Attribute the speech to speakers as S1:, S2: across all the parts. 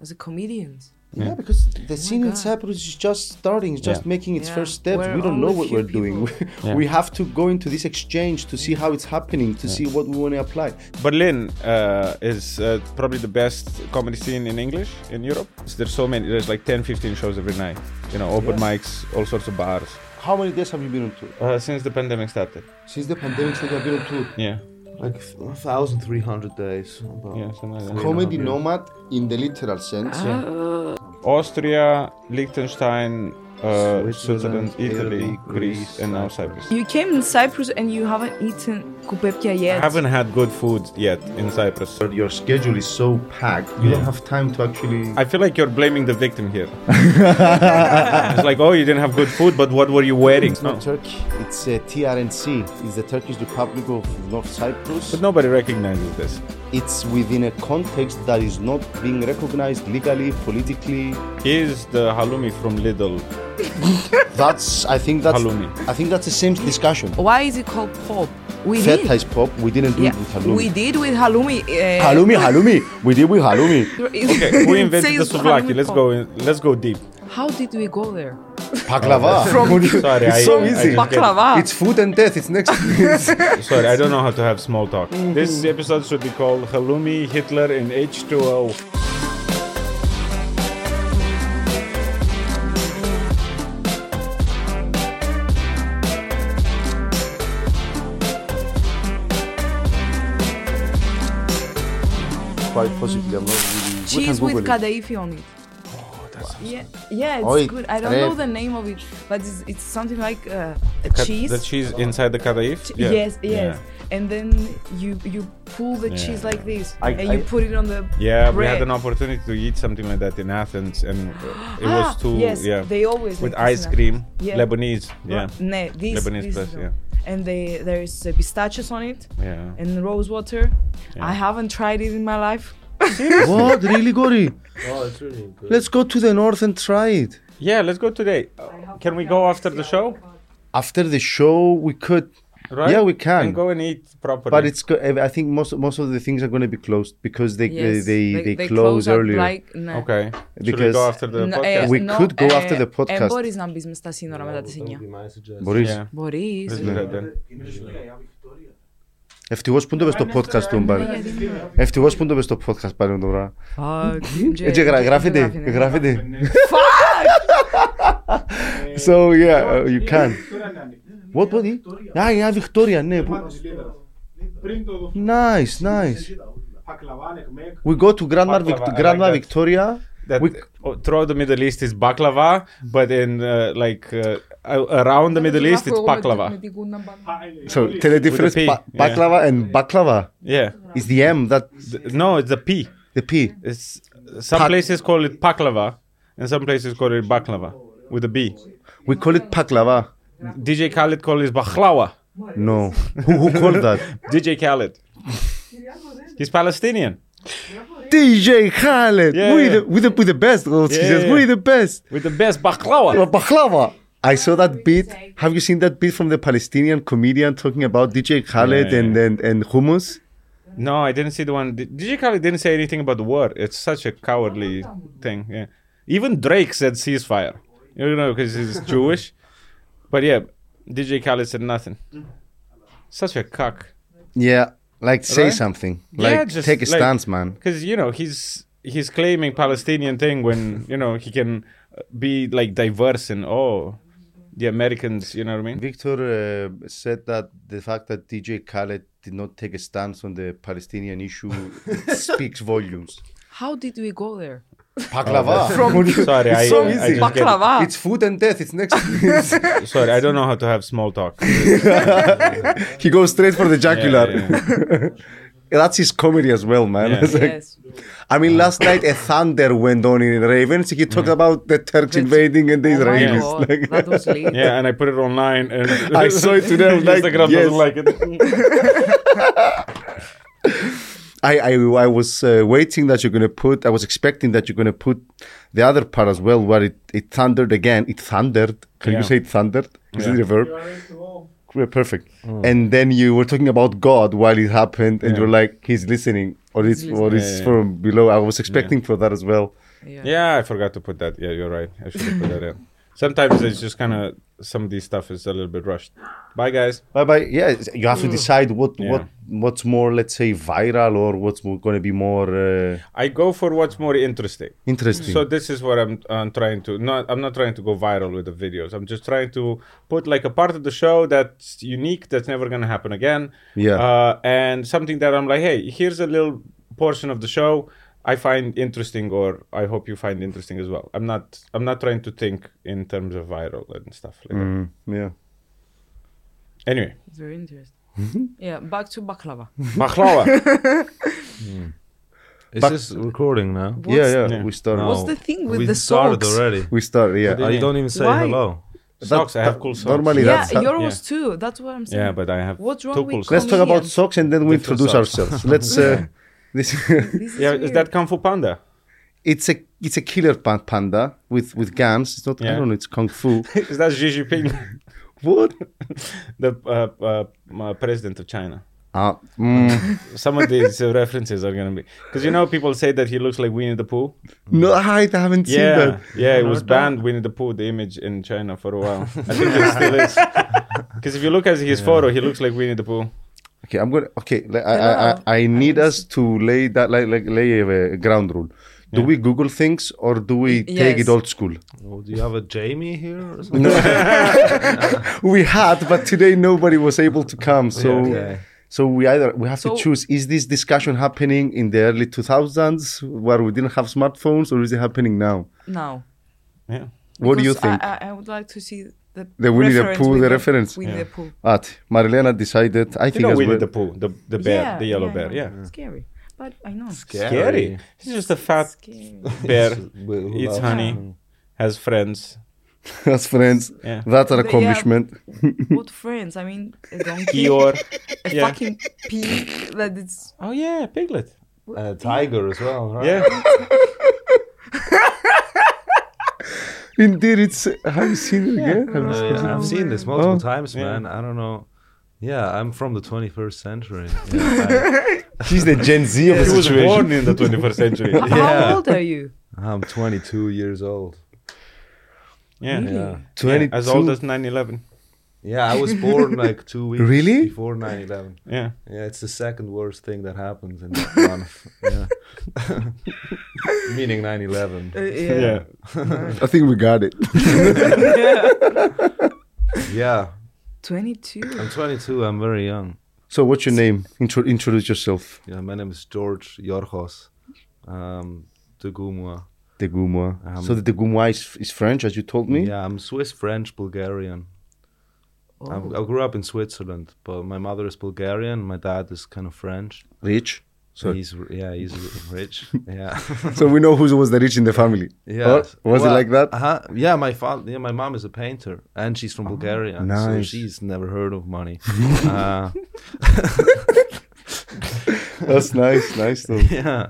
S1: as a comedian.
S2: Yeah,
S3: Yeah.
S2: because the scene in
S1: Oh God.
S2: Cyprus is just starting, it's just
S3: Yeah.
S2: making its
S1: Yeah.
S2: first steps.
S1: We're
S2: we don't know
S1: only
S2: what
S1: few
S2: we're doing. We,
S1: people.
S3: Yeah.
S2: we have to go into this exchange to see how it's happening, to see what we want to apply.
S3: Berlin uh, is uh, probably the best comedy scene in English in Europe. There's so many. There's like 10, 15 shows every night. You know, open
S2: Yeah.
S3: mics, all sorts of bars.
S2: How many days have you been on tour?
S3: Uh, since the pandemic started.
S2: Since the pandemic started, I've been on tour.
S3: Yeah.
S4: Like thousand three hundred days. About.
S3: Yeah, something like that.
S2: Comedy nomad in the literal sense.
S1: Ah.
S3: Austria, Liechtenstein, uh,
S4: Switzerland,
S3: Switzerland, Italy,
S4: Italy,
S3: Greece,
S4: Greece,
S3: and now
S4: Cyprus.
S3: Cyprus.
S1: You came in Cyprus and you haven't eaten koubebkia
S3: I
S1: yet.
S3: haven't had good food yet in Cyprus.
S4: But your schedule is so packed, you
S3: Yeah.
S4: don't have time to actually.
S3: I feel like you're blaming the victim here. it's like, oh, you didn't have good food, but what were you wearing?
S2: It's
S3: No.
S2: not
S4: Oh.
S2: Turkey, it's uh, TRNC, it's the Turkish Republic of North Cyprus.
S3: But nobody recognizes this.
S2: It's within a context that is not being recognized legally, politically.
S3: Here's the halloumi from Lidl.
S2: That's, I think that's,
S3: Halloumi.
S2: I think that's the same discussion.
S1: Why is it called pop? We
S2: Feta
S1: did.
S2: is pop, we didn't do
S1: Oh, Yeah,
S2: it with halloumi.
S1: we did with halloumi. Uh,
S2: Halloumi, halloumi. We did with halloumi.
S3: Okay, who
S1: It
S3: invented the
S1: says halloumi
S3: souvlaki? Let's
S1: pop.
S3: go. In, let's go deep.
S1: How did we go there?
S2: Baklava.
S3: Oh, Sorry,
S2: it's
S3: I-
S2: so
S3: I
S2: easy.
S3: just get-
S1: Baklava.
S2: It's food and death. It's next. it's,
S3: Sorry, I don't know how to have small talk.
S1: Mm-hmm.
S3: This episode should be called Halloumi, Hitler, and H2O.
S2: quite possibly, I'm not really. we
S1: cheese
S2: can
S1: with
S2: Google it.
S1: kadaifi on it.
S3: Oh,
S1: Yeah, yeah, it's
S2: Oi,
S1: good. I don't
S2: Rev.
S1: know the name of it, but it's, it's something like uh, a
S3: eh. Cut-
S1: cheese.
S3: The cheese inside the kadaif?
S1: Ch- Yes, yes. And then you you pull the
S3: Yeah,
S1: cheese like this,
S2: I-
S1: and
S2: I-
S1: you put it on the
S3: Yeah, we had
S1: bread.
S3: an opportunity to eat something like that in Athens, and uh, it
S1: Ah,
S3: was too
S1: yes,
S3: yeah
S1: They always
S3: with
S1: make this
S3: ice
S1: now.
S3: cream,
S1: Yeah.
S3: Lebanese, yeah,
S1: Ne, this,
S3: Lebanese
S1: this
S3: place,
S1: is-
S3: yeah.
S1: And they there's uh, pistachios on it
S3: yeah.
S1: and rose water.
S3: Yeah.
S1: I haven't tried it in my life.
S2: What really, Gori?
S4: Oh, it's really good.
S2: Let's go to the north and try it.
S3: Yeah, let's go today. Uh, Can we go after the show?
S2: After the show, we could,
S3: Right?
S2: Yeah, we can.
S3: And go and eat properly.
S2: but it's. go- I think most most of the things are going to be closed because they
S1: Yes,
S2: they, they,
S1: they
S2: close,
S1: at
S2: earlier.
S1: like- ναι.
S3: okay. Should we
S2: Because-
S3: go after the
S1: Ν-
S3: podcast?
S1: ε,
S2: We
S1: no, eh,
S2: could go
S1: ε,
S2: after the podcast.
S1: Ε, μπορείς να μπεις μες στα σύνορα μετά τις 9.
S2: Μπορείς.
S3: Yeah.
S1: Μπορείς.
S3: Let's do that then.
S2: Ευτυχώς που το πες στο podcast του μπαρ. Ευτυχώς που το πες στο podcast πάλι τώρα.
S1: Fuck,
S2: Έτσι γρα- γράφεται.
S1: ναι.
S2: Γράφεται. So yeah, uh, you can. What was it? Α, η Ά Βικτόρια, ναι. που-
S5: Πριν το δω.
S2: Nice, nice.
S5: Πακλαβάνε, εκμέκ.
S2: We go to Grandma,
S3: Baklava,
S2: Vict-
S3: I
S2: Grandma
S3: like that.
S2: Victoria.
S3: That,
S2: We-
S3: oh, throughout the Middle East is baklava, but in uh, like uh, uh, around the Middle East it's baklava.
S2: So tell the difference.
S3: P,
S2: Ba-
S3: yeah.
S2: baklava and baklava
S3: Yeah.
S2: is the M that
S3: Th- No, it's a P.
S2: the P.
S3: It's some
S2: Pak-
S3: places call it paklava, and some places call it baklava with a B.
S2: We call it baklava.
S3: DJ Khaled call it baklawa.
S2: No, who, who called that?
S3: DJ Khaled. He's Palestinian
S2: DJ Khaled.
S3: Yeah,
S2: we
S3: yeah.
S2: the we the we the best. Oh, she
S3: Yeah,
S2: says
S3: yeah.
S2: we the best.
S3: with the best baklawa.
S2: Well, Baklava. I saw that beat. Have you seen that beat from the Palestinian comedian talking about DJ Khaled
S3: Yeah,
S2: and, and and hummus?
S3: No, I didn't see the one. D- DJ Khaled didn't say anything about the war. It's such a cowardly thing. Yeah. Even Drake said ceasefire. You know, because he's Jewish. But yeah, DJ Khaled said nothing. Such a cuck.
S2: Yeah, like say
S3: Right?
S2: something. Like
S3: Yeah, just,
S2: take a
S3: like-
S2: stance, man.
S3: because you know he's he's claiming Palestinian thing when you know he can uh, be like diverse and oh the Americans you know what I mean
S2: Victor uh, said that the fact that DJ Khaled did not take a stance on the Palestinian issue speaks volumes.
S1: How did we go there?
S2: Baklava.
S3: sorry I,
S2: It's so
S3: I- I
S2: easy.
S3: just get it.
S1: Baklava.
S2: It's food and death. It's next.
S3: sorry I don't know how to have small talk Yeah,
S2: he goes straight for the jugular.
S3: yeah.
S2: That's his comedy as well, man.
S3: Yeah.
S2: It's like-
S1: Yes.
S2: I mean, last night a thunder went on in Ravens. He talked about the Turks
S1: The-
S2: invading and the
S1: Oh my
S2: Israelis.
S1: God,
S2: Like,
S1: that was lit.
S3: Yeah, and I put it online and
S2: I saw it today, I was like,
S3: Instagram
S2: yes.
S3: doesn't like it
S2: I, I, I was uh, waiting that you're going to put, I was expecting that you're going to put the other part as well, where it, it thundered again. It thundered. Can you
S3: Yeah.
S2: say it thundered? Is
S3: Yeah.
S2: it a verb? Yeah, Perfect. And then you were talking about God while it happened, and
S3: Yeah.
S2: you're like, he's listening, or it's, or
S3: listening.
S2: it's
S3: Yeah, yeah,
S2: from below. I was expecting for that as well.
S1: Yeah.
S3: Yeah, I forgot to put that. Yeah, you're right. I should have put that in. Sometimes it's just kind of some of these stuff is a little bit rushed. Bye, guys.
S2: Bye bye. Yeah, it's- you have to decide what
S3: Yeah.
S2: what what's more, let's say, viral or what's going to be more uh,
S3: I go for what's more interesting.
S2: interesting.
S3: So this is what I'm, I'm trying to. Not I'm not trying to go viral with the videos. I'm just trying to put like a part of the show that's unique, that's never gonna happen again.
S2: Yeah.
S3: Uh, and something that I'm like, hey, here's a little portion of the show I find interesting, or I hope you find interesting as well. I'm not I'm not trying to think in terms of viral and stuff like
S2: Mm, yeah.
S3: that. Anyway,
S1: It's very interesting. yeah, back to baklava.
S3: baklava.
S6: Is
S2: But-
S6: this recording now?
S1: What's,
S2: yeah, yeah,
S3: Yeah.
S2: We start.
S6: No.
S1: What's the thing with
S6: we
S1: the
S6: started
S1: socks?
S6: already.
S2: We start. Yeah.
S3: do you
S6: I
S3: mean?
S6: don't even say
S1: Why?
S6: hello.
S3: socks. I have
S2: that-
S3: cool socks.
S2: normally
S1: Yeah,
S2: that's-
S1: yours too. That's what I'm saying.
S3: Yeah, but I have
S1: What's wrong
S3: two
S1: with
S3: cool socks.
S2: Let's talk about
S1: Comedian.
S2: socks and then we
S3: Different
S2: introduce
S3: socks.
S2: ourselves. Let's. Uh, this
S1: This is
S3: Yeah, is
S1: weird.
S3: that Kung Fu Panda?
S2: it's a it's a killer pan- panda with with guns. It's not. I
S3: Yeah.
S2: don't know. It's kung fu.
S3: is that Xi Jinping,
S2: what?
S3: the uh, uh, uh, president of China?
S2: Uh, mm,
S3: Some of these uh, references are gonna be because you know people say that he looks like Winnie the Pooh.
S2: no, I haven't seen
S3: Yeah,
S2: that.
S3: yeah, it was banned Winnie the Pooh the image in China for a while. I think it still is because if you look at his photo, he looks like Winnie the Pooh.
S2: Okay, I'm gonna. Okay, like, I, I, I, I need us to lay that like like lay a uh, ground rule. Do we Google things or do we take it
S1: Yes.
S2: old school?
S6: Oh, do you have a Jamie here or something?
S2: we had, but today nobody was able to come. So,
S6: Okay.
S2: so we either we have
S1: So-
S2: to choose: is this discussion happening in the early 2000s where we didn't have smartphones, or is it happening now?
S1: now?
S3: Yeah,
S2: What do you
S1: Because
S2: think?
S1: I, I, I would like to see the
S2: The Winnie the
S1: reference
S2: Pooh,
S1: with
S2: the reference.
S1: Winnie
S3: Yeah.
S1: the Pooh.
S2: But Marilena decided. I
S3: you
S2: think
S3: know
S2: as
S3: Winnie
S2: well-
S3: the Pooh, the the bear,
S1: Yeah,
S3: the yellow
S1: yeah,
S3: bear.
S1: yeah.
S3: Yeah,
S1: Scary, but I know.
S3: scary. He's just a fat
S1: Scary.
S3: bear.
S4: Well,
S3: Eats
S4: love-
S3: honey, has friends.
S2: as friends.
S3: Yeah.
S2: That's an
S1: But yeah.
S2: accomplishment.
S1: what friends? I mean, a donkey, a
S3: Eeyore. yeah.
S1: fucking pig that it's
S3: Oh yeah, piglet.
S4: And a tiger as well, right?
S3: Yeah.
S2: Indeed, it's. Have you seen it again? Have you
S6: Uh,
S2: seen it?
S6: yeah, I've seen this multiple
S2: Oh,
S6: times,
S3: yeah.
S6: man. I don't know. Yeah, I'm from the 21st century. Yeah,
S2: She's the Gen Z of the
S3: He was
S2: situation.
S3: born in the 21st century.
S6: Yeah.
S1: How old are you?
S6: I, am 22 years old.
S3: Yeah.
S1: Really?
S6: Yeah,
S3: Yeah, as old
S2: 22.
S3: as 9/11.
S6: yeah. I was born like two weeks
S2: Really?
S6: before 9/11.
S3: Yeah.
S6: Yeah, it's the second worst thing that happens in that month. Yeah. Meaning 9/11.
S1: Uh,
S3: yeah,
S1: yeah.
S2: I think we got it.
S6: Yeah,
S1: Twenty-two.
S6: I'm 22. I'm very young.
S2: So, what's your name? Intro- introduce yourself.
S6: Yeah, my name is George Yorgos um, Dugumwa.
S2: Degumwa.
S6: Um,
S2: so, the Degumwa is, is French, as you told me.
S6: Yeah, I'm Swiss, French, Bulgarian. I'm- I grew up in Switzerland, but my mother is Bulgarian. My dad is kind of French.
S2: Rich. So,
S6: he's r- yeah, he's r- rich. Yeah,
S2: so we know who was the rich in the family.
S6: yeah.
S2: Oh, was
S6: Well,
S2: it like that? Oh,
S6: Uh-huh. Yeah, my father. Yeah, my mom is a painter, and she's from Bulgaria. So
S2: nice.
S6: she's never heard of money. uh,
S2: That's nice, nice though.
S6: yeah,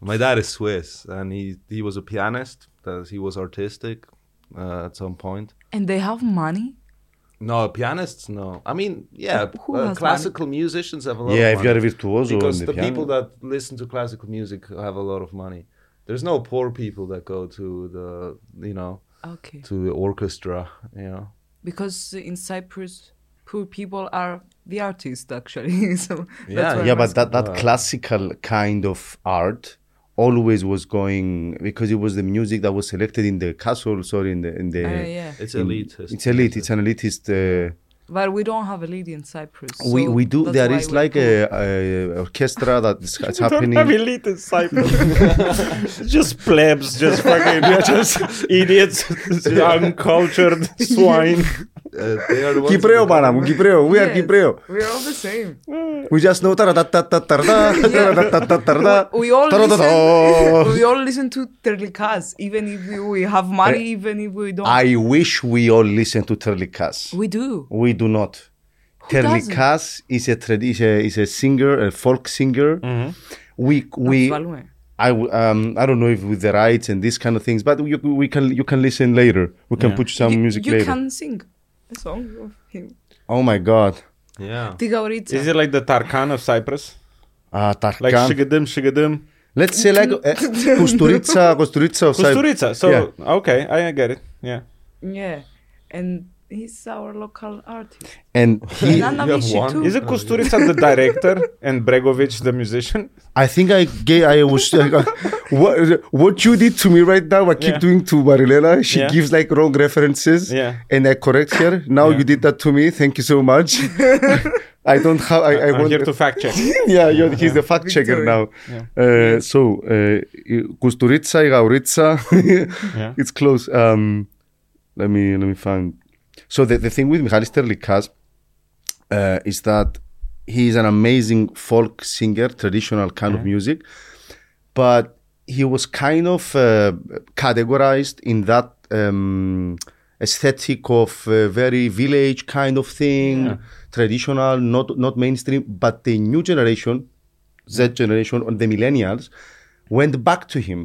S6: my dad is Swiss, and he he was a pianist. That he was artistic uh, at some point.
S1: And they have money.
S6: No, pianists, no. I mean, yeah,
S1: Who
S6: uh,
S1: has
S6: classical musicians have a lot
S2: Yeah,
S6: of
S2: if you're
S6: money.
S2: a virtuoso on
S6: Because
S2: the
S6: the,
S2: piano.
S6: people that listen to classical music have a lot of money. There's no poor people that go to the, you know,
S1: Okay.
S6: to the orchestra, you know.
S1: Because in Cyprus, poor people are the artists actually. so
S6: Yeah,
S1: that's why
S2: yeah,
S1: I'm
S2: but
S1: asking.
S2: that, that classical kind of art always was going because it was the music that was selected in the castle, sorry, in the in the.
S1: Uh, yeah,
S6: It's
S2: in-
S6: elitist.
S2: It's elite. It's an elitist. Uh,
S1: but we don't have a lead in Cyprus.
S2: we
S1: so
S2: we do.
S1: that's
S2: There
S1: why
S2: is
S1: we're
S2: like
S1: poor.
S2: a, a orchestra that is it's happening.
S3: Don't have elite in Cyprus. just plebs, just fucking just idiots, uncultured swine.
S6: Uh, they are the ones
S2: Κυπρέο,
S6: that-
S2: Πανά μου, Κυπρέο. We are
S1: Yes,
S2: Κυπρέο.
S1: We're all the same.
S2: We just know ταραταταταταρδά, ταραταταταρδά.
S1: We all
S2: Ταρατατατό.
S1: listen. we all listen to Terlikas, even if we, we have money, even if we don't.
S2: I wish we all listen to Terlikas.
S1: we do.
S2: We do not.
S1: Who doesn't?
S2: Terlikas is a, trad- is a is a singer, a folk singer.
S1: Mm-hmm.
S2: We we
S1: Value.
S2: I w- um I don't know if with the rights and these kind of things, but you, we can you can listen later. We can
S3: Yeah.
S2: put some
S1: you,
S2: music
S1: you
S2: later.
S1: can sing a song of him.
S2: Oh my God,
S6: Yeah.
S1: Tigaurica.
S3: Is it like the Tarkan of Cyprus?
S2: ah
S3: Like
S2: Tarkan.
S3: shigadim, shigadim.
S2: Let's say like uh, Kusturica, Kusturica of Cyprus.
S3: Kusturica. So okay, I get it. Yeah.
S6: Oh,
S1: Yeah, and he's our local artist.
S2: And he,
S1: Nanavishi
S6: one?
S1: too.
S3: Is it Kusturica the director and Bregovic the musician?
S2: I think I gave, I was, uh, what, what you did to me right now, I keep
S3: Yeah.
S2: doing to Marilena. She
S3: Yeah.
S2: gives like wrong references
S3: Yeah.
S2: and I correct her. Now
S3: Yeah.
S2: you did that to me. Thank you so much. I don't have, I, I
S3: I am
S2: won't.
S3: here to fact check.
S2: yeah, you're, he's the fact checker now. Uh, so, uh, Kusturica, Igaurica, it's close. Um, let me let me find. So the, the thing with Michalister Likas uh, is that he is an amazing folk singer, traditional kind of music, but he was kind of uh, categorized in that um, aesthetic of uh, very village kind of thing, traditional, not not mainstream. But the new generation, Z generation, or the millennials, went back to him,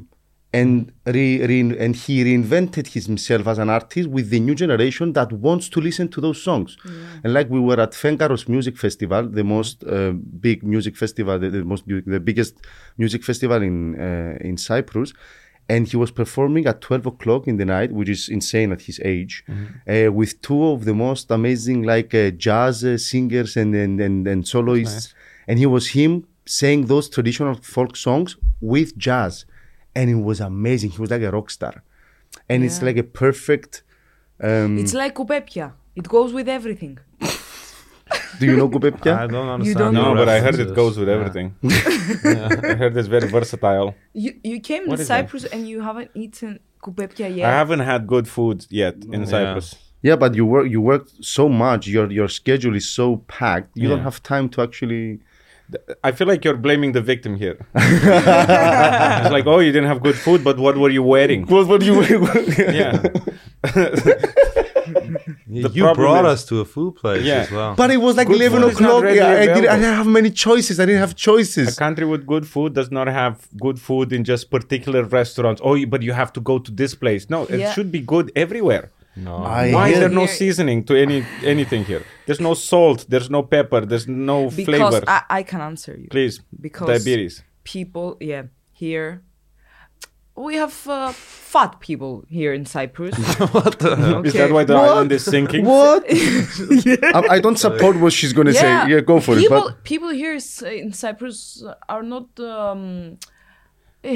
S2: and re, re, and he reinvented his, himself as an artist with the new generation that wants to listen to those songs. And like we were at Fengaros Music Festival, the most uh, big music festival, the, the most the biggest music festival in uh, in Cyprus, and he was performing at 12 o'clock in the night, which is insane at his age, uh, with two of the most amazing like uh, jazz uh, singers and and and, and soloists, and he was him saying those traditional folk songs with jazz, and it was amazing. He was like a rock star, and it's
S1: Yeah.
S2: like a perfect. Um,
S1: It's like Kubepia. It goes with everything.
S2: do you know Gubepia?
S6: I don't understand.
S1: don't
S6: the
S1: know.
S3: No, but I heard it
S6: references.
S3: goes with
S6: Yeah.
S3: everything. I heard it's very versatile.
S1: You you came
S3: What
S1: to
S3: is that?
S1: Cyprus and you haven't eaten Kubepia
S3: I
S1: yet.
S3: haven't had good food yet in Cyprus.
S2: Yeah, but you work you work so much. Your your schedule is so packed. You don't
S3: Yeah.
S2: have time to actually.
S3: I feel like you're blaming the victim here. it's like, oh, you didn't have good food, but what were you wearing?
S2: What what you?
S3: Yeah.
S6: Yeah,
S3: The
S6: you
S3: problem
S6: brought
S3: is-
S6: us to a food place
S3: Yeah.
S6: as well.
S2: But it was like
S3: Good
S2: eleven
S3: food is not
S2: o'clock.
S3: readily
S2: Yeah, I didn't. I
S3: available.
S2: didn't have many choices. I didn't have
S3: A
S2: choices.
S3: country with good food does not have good food in just particular restaurants. Oh, you- but you have to go to this place. No, it
S1: Yeah.
S3: should be good everywhere.
S6: no.
S2: I
S3: Why is
S2: hear-
S3: there no
S1: Here-
S3: seasoning to any anything here? There's no salt. There's no pepper. There's no
S1: because
S3: flavor.
S1: I, I can answer you.
S3: Please,
S1: because-
S3: diabetes.
S1: People, yeah, here. We have uh, fat people here in Cyprus.
S6: what the hell?
S3: Is that why the
S2: What?
S3: island is sinking?
S2: What? I, I don't support what she's gonna
S1: yeah,
S2: say. Yeah, go for
S1: people,
S2: it.
S1: people here s- in Cyprus are not um,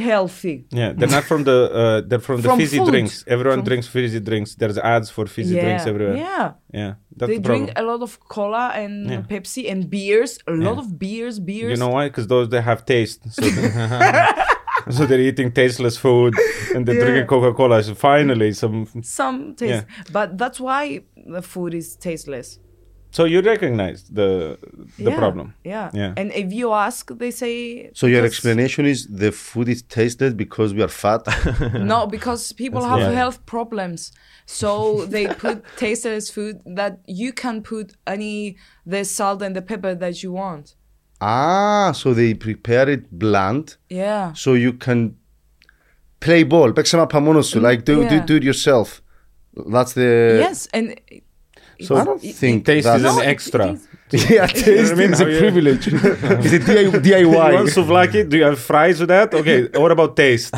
S1: healthy.
S3: Yeah, they're not from the uh, they're from the
S1: From
S3: fizzy
S1: food.
S3: drinks. Everyone
S1: From-
S3: drinks fizzy drinks. There's ads for fizzy
S1: yeah,
S3: drinks everywhere. Yeah,
S1: yeah.
S3: that's
S1: they
S3: the problem.
S1: drink uh, a lot of cola and
S3: Yeah.
S1: Pepsi and beers, a lot
S3: Yeah.
S1: of beers, beers.
S3: You know why? Because those they have taste. So, they- so they're eating tasteless food and they're
S1: Yeah.
S3: drinking Coca Cola. So finally, some.
S1: some taste, but that's why the food is tasteless.
S3: So you recognize the the
S1: yeah,
S3: problem.
S1: Yeah.
S3: Yeah.
S1: And if you ask, they say.
S2: So your
S1: because-
S2: explanation is the food is tasted because we are fat.
S1: No, because people have
S3: why.
S1: health problems, so they put tasteless food that you can put any the salt and the pepper that you want.
S2: ah, so they prepare it bland
S1: Yeah.
S2: so you can play ball. Παίξε ένα παμόνο σου. Like do, do
S1: yeah.
S2: do it yourself. That's the.
S1: yes, and
S2: Uh, So I don't think
S3: Taste is
S2: that's-
S3: an
S1: No, it-
S3: extra.
S1: it is-
S2: yeah, taste
S3: mean? Oh,
S2: is a
S3: How you-
S2: privilege. it's a DIY.
S3: You want souvlaki? Do you have fries with that? Okay. What about taste?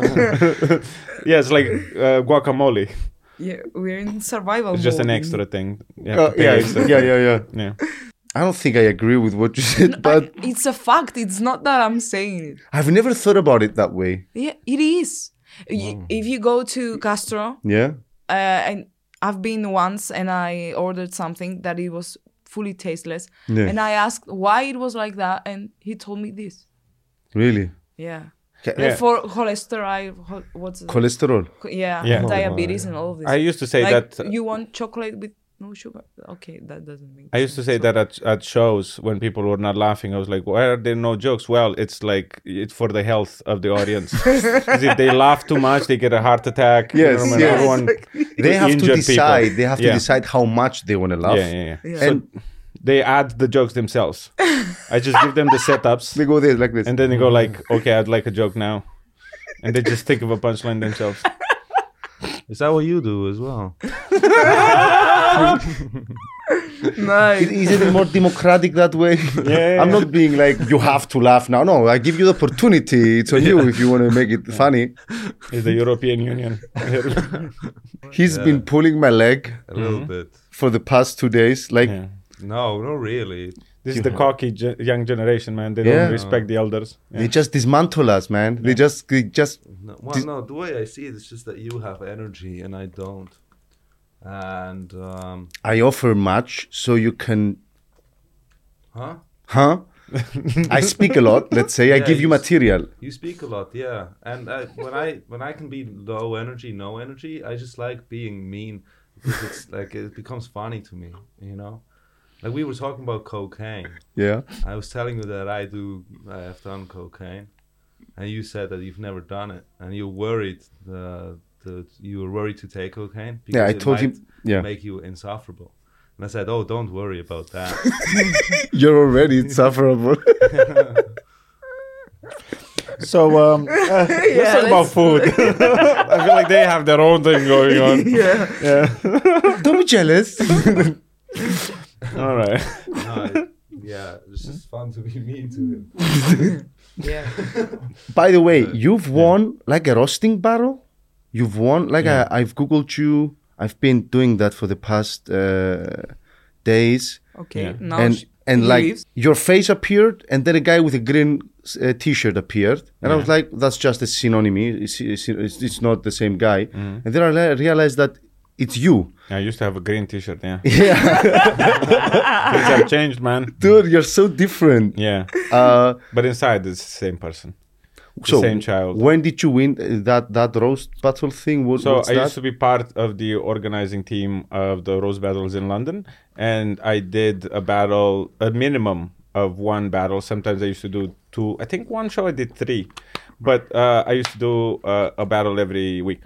S3: yeah, it's like uh, guacamole.
S1: yeah, we're in survival.
S3: It's just an
S1: mode.
S3: extra thing. Yeah,
S2: Uh, yeah, yeah, yeah, yeah.
S3: yeah.
S2: I don't think I agree with what you said, but
S1: I- it's a fact. It's not that I'm saying it.
S2: I've never thought about it that way.
S1: Yeah, it is. Y- If you go to Castro,
S2: Yeah.
S1: uh, and I've been once and I ordered something that it was fully tasteless,
S2: Yeah.
S1: and I asked why it was like that, and he told me this.
S2: Really?
S1: Yeah.
S2: Ca-
S1: And For cholesterol, hol- what's it?
S2: Cholesterol.
S1: yeah,
S3: Yeah.
S1: diabetes and all of this.
S3: I used to say
S1: like,
S3: that. uh,
S1: you want chocolate with no sugar. Okay, that doesn't make.
S3: I used to say that at, at shows when people were not laughing, I was like, "Why are there no jokes?" Well, it's like it's for the health of the audience. 'Cause if they laugh too much, they get a heart attack.
S2: Yes,
S3: and
S2: yes.
S3: everyone
S2: They have to
S3: injured people.
S2: decide. They have to
S3: Yeah.
S2: decide how much they want to laugh.
S3: Yeah, yeah, yeah.
S1: Yeah.
S2: And
S3: They add the jokes themselves. I just give them the setups,
S2: they go there like this.
S3: and then they go like, "Okay, I'd like a joke now," and they just think of a punchline themselves.
S6: Is that what you do as well?
S1: Nice.
S2: Is it more democratic that way?
S3: yeah,
S2: I'm
S3: yeah.
S2: not being like you have to laugh now. No, I give you the opportunity. It's on you if you want to make it funny.
S3: It's the European Union.
S2: He's been pulling my leg
S6: a little bit.
S2: for the past two days. Like
S3: yeah.
S6: No, not really.
S3: This is the cocky ge- young generation, man. They
S2: Yeah.
S3: don't respect the elders.
S2: they
S3: Yeah.
S2: just dismantle us, man. They just they just
S6: No, well,
S2: Did-
S6: no. The way I see it is just that you have energy and I don't, and um,
S2: I offer much so you can
S6: huh?
S2: huh? I speak a lot, let's say. I
S6: Yeah,
S2: give you
S6: you s-
S2: material.
S6: You speak a lot, yeah. And I, when I when I can be low energy, no energy, I just like being mean because it's like it becomes funny to me, you know. Like we were talking about cocaine.
S2: Yeah.
S6: I was telling you that I do. I have done cocaine, and you said that you've never done it, and you're worried that, that you were worried to take cocaine. Because
S2: I
S6: it
S2: told him-
S6: might
S2: yeah.
S6: make you insufferable. And I said, "Oh, don't worry about that."
S2: You're already insufferable.
S3: So um, uh, let's talk about
S1: let's-
S3: food. I feel like they have their own thing going on.
S1: yeah.
S2: Don't be jealous.
S3: All right.
S6: No, it- yeah, it's just fun to be mean to him.
S1: Yeah.
S2: By the way, you've won like a roasting barrel. You've won like I, I've googled you. I've been doing that for the past uh, days,
S1: Okay.
S3: Yeah.
S1: Now
S2: and
S1: sh-
S2: and
S1: he
S2: like
S1: leaves.
S2: your face appeared, and then a guy with a green uh, t-shirt appeared, and I was like, "That's just a synonym. It's, it's, it's it's not the same guy." And then I le- realized that it's you,
S3: I used to have a green T-shirt. Yeah, things
S2: yeah,
S3: have changed, man.
S2: dude. You're so different.
S3: Yeah,
S2: Uh,
S3: but inside it's the same person, the
S2: so
S3: same child.
S2: When did you win uh, that that roast battle thing? What,
S3: So
S2: what's
S3: I
S2: that?
S3: used to be part of the organizing team of the Rose Battles in London, and I did a battle, a minimum of one battle. Sometimes I used to do two. I think one show I did three, but uh, I used to do uh, a battle every week,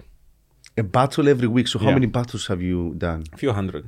S2: a battle every week. So how
S3: Yeah.
S2: many battles have you done?
S3: a few hundred.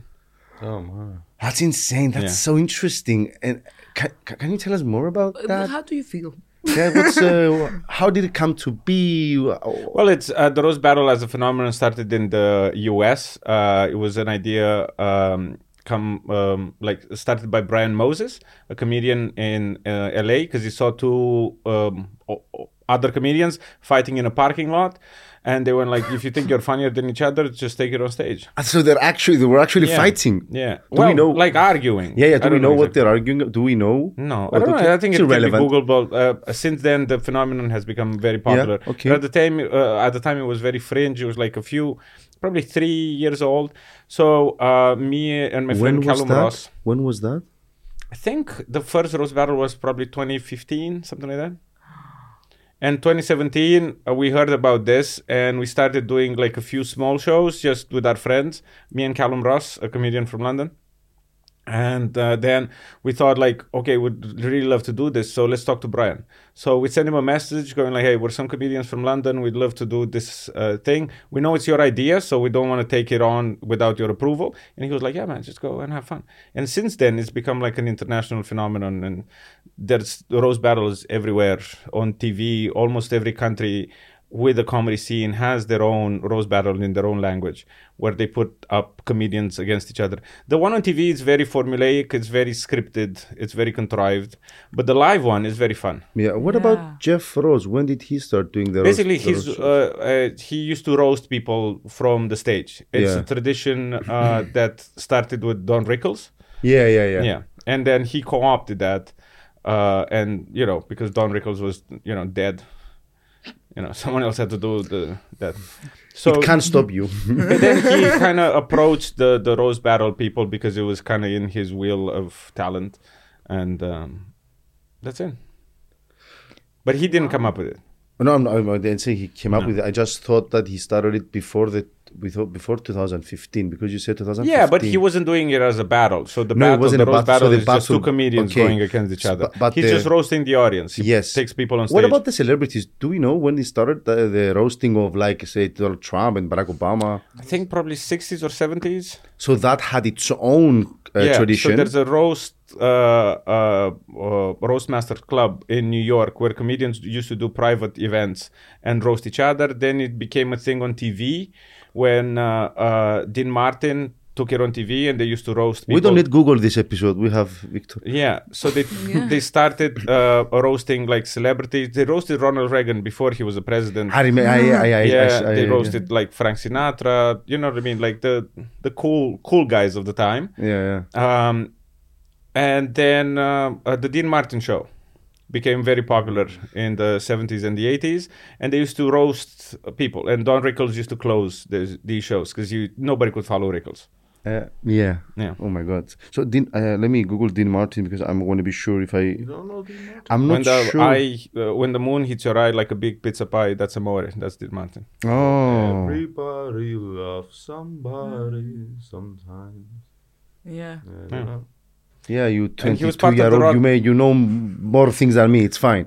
S6: Oh man.
S2: That's insane. That's
S3: Yeah.
S2: so interesting. And can, can you tell us more about that?
S1: Uh, How do you feel?
S2: yeah, what's, uh, how did it come to be? Oh,
S3: Well, it's uh, the Rose Battle as a phenomenon started in the U.S. Uh, it was an idea um, come um, like started by Brian Moses, a comedian in uh, L.A. because he saw two um, o- o- other comedians fighting in a parking lot, and they were like, "If you think you're funnier than each other, just take it on stage."
S2: Ah, so they're actually they were actually
S3: Yeah.
S2: fighting.
S3: Yeah.
S2: Do
S3: well,
S2: we know?
S3: like arguing.
S2: yeah, yeah.
S3: I
S2: Do we
S3: don't
S2: know what
S3: exactly.
S2: they're arguing? Do we know?
S3: No,
S2: Or
S3: I don't
S2: do-
S3: know. I think
S2: it's
S3: it can be
S2: irrelevant.
S3: Googleable. Uh, since then, the phenomenon has become very popular.
S2: okay.
S3: But At the time, uh, at the time, it was very fringe. It was like a few, probably three years old. So uh, me and my
S2: When
S3: friend
S2: was
S3: Callum
S2: that?
S3: Ross.
S2: When was that?
S3: I think the first Rose Battle was probably 2015, something like that. And 2017, uh, we heard about this and we started doing like a few small shows just with our friends, me and Callum Ross, a comedian from London. And uh, then we thought like, okay, we'd really love to do this, so let's talk to Brian. So we sent him a message going like, hey, we're some comedians from London. We'd love to do this uh, thing. We know it's your idea, so we don't want to take it on without your approval. And he was like, yeah, man, just go and have fun. And since then, it's become like an international phenomenon, and there's roast battles everywhere on TV. Almost every country with the comedy scene has their own rose battle in their own language where they put up comedians against each other the one on tv is very formulaic it's very scripted it's very contrived but the live one is very fun
S2: Yeah. What
S1: Yeah.
S2: about Jeff Rose? When did he start doing the? roast-
S3: basically
S2: the
S3: he's
S2: roast
S3: uh,
S2: shows?
S3: uh, he used to roast people from the stage it's
S2: Yeah.
S3: a tradition uh, that started with don rickles
S2: yeah, yeah, yeah,
S3: yeah. and then he co-opted that uh, and you know because don rickles was you know dead you know someone else had to do the that so
S2: it can't stop you.
S3: and then he kind of approached the the rose battle people because it was kind of in his wheel of talent and um, that's it but he didn't come up with it
S2: No, I'm not, I'm not- I didn't say he came up with it. I just thought that he started it before the before, before 2015 because you said 2015.
S3: Yeah, but he wasn't doing it as a battle. So the
S2: No, it
S3: battle,
S2: wasn't
S3: the
S2: a
S3: roast
S2: battle, so
S3: battle,
S2: the
S3: is just two
S2: battle-
S3: comedians
S2: okay.
S3: going against each
S2: S-
S3: other.
S2: but- but
S3: He's
S2: the-
S3: just roasting the audience. He
S2: Yes.
S3: takes people on stage.
S2: What about the celebrities? Do we know when they started the, the roasting of like say Donald Trump and Barack Obama?
S3: I think probably 60s or 70s.
S2: So that had its own uh,
S3: So
S2: tradition.
S3: there's a roast uh, uh, uh, roast master club in New York where comedians used to do private events and roast each other. Then it became a thing on TV when uh, uh, Dean Martin took it on TV and they used to roast people.
S2: We don't need Google this episode. We have Victor.
S3: Yeah, so they they started uh, roasting like celebrities. They roasted Ronald Reagan before he was a president.
S2: I remember. I, I, I,
S3: Ah, yeah,
S2: I, I,
S3: they roasted like Frank Sinatra. You know what I mean? Like the the cool cool guys of the time.
S2: Yeah, yeah.
S3: Um, and then uh, uh, the Dean Martin show became very popular in the 70s and the 80s and they used to roast people and don rickles used to close these, these shows because you nobody could follow rickles
S2: Uh, yeah.
S3: Yeah.
S2: Oh my God. So Dean, uh, let me Google Dean Martin because I'm going to be sure if I.
S6: You don't know Dean Martin?
S2: I'm not
S3: when the
S2: sure.
S3: eye, uh, when the moon hits your eye like a big pizza pie, that's amore. That's Dean Martin.
S2: Oh.
S6: Everybody loves somebody sometimes.
S1: Yeah.
S6: Yeah,
S3: Yeah.
S6: you know?
S2: Yeah, you
S3: And he
S2: 22
S3: was part of
S2: year
S3: the
S2: old.
S3: Rod-
S2: You may you know m- more things than me. It's fine.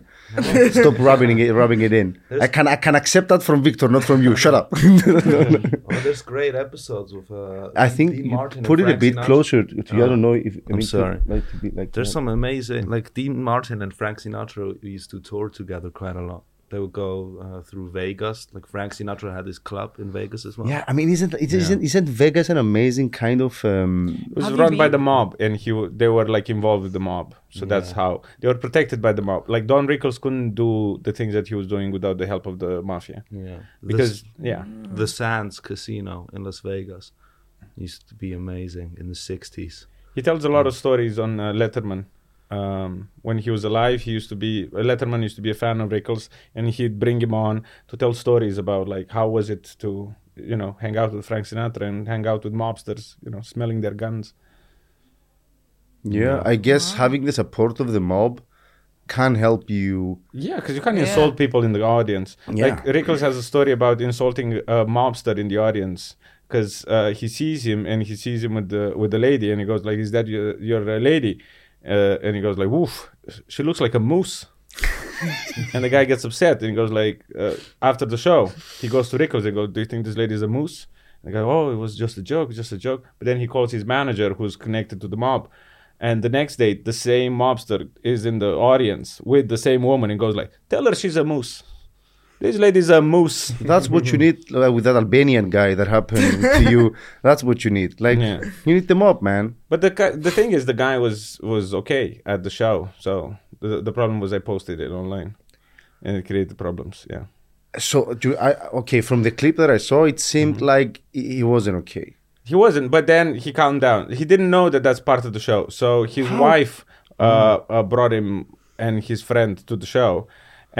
S2: Stop rubbing it, rubbing it in. I can I can accept that from Victor, not from you. Shut up.
S6: Oh, there's great episodes with. Uh,
S2: I think
S6: Dean
S2: you
S6: Martin and
S2: put it a
S6: Frank
S2: bit
S6: Sinatra.
S2: closer to you. I
S6: Oh,
S2: don't know if I
S6: I'm
S2: mean,
S6: sorry.
S2: Like to be like
S6: There's
S2: that.
S6: some amazing, like Dean Martin and Frank Sinatra used to tour together quite a lot. They would go uh, through Vegas. Like Frank Sinatra had his club in Vegas as well.
S2: Yeah, I mean, isn't it, isn't isn't Vegas an amazing kind of? Um,
S3: It was
S1: Have you
S3: run by
S1: been-
S3: the mob, and he w- they were like involved with the mob. So that's how they were protected by the mob. Like Don Rickles couldn't do the things that he was doing without the help of the mafia.
S6: yeah.
S3: Because yeah,
S6: the Sands Casino in Las Vegas used to be amazing in the '60s.
S3: he tells a lot of stories on uh, Letterman. Um, when he was alive, he used to be uh, Letterman used to be a fan of Rickles, and he'd bring him on to tell stories about like how was it to you know hang out with Frank Sinatra and hang out with mobsters, you know, smelling their guns.
S2: yeah, I guess having the support of the mob can help you.
S3: Yeah, because you can't
S1: Yeah.
S3: insult people in the audience.
S2: Yeah.
S3: Like Rickles has a story about insulting a mobster in the audience because uh, he sees him and he sees him with the with the lady and he goes like, "Is that your your uh, lady?" Uh, and he goes like, "Woof, she looks like a moose." and the guy gets upset and he goes like, uh, after the show, he goes to Rickles and goes, "Do you think this lady is a moose?" And they go, "Oh, it was just a joke, just a joke." But then he calls his manager, who's connected to the mob. And the next day, the same mobster is in the audience with the same woman and goes like, "Tell her she's a moose. This lady's a moose."
S2: That's what you need like, with that Albanian guy that happened to you. That's what you need. Like
S3: Yeah.
S2: you need the mob, man.
S3: But the guy- the thing is, the guy was was okay at the show. So the the problem was I posted it online, and it created problems. Yeah,
S2: So do I? Okay, from the clip that I saw, it seemed like he he wasn't okay.
S3: he wasn't. But then he calmed down. He didn't know that that's part of the show. So his wife uh,
S2: Hmm.
S3: uh, brought him and his friend to the show,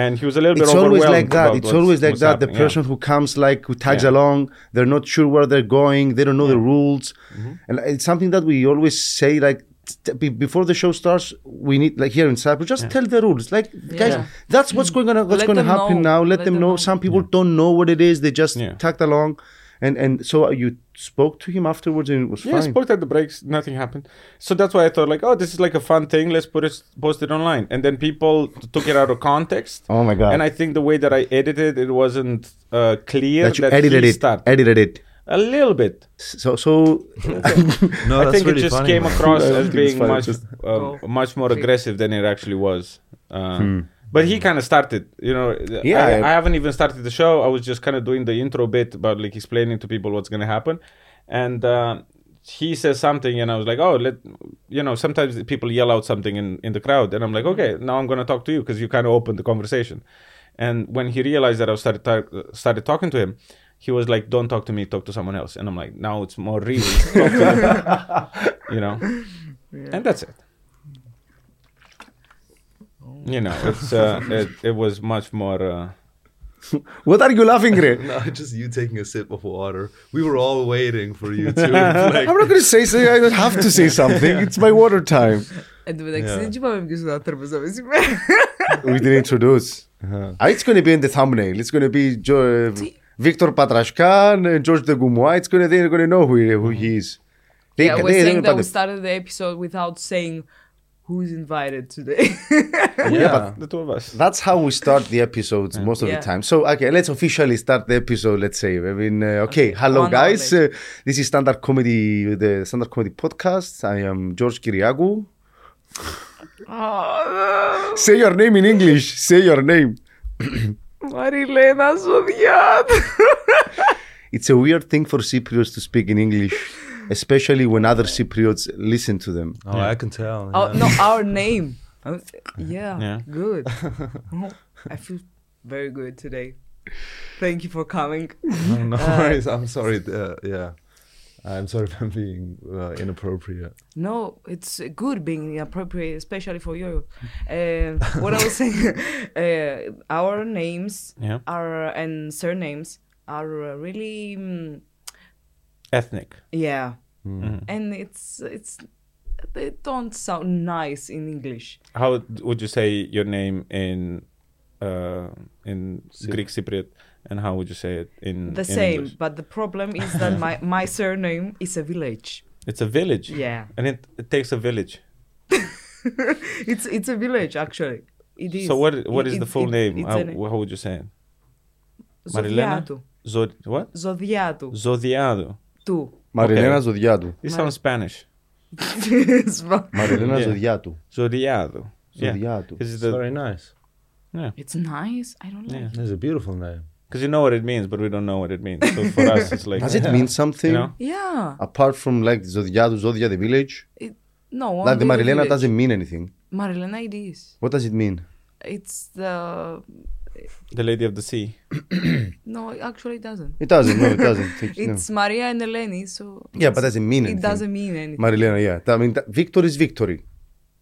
S3: and he was a little
S2: It's
S3: bit
S2: always
S3: overwhelmed.
S2: like that.
S3: about
S2: It's
S3: what's-
S2: always like
S3: what's
S2: that. The
S3: happening, yeah.
S2: person who comes like who tags
S3: Yeah.
S2: along, they're not sure where they're going. They don't know the rules,
S3: Mm-hmm.
S2: and it's something that we always say like. t- be- Before the show starts, we need like here in Cyprus, just tell the rules. Like guys,
S1: Yeah.
S2: that's what's going on. What's
S1: Let
S2: going to
S1: them
S2: happen
S1: know.
S2: now? Let, them know. Some people don't know what it is. They just
S3: Yeah.
S2: tagged along, and and so you spoke to him afterwards, and it was
S3: Yeah, I
S2: fine.
S3: spoke at the breaks. Nothing happened. So that's why I thought like, oh, this is like a fun thing. Let's put it post it online. And then people t- took it out of context.
S2: Oh my God.
S3: And I think the way that I edited it wasn't uh, clear
S2: that
S3: that,
S2: you edited
S3: he
S2: it.
S3: started
S2: Edited it.
S3: a little bit.
S2: So so
S6: No,
S3: I think it just came across
S2: I don't
S3: as
S2: think it's
S3: being
S2: funny,
S3: much
S2: just-
S3: uh, much more aggressive than it actually was. Uh, But he kind of started, you know.
S2: Hmm. Yeah,
S3: I,
S2: I-
S3: I haven't even started the show. I was just kind of doing the intro bit about like explaining to people what's gonna happen, and uh, he says something, and I was like, "Oh, let you know." Sometimes people yell out something in in the crowd, and I'm like, "Okay, now I'm gonna talk to you because you kind of opened the conversation." And when he realized that I started ta- started talking to him, he was like, "Don't talk to me, talk to someone else." And I'm like, "Now it's more real." Talk to them." you know, and that's it. You know, it's uh, it, it was much more. Uh,
S2: what are you laughing at?
S6: No, just you taking a sip of water. We were all waiting for you to. like,
S2: I'm not going to say something. I don't have to say something. It's my water time.
S1: Εν τω μεταξύ,
S6: Yeah.
S1: δεν τσιμπάμε ποιος θα τρέπεζα με σήμερα.
S2: We didn't introduce. Ah, It's going to be in the thumbnail. It's going to be jo- Victor Patrashkan, uh, George de Goumois. It's going to, they're going to know who he, who he is. They,
S1: Yeah, we're
S2: they-
S1: saying that we
S2: but-
S1: started the episode without saying who's invited today.
S3: yeah,
S2: but-
S3: the two of us.
S2: That's how we start the episodes most of
S1: Yeah.
S2: the time. So, okay, let's officially start the episode. Let's say, I mean, uh, okay, hello
S1: One hour
S2: guys. Uh, this is Standard Comedy, the Standard Comedy Podcast. I am George Kiriakou.
S1: Oh,
S2: Say your name in English. Say your name.
S1: Μαριλένα Σοδιάτ.
S2: It's a weird thing for Cypriots to speak in English. especially when other Cypriots listen to them.
S6: Oh, I can tell.
S1: Oh,
S6: yeah.
S1: no, our name. Oh, yeah,
S3: Yeah.
S1: good. Oh, I feel very good today. Thank you for coming.
S6: No, no worries. I'm sorry. Uh, yeah. I'm sorry if I'm being uh, inappropriate.
S1: No, it's uh, good being appropriate, especially for you. Uh, what I was saying, uh, our names
S3: Yeah.
S1: are and surnames are uh, really, mm,
S3: Ethnic.
S1: yeah,
S3: Mhm.
S1: and it's it's they don't sound nice in English.
S3: How d- would you say your name in uh, in Greek Cypriot, and how would you say it in
S1: The
S3: in
S1: same,
S3: English?
S1: but the problem is that my my surname is a village.
S3: It's a village.
S1: Yeah.
S3: and it, it takes a village.
S1: it's it's a village actually. It is.
S3: So what what
S1: It-
S3: is the
S1: it-
S3: full
S1: it-
S3: name?
S1: it's
S3: How,
S1: an-
S3: how would you say it? Marilena?
S1: Zodiado.
S3: Zod what?
S1: Zodiado.
S3: Zodiado.
S1: Του.
S2: Μαριλένα Ζωδιά του.
S3: This
S1: Mar-
S3: sounds Spanish.
S2: Μαριλένα
S3: Yeah.
S2: Ζωδιά του.
S3: Zodiado. Yeah.
S2: Ζωδιά του.
S3: Because
S6: It's very nice.
S1: It's nice. I don't like.
S3: Yeah.
S1: it.
S6: It's a beautiful name.
S3: you know what it means, but we don't know what it means. So for us, it's like
S2: Does it mean
S3: you
S2: something
S3: know.
S1: Yeah.
S2: apart from like Ζωδιά του, Ζώδια the village?
S1: No.
S2: Like the
S1: only the
S2: Marilena
S1: village.
S2: doesn't mean anything.
S1: Marilena, it is.
S2: What does it mean?
S1: It's the
S3: The Lady of the Sea.
S1: no. It actually doesn't.
S2: It doesn't. No, it doesn't. Thank you. No.
S1: It's Maria and Eleni. So
S2: Yeah, but doesn't mean
S1: it
S2: anything.
S1: doesn't mean anything.
S2: Marilena, yeah. I mean, that- victory is victory.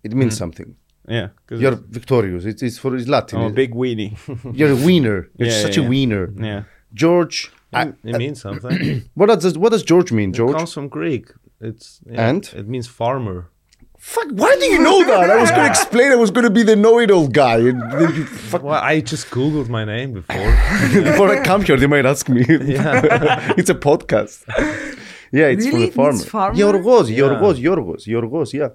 S2: It means something.
S3: Yeah, because
S2: You're victorious. It's, it's for it's Latin.
S3: I'm a big weenie.
S2: You're a winner. You're
S3: Oh, Yeah,
S2: such
S3: yeah,
S2: a
S3: yeah.
S2: winner.
S3: yeah,
S2: George. I,
S6: It, it means something.
S2: what does what does George mean,
S6: It
S2: George?
S6: comes from Greek. It's yeah,
S2: And?
S6: it means farmer.
S2: Fuck! Why do you know that? I was going to explain. I was going to be the know-it-all guy. And then you, fuck,
S6: Well, I just googled my name before.
S2: before I come here, they might ask me. it's a podcast. Yeah, it's for
S1: Really?
S2: the
S1: It
S2: farmer.
S1: means farmer?
S2: Yorgos, Yorgos, Yorgos, Yorgos. Yeah.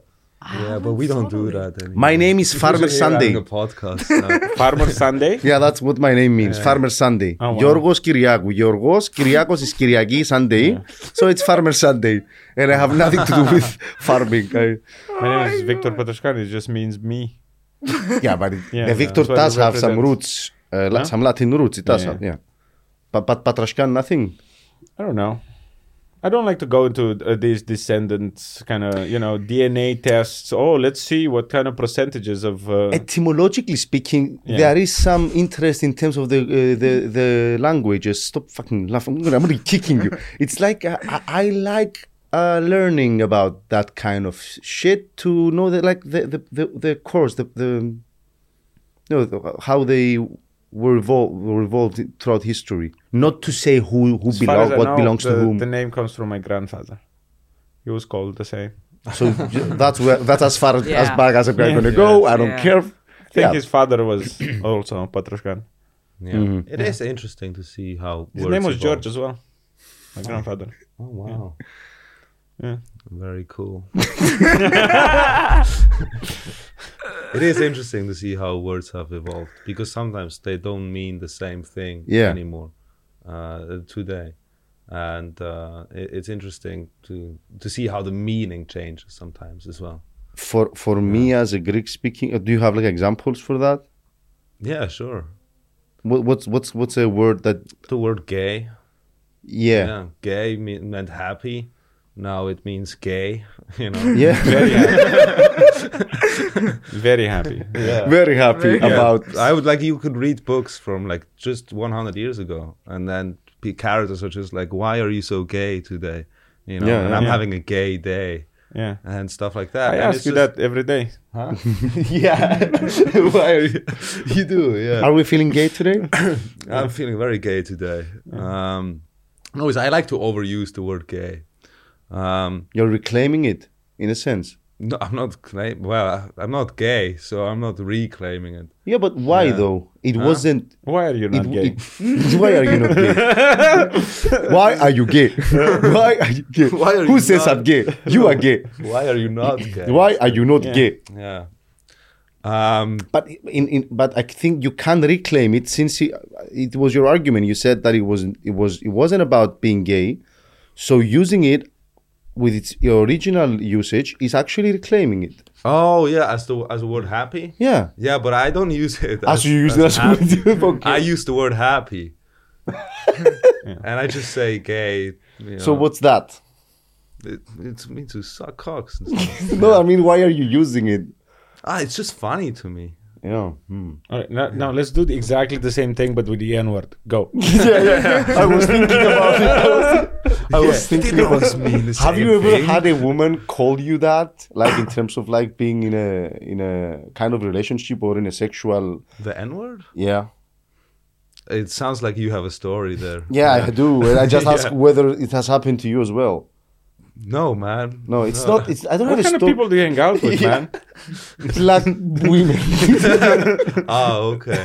S6: yeah, but we don't do that anymore.
S2: My name is Farmer Sunday.
S6: A podcast. now.
S3: Farmer Sunday.
S2: Yeah, Ah, that's what my name means. Farmer Sunday.
S3: Oh, wow.
S2: Yorgos Kyriakou. Yorgos Kyriakos is Kyriaki Sunday. So it's Farmer Sunday. And I have nothing to do with farming. I-
S3: My name is Victor Patrashkan. It just means me.
S2: yeah, but it,
S3: Yeah,
S2: the
S3: yeah,
S2: Victor
S3: that's what
S2: does
S3: it
S2: have some
S3: represents.
S2: roots, uh, la-
S3: Huh?
S2: some Latin roots. It does
S3: Yeah.
S2: have, yeah. But, but Patrashkan, nothing.
S3: I don't know. I don't like to go into uh, these descendants kind of you know DNA tests. Oh, let's see what kind of percentages of. Uh,
S2: Etymologically speaking,
S3: Yeah.
S2: there is some interest in terms of the uh, the, the languages. Stop fucking laughing. I'm gonna, I'm gonna be kicking you. It's like uh, I, I like uh, learning about that kind of shit to know that like the the the, the course the the no the, how they were evolved, were evolved throughout history. Not to say who who
S3: as far as
S2: belong
S3: I
S2: what
S3: know,
S2: belongs
S3: the,
S2: to whom.
S3: The name comes from my grandfather. He was called the same.
S2: So that's where that's as far as, as
S1: Yeah.
S2: back as I'm
S3: Yeah.
S2: going to go. I don't
S1: Yeah.
S2: care.
S3: I think
S2: Yeah.
S3: his father was also Patrashkan.
S6: yeah. It is interesting to see how
S3: His
S6: words
S3: name was
S6: evolve.
S3: George as well. My grandfather.
S6: Oh wow.
S3: Yeah.
S6: Very cool. it is interesting to see how words have evolved because sometimes they don't mean the same thing
S2: Yeah.
S6: anymore uh, today, and uh, it, it's interesting to to see how the meaning changes sometimes as well.
S2: For for me as a Greek speaking, uh, do you have like examples for that?
S6: Yeah, sure.
S2: What, what's what's what's a word that
S6: The word "gay,"
S2: yeah
S6: yeah, "gay" me- meant happy. Now it means gay. You know.
S2: yeah,
S3: Very happy. Very happy.
S2: very happy
S6: Yeah,
S2: about
S6: I would like you could read books from like just 100 years ago, and then be characters are just like, "Why are you so gay today?" You know,
S2: Yeah,
S6: and I'm
S3: yeah.
S6: having a gay day
S3: Yeah.
S6: and stuff like that.
S3: I
S6: and
S3: ask
S6: it's
S3: you
S6: just-
S3: that every day.
S6: yeah. Why are you? You do, yeah.
S2: Are we feeling gay today?
S6: I'm feeling very gay today. Um, no, it's- I like to overuse the word "gay." Um,
S2: You're reclaiming it in a sense.
S6: no, I'm not claim. Well, I- I'm not gay, so I'm not reclaiming it.
S2: Yeah, but why
S6: Yeah.
S2: though? It wasn't.
S3: Why are you not
S2: it,
S3: gay?
S2: it- why are you not gay? why are you gay? why are you gay?
S6: Why are
S2: Who
S6: you
S2: says
S6: not-
S2: I'm gay? You are gay.
S6: Why are you not gay?
S2: Why are you not
S3: Yeah.
S2: gay?
S6: Yeah. Um,
S2: But in, in but I think you can reclaim it since it, it was your argument. You said that it wasn't it was it wasn't about being gay, so using it with its original usage is actually reclaiming it.
S6: Oh yeah, as the as the word happy.
S2: Yeah,
S6: Yeah, but I don't use it.
S2: as, you use that.
S6: happy.
S2: okay.
S6: I use the word happy, and I just say gay. you
S2: So
S6: know.
S2: what's that?
S6: It, it's mean to suck cocks. And stuff.
S2: no, I mean, why are you using it?
S6: ah, it's just funny to me.
S2: Yeah. hmm.
S3: All right, now, now let's do the- exactly the same thing, but with the N word. Go.
S2: yeah, yeah. I was thinking about it. I was, I was thinking about it. Have you ever had a woman call you that, like in terms of like being in a in a kind of relationship or in a sexual?
S6: the N word?
S2: Yeah,
S6: It sounds like you have a story there.
S2: yeah, I do. And I just ask
S6: Yeah.
S2: whether it has happened to you as well.
S6: No, man.
S2: No, it's not. It's I don't
S3: Uh, What
S2: have
S3: kind
S2: a
S3: of
S2: story.
S3: people do you hang out with,
S2: Yeah.
S3: man?
S2: Black women.
S6: Oh, okay.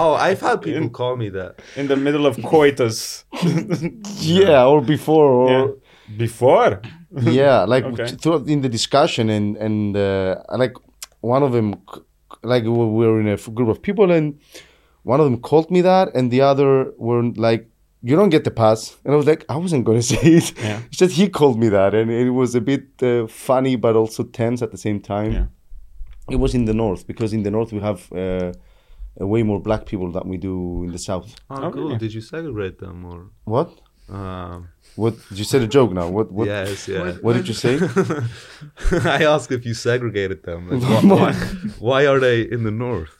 S6: oh, I've had people call me that.
S3: In the middle of coitus.
S2: yeah, or before, or
S3: Yeah. Before?
S2: yeah like
S3: Okay.
S2: throughout in the discussion and and uh, like one of them c- like we were in a f- group of people and one of them called me that and the other were like you don't get the pass and i was like i wasn't going to say it
S3: Yeah.
S2: it's just he called me that and it was a bit uh, funny but also tense at the same time
S3: Yeah.
S2: it was in the north because in the north we have uh, uh, way more black people than we do in the south
S6: Oh,
S3: Oh,
S6: cool.
S3: really?
S6: Did you segregate them or?
S2: what
S6: Um,
S2: what you said a joke now what what
S6: yes, yeah.
S2: what did you say
S6: I asked if you segregated them. Like, why, why, why are they in the north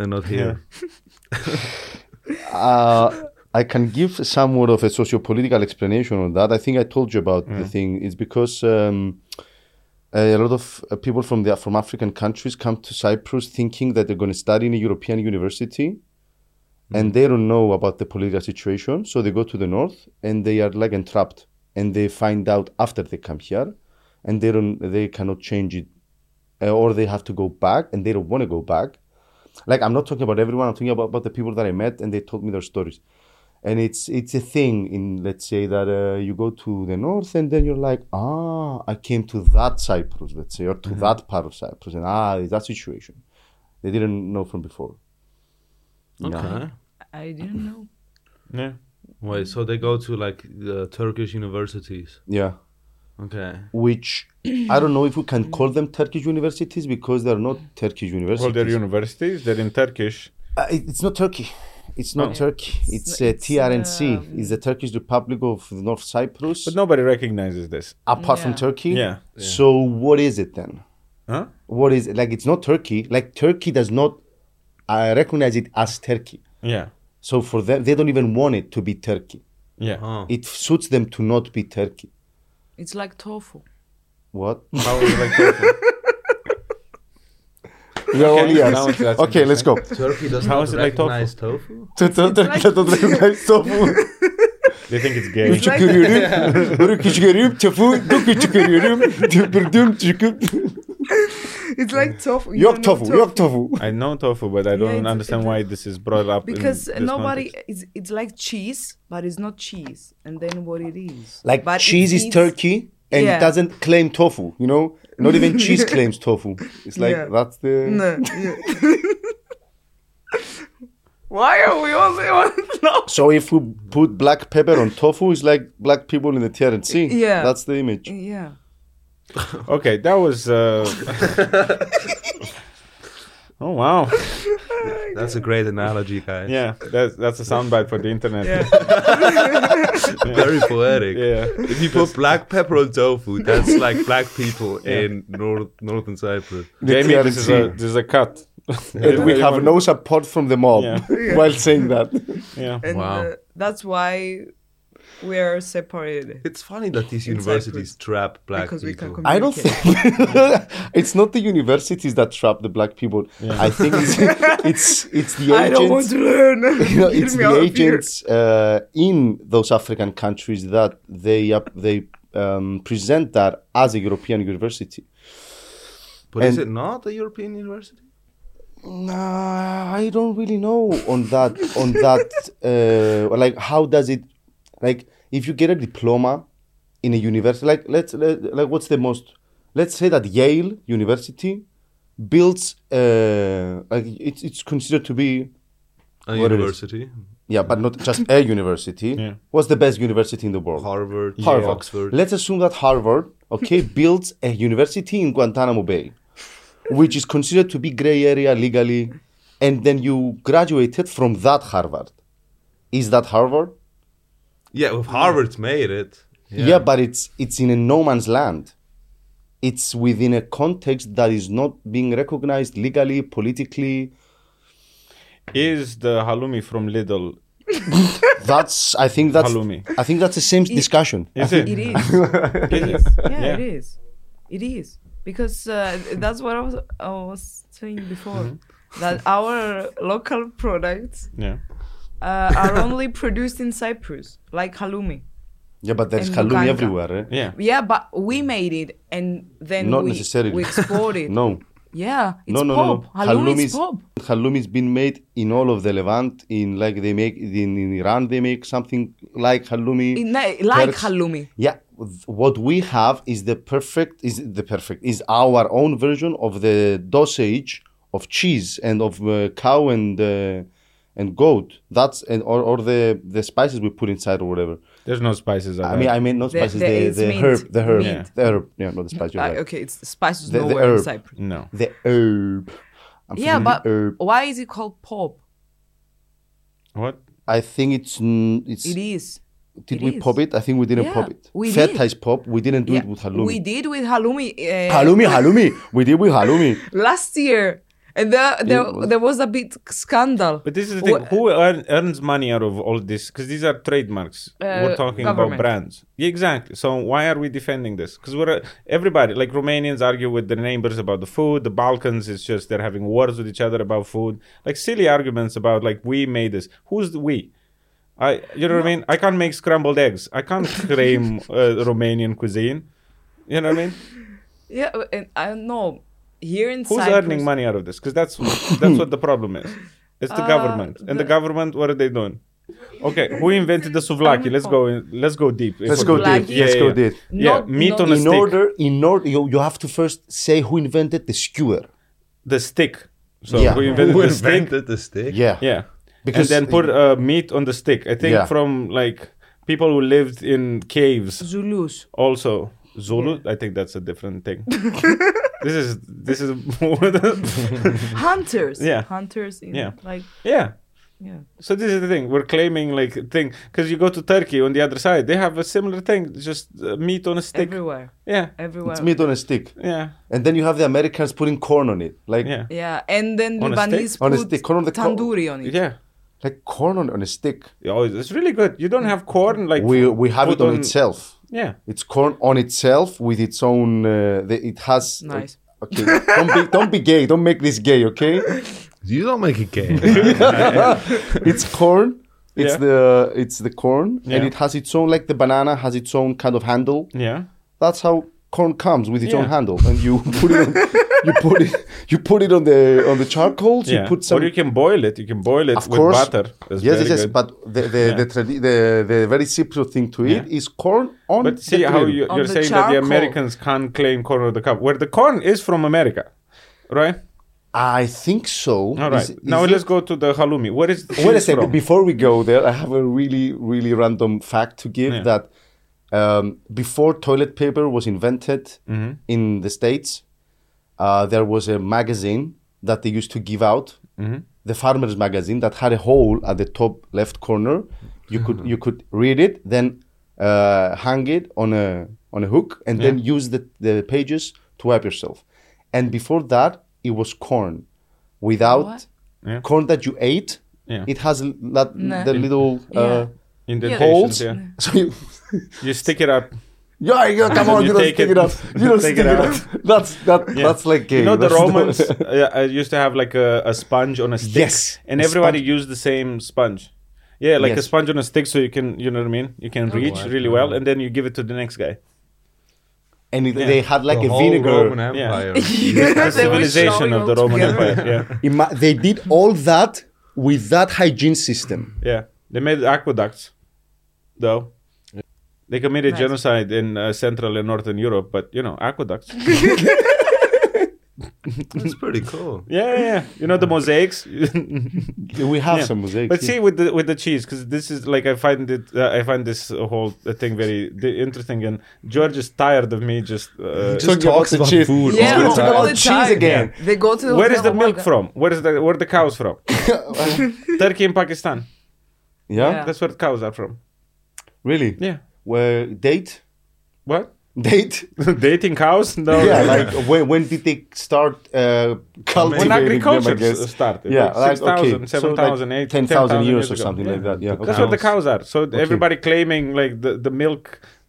S6: and not here?
S2: Uh, I can give somewhat of a socio-political explanation on that. I think I told you about the thing. It's because um, a lot of uh, people from the from African countries come to Cyprus thinking that they're going to study in a European university, and they don't know about the political situation. So they go to the north and they are like entrapped, and they find out after they come here, and they don't they cannot change it, uh, or they have to go back, and they don't want to go back like I'm not talking about everyone. I'm talking about, about the people that I met and they told me their stories. And it's it's a thing in let's say that uh, you go to the north and then you're like ah I came to that Cyprus let's say or to that part of Cyprus and ah it's that situation they didn't know from before.
S6: Okay.
S1: I didn't know.
S3: Yeah.
S6: Wait, so they go to like the Turkish universities.
S2: Yeah,
S6: Okay.
S2: which I don't know if we can call them Turkish universities because they're not Turkish
S3: Well,
S2: universities.
S3: they're universities. They're in Turkish.
S2: Uh, it, it's not Turkey. It's not Turkey. It's,
S1: It's-
S2: uh,
S1: it's,
S2: TRNC.
S1: um,
S2: it's the Turkish Republic of the North Cyprus.
S3: But nobody recognizes this.
S2: apart from
S1: Yeah.
S2: Turkey.
S3: Yeah.
S2: So what is it then?
S3: Huh?
S2: What is it? Like it's not Turkey. Like Turkey does not uh, recognize it as Turkey.
S3: Yeah.
S2: So for them, they don't even want it to be Turkey.
S3: Yeah.
S6: Oh.
S2: It suits them to not be Turkey.
S1: It's like tofu.
S2: What?
S3: How would you like that?
S2: You're all
S3: Okay,
S2: ears.
S3: now it's- that's
S2: Okay, let's go.
S6: Turkey does
S3: How
S6: not
S3: is it like tofu?
S6: recognize tofu.
S2: Turkey doesn't recognize tofu.
S3: They think it's gay.
S1: It's like-
S2: Tükürüyorum. Bunu tükürüyorum. Tofu. Doku tükürüyorum. Tükürdüm. Tükür.
S1: It's like tofu. You
S2: Yok
S1: don't know
S2: tofu. Yok tofu.
S3: I know tofu, but I don't
S1: it's-
S3: understand
S1: it's-
S3: why this is brought up. in
S1: Because
S3: this
S1: nobody,
S3: context.
S1: it's, it's like cheese, but it's not cheese. And then what it is?
S2: Like
S1: but it
S2: cheese is
S1: is-
S2: Turkey and
S1: Yeah.
S2: doesn't claim tofu, you know? Not even cheese claims tofu. It's like
S1: Yeah.
S2: that's the
S1: No. Why are we all the no?
S2: So if we put black pepper on tofu, it's like black people in the TRNC.
S1: Yeah.
S2: That's the image.
S1: Yeah.
S3: Okay, that was. Uh... oh wow!
S6: That's a great analogy, guys.
S3: Yeah, that's that's a soundbite for the internet.
S1: Yeah.
S6: Very poetic.
S3: Yeah.
S6: If you put black pepper on tofu, that's like black people in north northern Cyprus.
S2: The
S3: Jamie, this is a
S2: TRNC.
S3: this is a cut.
S2: And we have no support from the mob
S3: Yeah.
S2: while saying that.
S3: Yeah.
S1: And
S6: Wow.
S1: uh, that's why we are separated.
S6: It's funny that these
S1: In
S6: universities trap black
S1: Because we
S6: people.
S1: can
S2: I don't think it's not the universities that trap the black people. I think it's it's, it's the
S1: I don't want
S2: agents.
S1: to learn.
S2: You know,
S1: Get
S2: it's
S1: me
S2: the
S1: out of here.
S2: agents uh, in those African countries that they up they um, present that as a European university.
S6: But is
S2: And-
S6: it not a European university?
S2: Nah, I don't really know on that on that uh, like how does it like if you get a diploma in a university like let's let, like what's the most let's say that Yale University builds uh, like it's it's considered to be
S6: A
S2: What it is?
S6: university?
S2: yeah but not just a university
S3: Yeah.
S2: what's the best university in the world
S6: Harvard,
S2: Harvard.
S6: Oxford.
S2: Let's assume that Harvard, okay, builds a university in Guantanamo Bay, which is considered to be gray area legally, and then you graduated from that Harvard. Is that Harvard?
S6: Yeah, if Harvard's made it.
S2: Yeah. but it's it's in a no man's land. It's within a context that is not being recognized legally, politically.
S3: Is the halloumi from Lidl?
S2: That's I think that's
S3: Halloumi.
S2: I think that's the same discussion.
S3: Is it?
S1: It is.
S3: Is
S1: it
S3: it?
S1: is. Yeah,
S3: Yeah.
S1: it is. It is because uh, that's what I was I was saying before
S2: Mm-hmm.
S1: that our local products
S3: Yeah.
S1: uh, are only produced in Cyprus, like halloumi.
S2: Yeah, but there's
S1: And
S2: halloumi
S1: Uganda.
S2: everywhere. Eh?
S3: Yeah.
S1: Yeah, but we made it and then
S2: Mm. Not
S1: we,
S2: necessarily.
S1: we export it.
S2: No.
S1: Yeah, it's
S2: no, no,
S1: pop.
S2: no, no.
S1: Halloumi is pop.
S2: halloumi's been made in all of the Levant. In like they make in, in Iran, they make something like halloumi.
S1: In- like
S2: Turks-
S1: halloumi.
S2: Yeah, th- what we have is the perfect is the perfect is our own version of the dosage of cheese and of uh, cow and uh, and goat. That's and or, or the the spices we put inside or whatever.
S3: There's no spices.
S2: I mean, I mean not
S1: The-
S2: spices,
S1: the-
S2: the,
S1: it's
S2: the,
S1: mint.
S2: herb, the herb,
S1: Mint.
S2: the herb. Yeah, not the spice. You're
S1: Like,
S2: right.
S1: okay, it's spices
S2: The- the
S1: nowhere in
S2: herb.
S1: Cyprus.
S3: no.
S2: The herb. I'm
S1: Yeah,
S2: feeling
S1: but
S2: the herb.
S1: why is it called pop?
S3: What?
S2: I think it's n- it's.
S1: It is.
S2: did
S1: it
S2: we
S1: is.
S2: pop it? I think we didn't
S1: Yeah,
S2: pop it.
S1: we
S2: Feta
S1: did.
S2: is pop. We didn't do
S1: Yeah,
S2: it with halloumi.
S1: We did with halloumi. Uh,
S2: halloumi, halloumi. We did with halloumi.
S1: last year. And there, there,
S2: It was-
S1: there was a big scandal.
S3: But this is the thing.
S1: Wha-
S3: Who earn, earns money out of all this? Because these are trademarks. we're talking about
S1: Uh, government.
S3: brands. Yeah, exactly. So why are we defending this? Because we're uh, everybody. Like Romanians argue with their neighbors about the food. The Balkans is just they're having wars with each other about food. Like silly arguments about like we made this. Who's the we? I you know what I mean? I can't make scrambled eggs. I can't claim uh, Romanian cuisine. You know what I mean?
S1: Yeah, uh, and I don't know. Here in
S3: Who's
S1: Cyprus,
S3: earning money out of this? Because that's that's what the problem is. It's the
S1: Uh,
S3: government, and the
S1: the-
S3: government. What are they doing? Okay, who invented the souvlaki? Let's go. in- Let's go deep.
S2: Let's
S3: If
S2: go
S3: we-
S1: deep.
S3: Yeah,
S2: Let's
S3: yeah,
S2: go
S3: yeah.
S2: deep.
S3: Yeah,
S1: Not-
S3: meat
S1: not-
S3: on a
S2: in
S3: stick.
S2: order in order you, you have to first say who invented the skewer
S3: The stick. So
S2: Yeah.
S3: who invented
S6: Who
S3: the stick?
S6: invented the stick?
S2: yeah
S3: Yeah, because
S2: Because-
S3: and then put uh, meat on the stick. I think
S2: Yeah.
S3: from like people who lived in caves.
S1: Zulus.
S3: Also, Zulu. I think that's a different thing. this is this is
S1: Hunters.
S3: Yeah.
S1: Hunters. In,
S3: Yeah.
S1: Like,
S3: yeah.
S1: yeah.
S3: So this is the thing we're claiming like thing because you go to Turkey on the other side they have a similar thing just uh, meat on a stick
S1: Everywhere.
S3: yeah
S1: Everywhere.
S2: it's meat on a stick
S3: yeah
S2: and then you have the americans putting corn on it like
S3: yeah
S1: Yeah. And then
S3: On a
S1: Lebanese
S2: On a
S1: put
S2: stick, corn on the co-
S1: tandoori on it.
S3: yeah
S2: like corn on, on a stick
S3: oh it's really good you don't have corn like
S2: we we have
S3: put
S2: it on, itself
S3: yeah
S2: it's corn on itself with its own uh, the, it has
S1: Nice.
S2: okay don't be don't be gay don't make this gay okay
S6: You don't make it gay.
S2: it's corn it's
S3: Yeah.
S2: the it's the corn and
S3: Yeah.
S2: it has its own like the banana has its own kind of handle
S3: yeah
S2: that's how corn comes with its own
S3: Yeah.
S2: handle and you put it on, you put it you put it on the on the charcoals
S3: yeah
S2: you put some
S3: or you can boil it you can boil it
S2: of
S3: with
S2: course
S3: butter It's
S2: yes yes
S3: very
S2: yes
S3: good.
S2: but the the, the, tradi- the the very Cypriot thing to eat
S3: Yeah.
S2: is corn on
S3: but see
S2: the
S3: how
S2: grill.
S3: you,
S1: On
S3: you're
S1: the
S3: saying that the
S1: charcoal.
S3: Americans can't claim corn on the cup where the corn is from America right
S2: I think so
S3: all right
S2: Is- is
S3: now
S2: it-
S3: let's go to the halloumi where is
S2: wait a
S3: cheese
S2: second
S3: from?
S2: before we go there I have a really really random fact to give
S3: Yeah.
S2: that um, before toilet paper was invented
S3: Mm-hmm.
S2: in the states uh, there was a magazine that they used to give out,
S3: Mm-hmm.
S2: the Farmers Magazine, that had a hole at the top left corner. You
S3: Mm-hmm.
S2: could you could read it, then uh, hang it on a on a hook, and then use the, the pages to wipe yourself. And before that, it was corn, without
S1: What?
S3: Yeah.
S2: corn that you ate.
S3: Yeah.
S2: It has l- that
S1: No.
S2: the little uh,
S3: indentations
S2: holes.
S3: yeah.
S2: So you.
S3: you stick it up
S2: Yeah, yeah, come on,
S3: You
S2: you, don't
S3: take
S2: stick
S3: it-
S2: it, up. You don't
S3: take
S2: stick
S3: it
S2: it up. That's that.
S3: Yeah.
S2: That's like gay.
S3: You know the
S2: That's not-
S3: Romans uh, uh, used to have like a, a sponge on a stick.
S2: Yes,
S3: And
S2: a
S3: everybody
S2: sponge.
S3: used the same sponge. Yeah, like a
S2: Yes.
S3: sponge on a stick, so you can, you know what I mean? You
S1: Oh,
S3: can reach
S6: wow.
S3: really well, and then you give it to the next guy.
S2: and it,
S3: Yeah.
S2: they had like
S6: the
S2: a
S6: whole
S2: vinegar.
S6: Roman Empire.
S1: Yeah, they were
S3: Civilization
S1: showing
S3: of
S1: all
S3: the Roman
S1: together.
S3: Empire. Yeah,
S2: Ima- they did all that with that hygiene system.
S3: yeah. They made aqueducts, though. They committed
S1: Nice.
S3: genocide in uh, Central and Northern Europe, but you know aqueducts. yeah,
S6: That's pretty cool.
S3: yeah, yeah. You know the mosaics.
S2: We have
S3: Yeah.
S2: some mosaics.
S3: But
S2: yeah.
S3: see with the with the cheese because this is like I find it uh, I find this whole uh, thing very di- interesting and George is tired of me just. Uh,
S2: Talking
S6: Just talks about
S2: cheese.
S6: food
S2: He's
S1: Yeah,
S2: gonna
S1: all
S2: talk
S1: the
S2: about cheese
S1: time.
S2: again.
S1: They go to the
S3: where is
S1: hotel,
S3: the
S1: oh my
S3: milk
S1: God.
S3: from? Where is the where are the cows from? Turkey and Pakistan.
S2: Yeah,
S1: Yeah.
S3: That's where the cows are from.
S2: really.
S3: Yeah.
S2: where date
S3: What?
S2: date
S3: Dating house? No.
S2: yeah like when, when did they start uh, cultivating
S3: when
S2: them, I
S3: agriculture
S2: guess?
S3: s- started.
S2: yeah
S3: like
S2: like,
S3: 6,000,
S2: okay. so
S3: 7,000,
S2: like
S3: 8,000,
S2: 10,000 years or
S3: ago.
S2: something like that yeah
S3: That's
S2: okay.
S3: what the cows are. So everybody claiming like the, the milk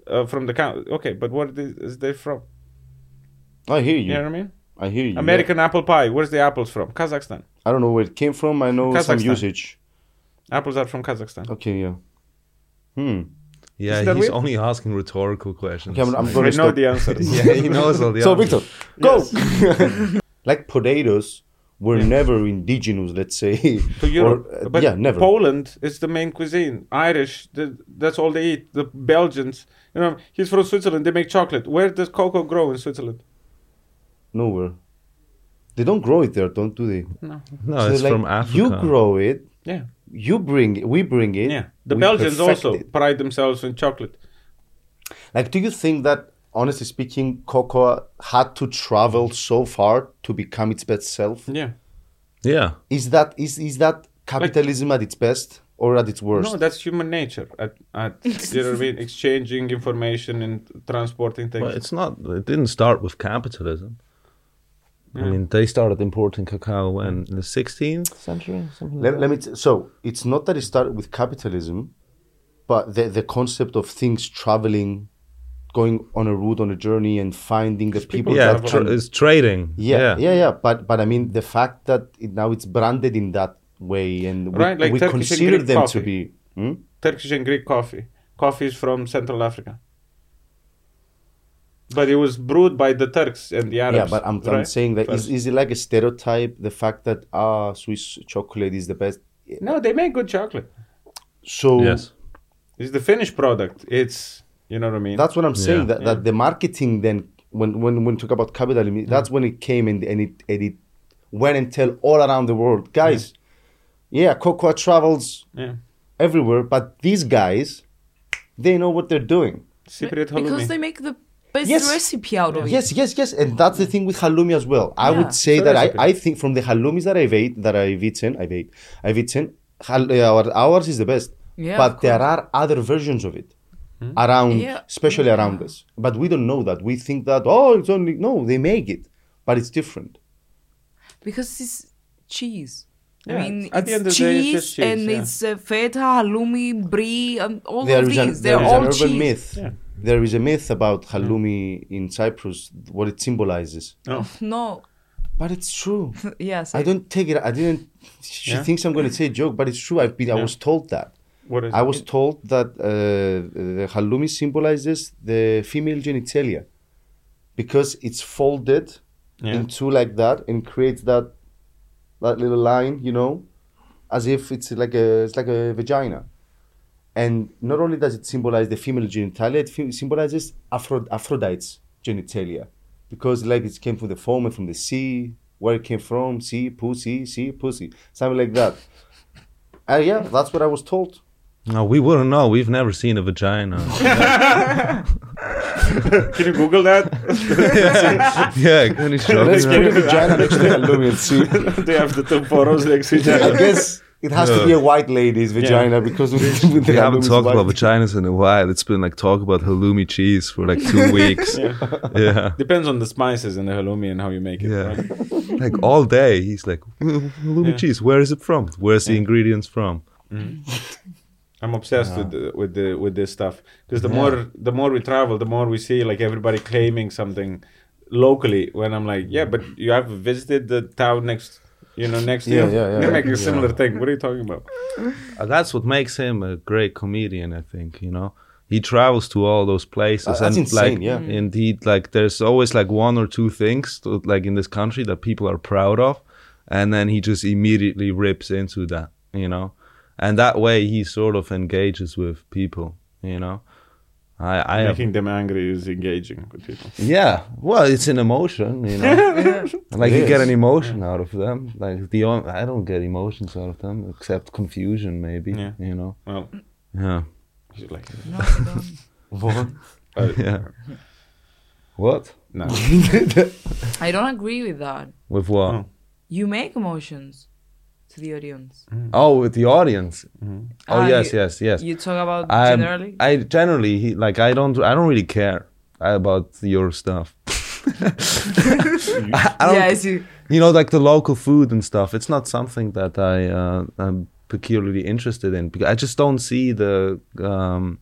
S3: uh, from the cow. Okay, but what is, is they from?
S2: I hear
S3: You
S2: you
S3: know what I mean?
S2: I hear you yeah.
S3: American apple pie. Where's the apples from? Kazakhstan.
S2: I don't know where it came from I know some
S3: Kazakhstan.
S2: usage
S3: Apples are from Kazakhstan.
S2: okay yeah hmm
S6: Yeah,
S3: Is that
S6: he's
S3: weird?
S6: only asking rhetorical questions.
S2: okay I'm, I'm
S3: We
S2: gonna
S3: know
S2: stop
S3: the answer.
S6: yeah, he knows all the
S2: so
S6: answers.
S2: Victor go like potatoes were never indigenous let's say
S3: to Europe.
S2: or, uh,
S3: but
S2: yeah never
S3: Poland is the main cuisine. Irish, th that's all they eat. The Belgians, you know, he's from Switzerland. They make chocolate. Where does cocoa grow in Switzerland?
S2: nowhere they don't grow it there don't do they
S6: No,
S2: So,
S6: it's
S2: like,
S6: from Africa.
S2: You grow it.
S3: Yeah,
S2: You bring it. We bring it.
S3: yeah. The
S2: we
S3: Belgians
S2: perfect
S3: also
S2: it.
S3: pride themselves in chocolate.
S2: Like, do you think that, honestly speaking, cocoa had to travel so far to become its best self?
S3: Yeah.
S6: Yeah.
S2: Is that is is that capitalism at its best or at its worst?
S3: No, that's human nature. At, at you know what I mean? Exchanging information and transporting things.
S6: Well, it's not. It didn't start with capitalism. I mean, they started importing cacao when in the 16th.
S2: let, let me. T- so it's not that it started with capitalism, but the the concept of things traveling, going on a route on a journey and finding the people.
S6: Yeah,
S2: that
S6: tra-
S2: can-
S6: it's trading.
S2: Yeah, yeah, yeah, But but I mean the fact that it, now it's branded in that way, and we,
S3: Right, like
S2: we
S3: Turkish and
S2: consider
S3: Greek
S2: them
S3: coffee.
S2: to be. Hmm?
S3: Turkish and Greek coffee. Coffee is from Central Africa. But it was brewed by the Turks and the Arabs.
S2: Yeah, but I'm, I'm
S3: right?
S2: saying that is,
S3: First.
S2: is it like a stereotype? The fact that ah Swiss chocolate is the best.
S3: No, they make good chocolate.
S2: So
S6: Yes.
S3: It's the finished product. It's you know what I mean.
S2: that's what I'm saying.
S6: Yeah. Mm-hmm.
S2: That, that the marketing then when when when we talk about capitalism, that's when it came and and it and it went and tell all around the world, guys. Yeah, cocoa travels
S3: yeah.
S2: everywhere, but these guys, they know what they're doing.
S3: Cypriot halloumi.
S1: because they make the best
S2: Yes.
S1: recipe out of it.
S2: Yes, yes, yes, and that's the thing with halloumi as well. I would
S1: Yeah.
S2: say
S3: So
S2: that I,
S3: that's okay.
S2: I think from the halloumis that I've ate, that I've eaten, I've ate, I've eaten, hal- uh, our, ours is the best.
S1: Yeah,
S2: but
S1: of
S2: there are other versions of it
S3: Hmm?
S2: around,
S1: Yeah.
S2: especially around us. But we don't know that. We think that oh, it's only no, they make it, but it's different.
S1: Because it's cheese. I
S3: Yeah,
S1: mean,
S3: it's- at the
S1: it's
S3: end of the day, it's
S1: cheese,
S3: just cheese,
S1: and
S3: yeah.
S1: it's uh, feta, halloumi, brie, and all
S2: there
S1: of
S2: is
S1: these.
S2: an,
S1: They're
S2: there is
S1: all
S2: an urban
S1: cheese.
S2: myth.
S3: Yeah.
S2: There is a myth about halloumi in Cyprus, what it symbolizes.
S3: No.
S1: No,
S2: But it's true.
S1: yes.
S2: I don't take it. I didn't. She
S3: Yeah.
S2: thinks I'm going to say a joke, but it's true. I've been. I was told that.
S3: What is
S2: I was
S3: it?
S2: told that uh, the halloumi symbolizes the female genitalia because it's folded
S3: Yeah.
S2: into like that and creates that that little line, you know, as if it's like a it's like a vagina. And not only does it symbolize the female genitalia, it fe- symbolizes Afro- Aphrodite's genitalia because like it came from the foam and from the sea, where it came from, sea, pussy, sea, pussy, something like that. Uh, yeah, that's what I was told.
S6: No, we wouldn't know. We've never seen a vagina.
S3: Can you Google that?
S6: yeah, can you show me
S2: Let's put
S6: that?
S2: a vagina next to halloumi and see.
S3: they have the two poros next to each
S2: I
S3: other.
S2: guess it has to be a white lady's vagina because we,
S6: We haven't talked about vaginas in a while. It's been like talk about halloumi cheese for like two weeks. yeah.
S3: Depends on the spices and the halloumi and how you make it.
S6: Yeah.
S3: right?
S6: like all day, he's like, "Mm, halloumi
S3: Yeah.
S6: cheese, where is it from? Where's the ingredients from?
S3: I'm obsessed with the, with the with this stuff because the more the more we travel, the more we see like everybody claiming something locally. When I'm like, yeah, but you have visited the town next, you know, next
S2: Yeah,
S3: year.
S2: yeah, yeah.
S3: They make a
S2: Yeah.
S3: similar thing. What are you talking about?
S6: Uh, that's what makes him a great comedian, I think, you know. He travels to all those places
S2: Uh, that's
S6: and
S2: insane,
S6: like
S2: yeah.
S6: indeed like there's always like one or two things to, like in this country that people are proud of and then he just immediately rips into that, you know. And that way he sort of engages with people, you know. I I have
S3: Making them angry is engaging with people.
S6: Yeah, well, it's an emotion, you know. like
S2: It
S6: you get
S2: is.
S6: an emotion out of them. Like the on- I don't get emotions out of them except confusion, maybe.
S3: Yeah.
S6: You know.
S3: Well,
S6: Yeah.
S3: she's like,
S1: No, I don't.
S3: uh,
S6: Yeah. What?
S3: no.
S1: I don't agree with that.
S6: With what?
S3: Oh.
S1: You make emotions. to the audience?
S6: Oh, with the audience. Oh
S1: Ah,
S6: yes,
S1: you-
S6: yes, yes.
S1: You talk about
S6: I'm-
S1: generally?
S6: I generally he, like I don't I don't really care about your stuff. I, I don't,
S1: yeah, I see.
S6: you know, like the local food and stuff. It's not something that I uh, am peculiarly interested in. Because I just don't see the, um,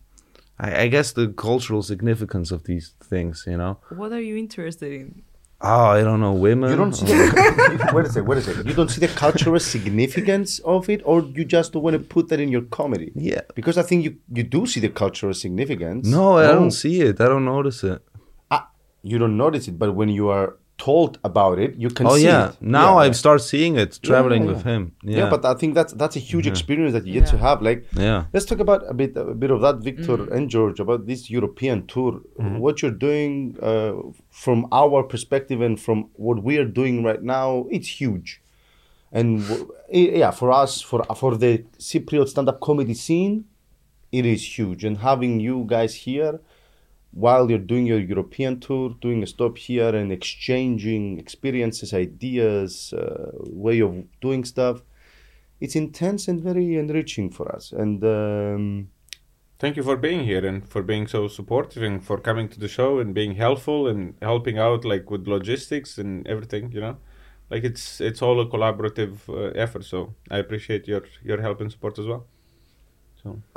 S6: I, I guess, the cultural significance of these things. You know,
S1: What are you interested in?
S6: oh, I don't know, women.
S2: You don't see
S6: or-
S2: the, wait a second, wait a second. You don't see the cultural significance of it, or you just don't want to put that in your comedy?
S6: Yeah.
S2: Because I think you, you do see the cultural significance.
S6: no, I don't see it. I don't notice it.
S2: Ah, you don't notice it, but when you are told about it, you can
S6: oh
S2: see
S6: yeah,
S2: it.
S6: now
S2: Yeah,
S6: I
S2: yeah.
S6: start seeing it traveling
S2: yeah,
S6: with
S2: yeah.
S6: him. Yeah,
S2: Yeah. but I think that's that's a huge experience that you get to
S1: Yeah.
S2: have. Like,
S6: Yeah.
S2: let's talk about a bit a bit of that, Victor and George, about this European tour.
S6: Mm-hmm.
S2: What you're doing uh, from our perspective and from what we are doing right now, it's huge. And w- i- yeah, for us, for for the Cypriot stand-up comedy scene, it is huge. And having you guys here while you're doing your European tour, doing a stop here and exchanging experiences, ideas, uh, way of doing stuff, it's intense and very enriching for us. And um,
S3: Thank you for being here and for being so supportive and for coming to the show and being helpful and helping out like with logistics and everything. You know, like it's it's all a collaborative uh, effort. So I appreciate your your help and support as well.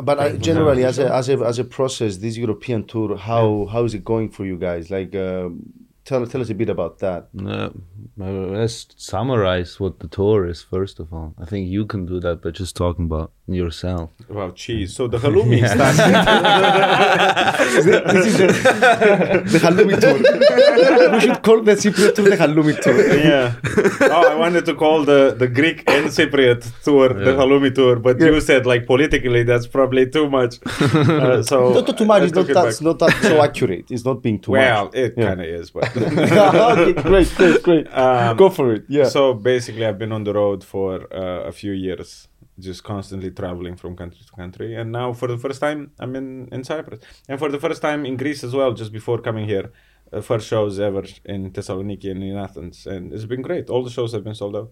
S2: but I,
S3: Thank you.
S2: generally, as a, as a as a process, this European tour, how how is it going for you guys? Like, um tell tell us a bit about that.
S6: Uh, let's summarize what the tour is first of all. I think you can do that by just talking about yourself.
S3: Wow, cheese. So the halloumi starts.
S2: the halloumi tour. we should call the Cypriot tour the halloumi tour.
S3: yeah. Oh, I wanted to call the, the Greek and Cypriot tour the halloumi tour, but you said like politically that's probably too much. Uh, so
S2: Not too much.
S3: I
S2: It's
S3: took
S2: not
S3: it
S2: that's
S3: back.
S2: not that so accurate. It's not being too
S3: well,
S2: much.
S3: it
S2: Yeah.
S3: kind of is, but
S2: okay, great, great, great.
S3: Um,
S2: Go for it. Yeah.
S3: So basically, I've been on the road for uh, a few years, just constantly traveling from country to country, and now for the first time, I'm in in Cyprus, and for the first time in Greece as well, just before coming here. Uh, first shows ever in Thessaloniki and in Athens, and it's been great. All the shows have been sold out,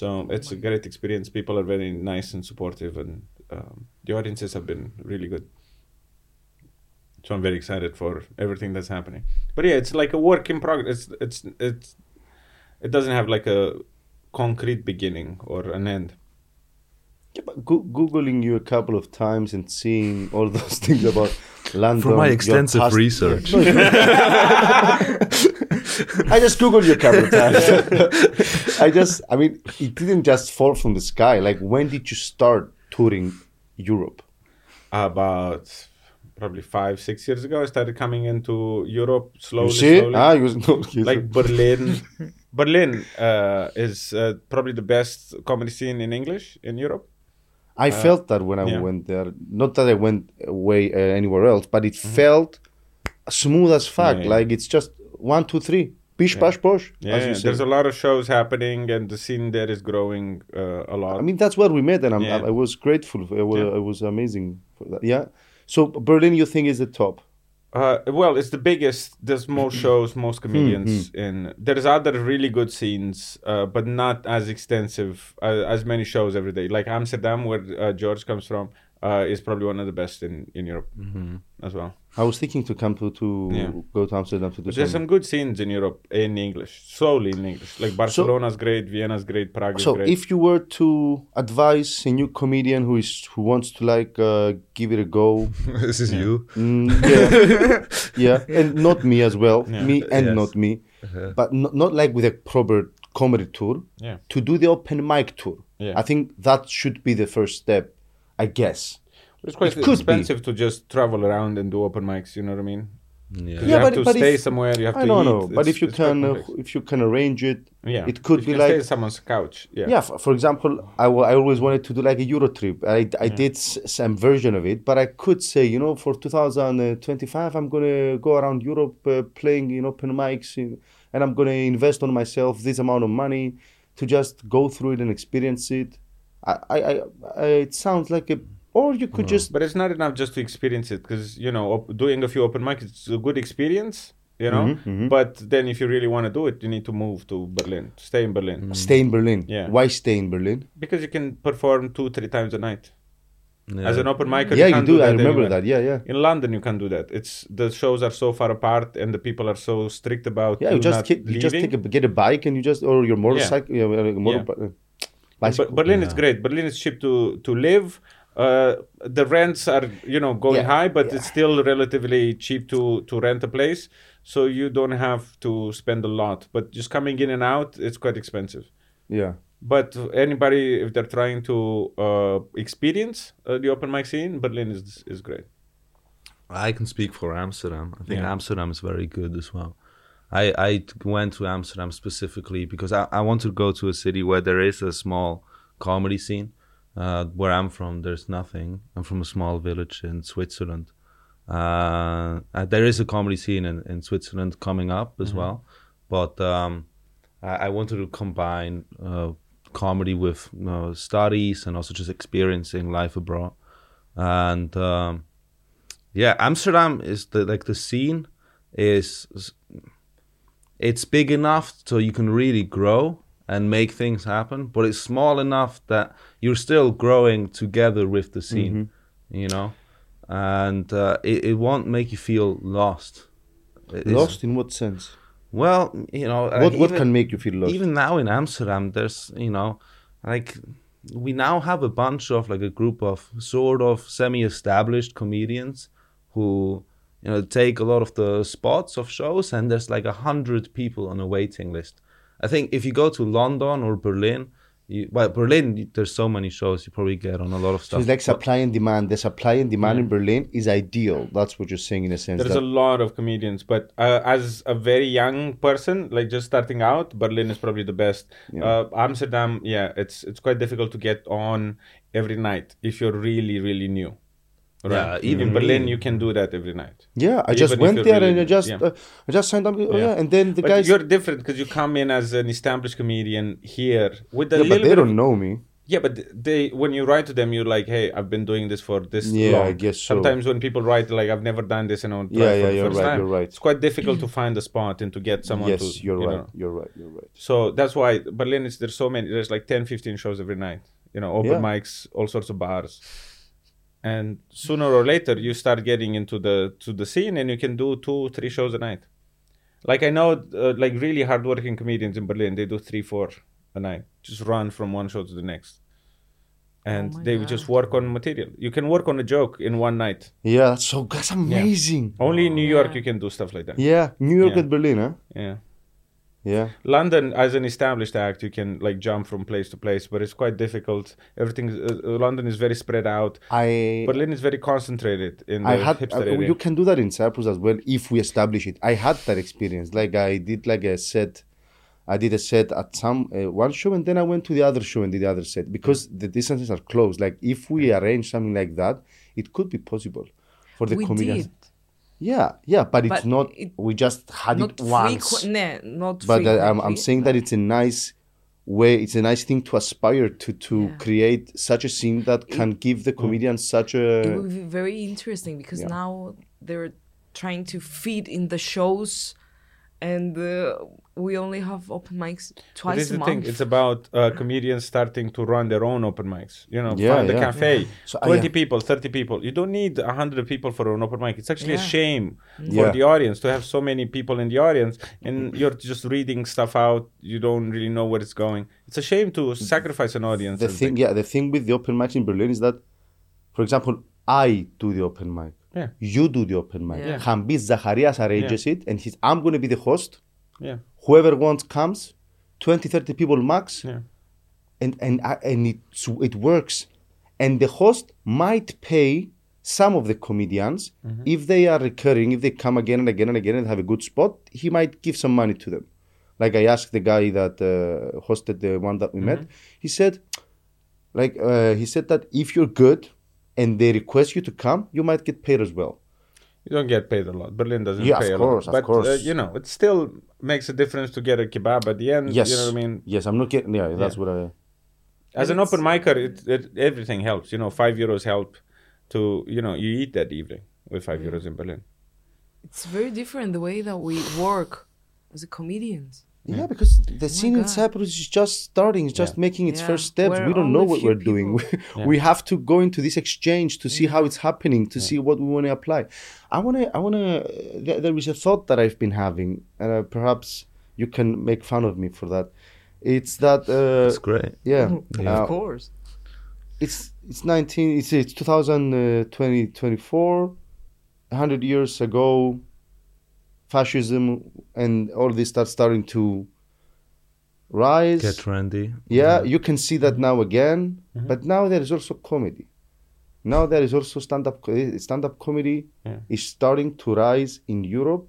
S3: so it's a great experience. People are very nice and supportive, and um, the audiences have been really good. So I'm very excited for everything that's happening. But yeah, it's like a work in progress. It's it's it's it doesn't have like a concrete beginning or an end.
S2: Yeah, but Goo- googling you a couple of times and seeing all those things about London.
S6: From my
S2: your
S6: extensive
S2: past-
S6: research.
S2: I just googled you a couple of times. I just, I mean, it didn't just fall from the sky. Like, when did you start touring Europe?
S3: About probably five, six years ago, I started coming into Europe slowly,
S2: you see,
S3: slowly.
S2: ah, you was no, you-
S3: like Berlin. Berlin uh, is uh, probably the best comedy scene in English in Europe.
S2: I felt that when I
S3: uh, yeah.
S2: went there. Not that I went away uh, anywhere else, but it felt smooth as fuck.
S3: Mm-hmm. Yeah, yeah.
S2: Like it's just one, two, three, pish, pash, posh.
S3: Yeah,
S2: as you say.
S3: there's a lot of shows happening, and the scene there is growing uh, a lot.
S2: I mean, that's where we met, and I'm,
S3: Yeah.
S2: I, I was grateful. I was,
S3: Yeah.
S2: I was amazing for that. Yeah. So Berlin, you think is the top?
S3: Uh, well, it's the biggest. There's
S2: Mm-hmm.
S3: more shows,
S2: Hmm,
S3: most comedians, and there's other really good scenes, uh, but not as extensive uh, as many shows every day. Like Amsterdam, where uh, George comes from, uh, is probably one of the best in in Europe
S2: Mm-hmm.
S3: as well.
S2: I was thinking to come to to
S3: Yeah.
S2: go to Amsterdam to do
S3: But there's
S2: something.
S3: some good scenes in Europe in English, solely in English. Like Barcelona's great, Vienna's great, Prague is
S2: So,
S3: great.
S2: if you were to advise a new comedian who is who wants to like uh, give it a go,
S6: this is you.
S2: Mm, yeah. yeah, and not me as well.
S3: Yeah. Uh-huh.
S2: Me and
S6: Yes.
S2: not me, but not, not like with a proper comedy tour.
S3: Yeah.
S2: To do the open mic tour,
S3: Yeah.
S2: I think that should be the first step, I guess.
S3: it's quite
S2: it could be.
S3: expensive to just travel around and do open mics. You know what I mean?
S6: Yeah.
S3: You
S2: Yeah,
S3: have
S2: but-
S3: to
S2: but
S3: stay
S2: if-
S3: somewhere. You have
S2: I
S3: to.
S2: don't
S3: eat.
S2: know, but
S3: it's-
S2: if you
S3: it's quite
S2: can, uh,
S3: complex.
S2: if you can arrange it,
S3: yeah,
S2: it could
S3: If
S2: be
S3: you can stay
S2: like
S3: at someone's couch. Yeah.
S2: yeah. For, for example, I wa- I always wanted to do like a Euro trip. I, I
S3: Mm.
S2: did s- some version of it, but I could say, you know, for 2025, I'm gonna go around Europe uh, playing in open mics, in, and I'm gonna invest on myself this amount of money to just go through it and experience it. I, I, I, I it sounds like a, or you could just
S3: But it's not enough just to experience it because you know op- doing a few open mics it's a good experience, you know.
S2: Mm-hmm,
S3: But then, if you really want to do it, you need to move to Berlin, stay in Berlin,
S2: Stay in Berlin.
S3: mm. Yeah.
S2: Why stay in Berlin?
S3: because you can perform two, three times a night as an open micer.
S2: yeah, you
S3: can't
S2: do. I remember
S3: anywhere.
S2: that. Yeah, yeah.
S3: In London, you can't do that. It's the shows are so far apart, and the people are so strict about
S2: Yeah, you
S3: you
S2: just
S3: not
S2: ki- you just
S3: leaving.
S2: take a, get a bike and you just or your motorcycle, yeah, uh, motor, uh, bicycle.
S3: But Berlin is great. Berlin is cheap to to live. Uh, the rents are you know going
S2: Yeah,
S3: high, but it's still relatively cheap to to rent a place. So you don't have to spend a lot. But just coming in and out, it's quite expensive.
S2: yeah,
S3: But anybody, if they're trying to uh, experience uh, the open mic scene, Berlin is is great.
S6: I can speak for Amsterdam. I think
S3: Yeah.
S6: Amsterdam is very good as well. I, I t- went to Amsterdam specifically because I, I want to go to a city where there is a small comedy scene. Uh, where I'm from, there's nothing. I'm from a small village in Switzerland. Uh, uh, there is a comedy scene in, in Switzerland coming up as well. But um, I, I wanted to combine uh, comedy with you know, studies and also just experiencing life abroad. And. Um, yeah, Amsterdam is the like the scene is it's big enough so you can really grow and make things happen, but it's small enough that you're still growing together with the scene,
S2: Mm-hmm.
S6: you know, and uh, it, it won't make you feel lost. It- it's-
S2: lost in what sense?
S6: Well, you know, uh,
S2: What what
S6: even-
S2: can make you feel lost?
S6: even now in Amsterdam, there's you know, like we now have a bunch of like a group of sort of semi-established comedians who you know take a lot of the spots of shows, and there's like a hundred people on a waiting list. I think if you go to London or Berlin, you, well, Berlin you- there's so many shows you probably get on a lot of
S2: so
S6: stuff.
S2: it's like supply and demand. The supply and demand in Berlin is ideal. That's what you're saying in a sense.
S3: There's
S2: that-
S3: a lot of comedians, but uh, as a very young person, like just starting out, Berlin is probably the best. Uh, Amsterdam, yeah, it's it's quite difficult to get on every night if you're really really new. Right?
S6: Yeah, even
S3: in Berlin, you can do that every night.
S2: yeah, I
S3: Even
S2: just
S3: if
S2: went
S3: you're
S2: there
S3: really
S2: and I
S3: new,
S2: just
S3: yeah.
S2: uh, I just signed up. Oh, yeah. and then the
S3: but
S2: guys.
S3: you're different because you come in as an established comedian here with a
S2: Yeah,
S3: little
S2: but they
S3: bit of-
S2: don't know me.
S3: Yeah, but they when you write to them, you're like, "Hey, I've been doing this for this
S2: Yeah,
S3: long."
S2: I guess so.
S3: Sometimes when people write, like, "I've never done this," and I'll try
S2: Yeah,
S3: for
S2: yeah,
S3: the
S2: you're
S3: first
S2: right,
S3: time,
S2: you're right.
S3: It's quite difficult to find a spot and to get someone.
S2: Yes,
S3: to,
S2: you're
S3: you
S2: right.
S3: know.
S2: You're right. You're right.
S3: So that's why Berlin is there's so many. There's like 10, 15 shows every night. You know, open
S2: Yeah.
S3: mics, all sorts of bars. And sooner or later, you start getting into the to the scene, and you can do two, three shows a night. Like I know, uh, like really hardworking comedians in Berlin, they do three, four a night, just run from one show to the next, and they would just work on material. You can work on a joke in one night.
S2: Yeah, that's so that's amazing.
S3: Only in New York you can do stuff like that.
S2: Yeah, New York
S3: Yeah.
S2: and Berlin, huh?
S3: yeah.
S2: Yeah.
S3: London, as an established act, you can like jump from place to place, but it's quite difficult. Everything, is- uh, uh, London is very spread out.
S2: I
S3: Berlin is very concentrated in the
S2: I had
S3: hipster
S2: uh,
S3: area.
S2: you can do that in Cyprus as well if we establish it. I had that experience. Like I did like a set, I did a set at some uh, one show and then I went to the other show and did the other set because the distances are close. Like if we arrange something like that, it could be possible for the
S1: we
S2: comedians.
S1: did.
S2: Yeah, yeah, but, it's
S1: But
S2: not.
S1: it-
S2: we just had
S1: Not
S2: it once.
S1: frequ- nah, not
S2: but uh, I'm, I'm
S1: frequently,
S2: saying that it's a nice way it's a nice thing to aspire to to
S1: Yeah.
S2: create such a scene that can give
S3: Mm.
S2: the comedian such
S1: it
S2: a
S1: would be very interesting because
S2: Yeah.
S1: now they're trying to feed in the shows and uh, we only have open mics
S3: But this
S1: twice
S3: is
S1: a
S3: the
S1: month
S3: thing. It's about uh, comedians starting to run their own open mics. You know,
S2: Yeah,
S3: find a
S2: yeah.
S3: cafe,
S2: So, uh,
S3: twenty
S2: yeah.
S3: people, thirty people. You don't need hundred people for an open mic. It's actually a
S1: Yeah. Mm.
S3: shame for
S2: Yeah.
S3: the audience to have so many people in the audience, and you're just reading stuff out. You don't really know where it's going. It's a shame to sacrifice an audience.
S2: Mm. the
S3: and
S2: thing yeah the thing with the open mic in berlin is that for example i do the open mic
S3: Yeah.
S2: you do the open mic
S1: Yeah.
S2: Hamid zacharias arranges it and he's i'm going to be the host
S3: Yeah.
S2: whoever wants comes 20 30 people max
S3: Yeah.
S2: and and I- and it it works and the host might pay some of the comedians
S3: Mm-hmm.
S2: if they are recurring if they come again and again and again and have a good spot he might give some money to them like i asked the guy that uh, hosted the one that we met
S3: Mm-hmm.
S2: he said like uh, he said that if you're good and they request you to come you might get paid as well
S3: You don't get paid a lot. Berlin doesn't
S2: Yeah, of
S3: pay
S2: course,
S3: a
S2: of
S3: lot. But Uh,
S2: course.
S3: you know, it still makes a difference to get a kebab at the end.
S2: yes
S3: You know what I mean?
S2: yes i'm not getting yeah that's what i
S3: As an open micer, it, it, everything helps. You know, five euros help to you know you eat that evening with five euros in Berlin.
S1: It's very different the way that we work as a comedians.
S2: Yeah, because the scene in
S1: Oh God.
S2: Cyprus is just starting, it's just making its
S1: Yeah.
S2: first steps.
S1: We're
S2: we don't know
S1: only
S2: what
S1: few
S2: we're doing. We, we have to go into this exchange to see how it's happening, to see what we want to apply. I want to, I want to. Th- there is a thought that I've been having, and uh, perhaps you can make fun of me for that. It's that, uh,
S6: It's great.
S2: yeah,
S1: Of
S2: uh,
S1: course.
S2: it's it's nineteen, it's it's uh, 2020, 24, hundred years ago, fascism and all this starts starting to rise.
S6: Get trendy.
S2: Yeah, you can see that now again. But now there is also comedy. Now there is also stand up. Stand up comedy
S3: Yeah.
S2: is starting to rise in Europe.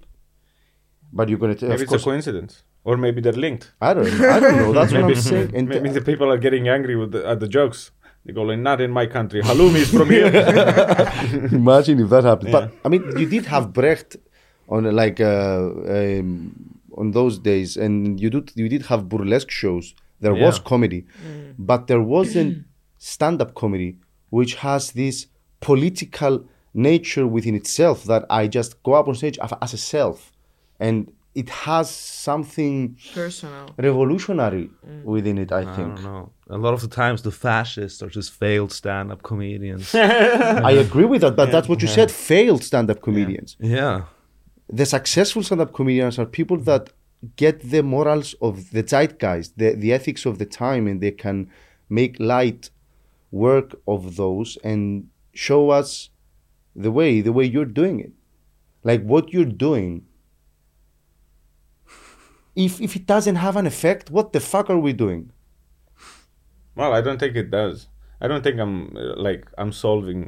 S2: But you're gonna tell,
S3: Maybe
S2: of
S3: it's a
S2: course,
S3: coincidence. Or maybe they're linked.
S2: I don't, I don't know. That's what I'm saying. And
S3: maybe the people are getting angry with the, at the jokes. They go like, "Not in my country. Halloumi is from here."
S2: imagine if that happens. But
S3: Yeah.
S2: I mean, you did have Brecht on uh, like uh, um, on those days, and you did you did have burlesque shows. There was
S6: Yeah.
S2: comedy, but there wasn't stand-up comedy, which has this political nature within itself. That I just go up on stage af- as a self, and it has something
S1: Personal.
S2: revolutionary within it. I
S6: I
S2: think.
S6: don't know. A lot of the times, the fascists are just failed stand-up comedians.
S2: I agree with that, but that's what you said. Failed stand-up comedians.
S6: yeah.
S2: the successful stand-up comedians are people that get the morals of the zeitgeist, the, the ethics of the time, and they can make light work of those and show us the way, the way you're doing it. Like what you're doing. If if it doesn't have an effect, what the fuck are we doing?
S3: well, I don't think it does. I don't think I'm uh, like I'm solving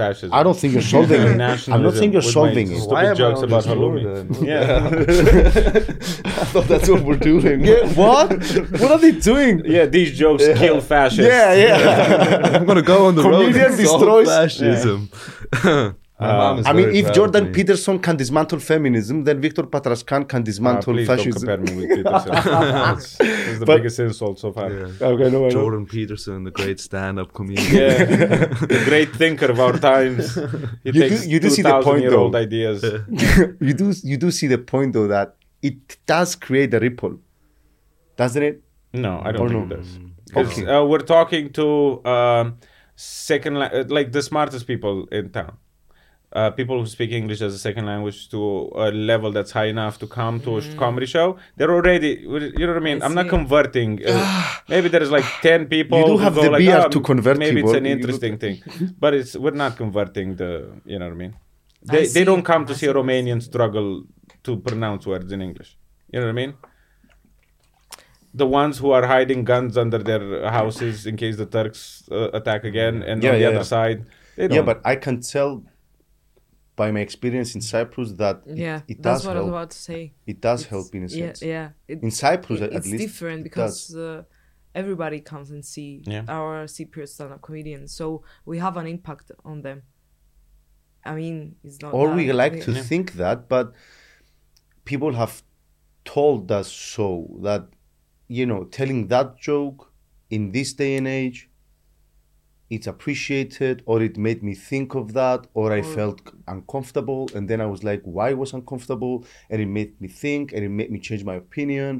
S3: fascism.
S2: I don't think you're solving it. I'm not
S3: Nationalism
S2: saying you're
S3: with my
S2: solving it.
S3: Stupid jokes
S6: on
S3: about
S6: this
S3: halloumi.
S6: board then?
S3: Yeah,
S2: I thought that's what we're doing. Yeah, what? what are they doing?
S3: yeah. These jokes kill fascists. Uh,
S2: Yeah, yeah.
S6: I'm gonna go on the road.
S2: Comedian
S6: and solve
S2: destroys- Uh,
S6: fascism. My mom is
S2: I mean,
S6: very
S2: if
S6: proud
S2: Jordan
S6: of me.
S2: Peterson can dismantle feminism, then Victor Patraskan can
S3: Ah,
S2: dismantle
S3: please don't compare
S2: fascism.
S3: me with Peterson. it's, it's the
S2: But-
S3: biggest insult so far.
S6: Yeah.
S2: Okay, no, I know.
S6: Jordan Peterson, the great stand-up comedian.
S3: Yeah, the great thinker of our times. He
S2: do-
S3: takes
S2: you do see the
S3: 2,000
S2: point,
S3: year old
S2: though.
S3: ideas.
S2: you do you do see the point though that it does create a ripple, doesn't it?
S3: No, I
S2: Or
S3: don't think
S2: no?
S3: it does. 'Cause,
S2: Mm. Okay.
S3: uh, we're talking to um, second la- uh, like the smartest people in town. Uh, people who speak English as a second language to a level that's high enough to come to a
S2: Mm.
S3: sh- comedy show, they're already, you know what I mean?
S1: I
S3: I'm not
S1: see.
S3: converting. Uh, maybe there's like 10 people.
S2: You do
S3: who
S2: have
S3: go
S2: the
S3: like,
S2: beer
S3: "Ah,
S2: to convert
S3: Maybe it's
S2: people.
S3: an
S2: You do-
S3: interesting thing. But it's we're not converting the, you know what I mean?
S1: I
S3: They, they
S1: see.
S3: don't come to
S1: I
S3: see
S1: see.
S3: a Romanian struggle to pronounce words in English. You know what I mean? the ones who are hiding guns under their houses in case the Turks uh, attack again, and
S2: Yeah,
S3: on the
S2: yeah,
S3: other
S2: yeah.
S3: side, they don't.
S2: Yeah, but I can tell by my experience in Cyprus that it-
S1: Yeah,
S2: it,
S1: that's
S2: does
S1: what I
S2: help.
S1: was about to say.
S2: It does
S1: It's-
S2: help in a
S1: yeah,
S2: sense.
S1: yeah. It-
S2: In Cyprus,
S1: it-
S2: at
S1: it's
S2: least
S1: different
S2: it
S1: because
S2: does.
S1: uh, everybody comes and see
S3: Yeah.
S1: our Cypriot stand-up comedians, so we have an impact on them. I mean, it's not.
S2: or
S1: that
S2: we like
S1: we-
S2: to think that, but people have told us so that you know telling that joke in this day and age it's appreciated or it made me think of that or i felt uncomfortable and then i was like why I was uncomfortable and it made me think and it made me change my opinion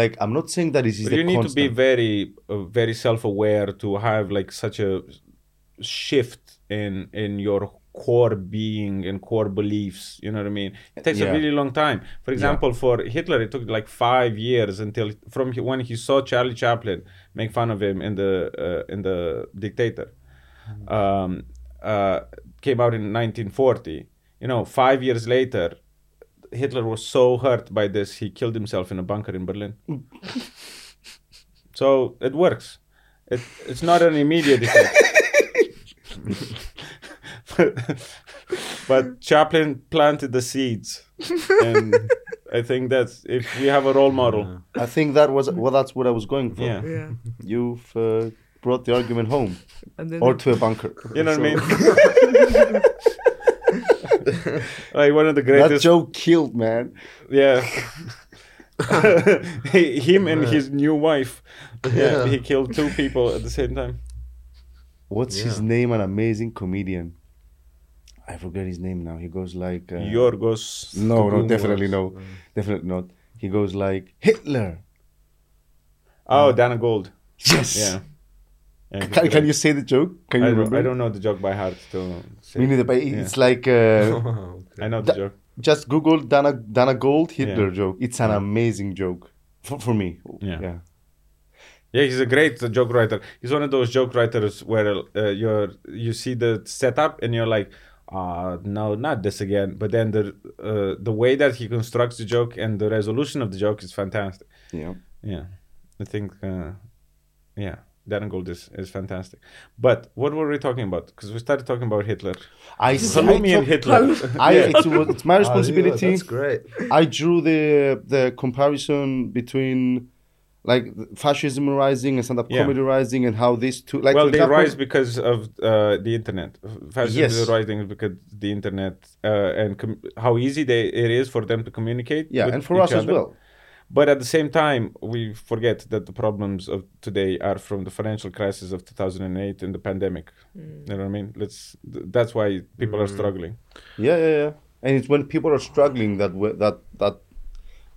S2: like i'm not saying that it is
S3: But
S2: the
S3: you need
S2: constant.
S3: to be very, uh, very self-aware to have like such a shift in in your core being and core beliefs. You know what I mean? It takes a
S2: Yeah.
S3: really long time. For example, for Hitler, it took like five years until from he- when he saw Charlie Chaplin make fun of him in the uh, in the dictator.
S2: Mm-hmm.
S3: um, uh, came out in 1940. You know, five years later, Hitler was so hurt by this, he killed himself in a bunker in Berlin.
S2: Mm.
S3: so it works. It, it's not an immediate effect. but, but Chaplin planted the seeds. And I think that's if we have a role model.
S2: i think that was well that's what i was going for
S3: Yeah.
S1: Yeah,
S2: you've uh, brought the argument home
S1: and then
S2: or to a bunker
S3: You know
S2: So
S3: what I mean? like one of the
S2: that
S3: greatest
S2: joke killed man
S3: Yeah. He- Him and his new wife. Yeah.
S6: Yeah.
S3: He killed two people at the same time.
S2: What's his
S6: Yeah.
S2: name? An amazing comedian. I forget his name now. He goes like uh,
S3: Yorgos.
S2: no, no,
S6: Stugum
S2: definitely
S6: was,
S2: no,
S6: uh,
S2: definitely not. He goes like Hitler.
S3: Oh, Dana Gold.
S2: Yes.
S3: Yeah. Yeah,
S2: Can,
S3: he's
S2: can
S3: great.
S2: you say the joke? Can you
S3: I don't,
S2: remember?
S3: I don't know the joke by heart. To say.
S2: Me neither. But
S3: Yeah.
S2: it's like uh,
S3: I know the
S2: Da-
S3: joke.
S2: just Google Dana Dana Gold Hitler
S3: Yeah.
S2: joke. It's an amazing joke for, for me.
S3: Yeah.
S2: yeah.
S3: Yeah, he's a great uh, joke writer. He's one of those joke writers where uh, you're you see the setup and you're like, uh no, not this again. But then the uh, the way that he constructs the joke and the resolution of the joke is fantastic.
S2: Yeah.
S3: Yeah, I think uh, yeah, Dan Gold is, is fantastic. But what were we talking about? Because we started talking about Hitler.
S2: I
S3: Salumi
S2: I-
S3: and Hitler.
S2: I,
S3: Yeah.
S2: it's, wa- it's
S3: Ah,
S2: my responsibility.
S6: That's great.
S2: I drew the the comparison between like fascism rising and stand-up
S3: Yeah.
S2: comedy rising and how these two like
S3: well,
S2: for
S3: they
S2: example-
S3: rise because of uh, the internet. Fascism
S2: Yes.
S3: is rising because the internet uh, and com- how easy they, it is for them to communicate.
S2: yeah
S3: with
S2: and for
S3: each
S2: us as
S3: other.
S2: well
S3: But at the same time, we forget that the problems of today are from the financial crisis of 2008 and the pandemic. You know what I mean? Let's. th- That's why people are struggling.
S2: yeah yeah yeah and it's when people are struggling that we- that that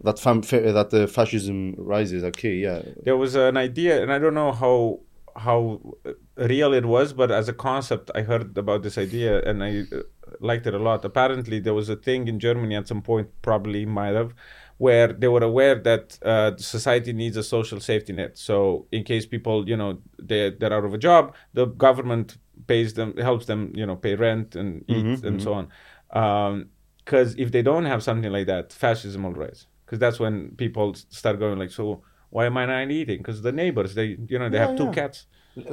S2: that fam- fa- that uh, fascism rises okay yeah
S3: There was an idea, and I don't know how how uh, real it was, but as a concept, I heard about this idea and I uh, liked it a lot. Apparently, there was a thing in Germany at some point, probably might have, where they were aware that uh, society needs a social safety net. So in case people, you know, they they're out of a job, the government pays them, helps them, you know, pay rent and eat and so on. Um, Because if they don't have something like that, fascism will rise. Because that's when people s- start going like, so why am I not eating? Because the neighbors, they, you know, they
S2: Yeah,
S3: have two
S2: yeah.
S3: cats.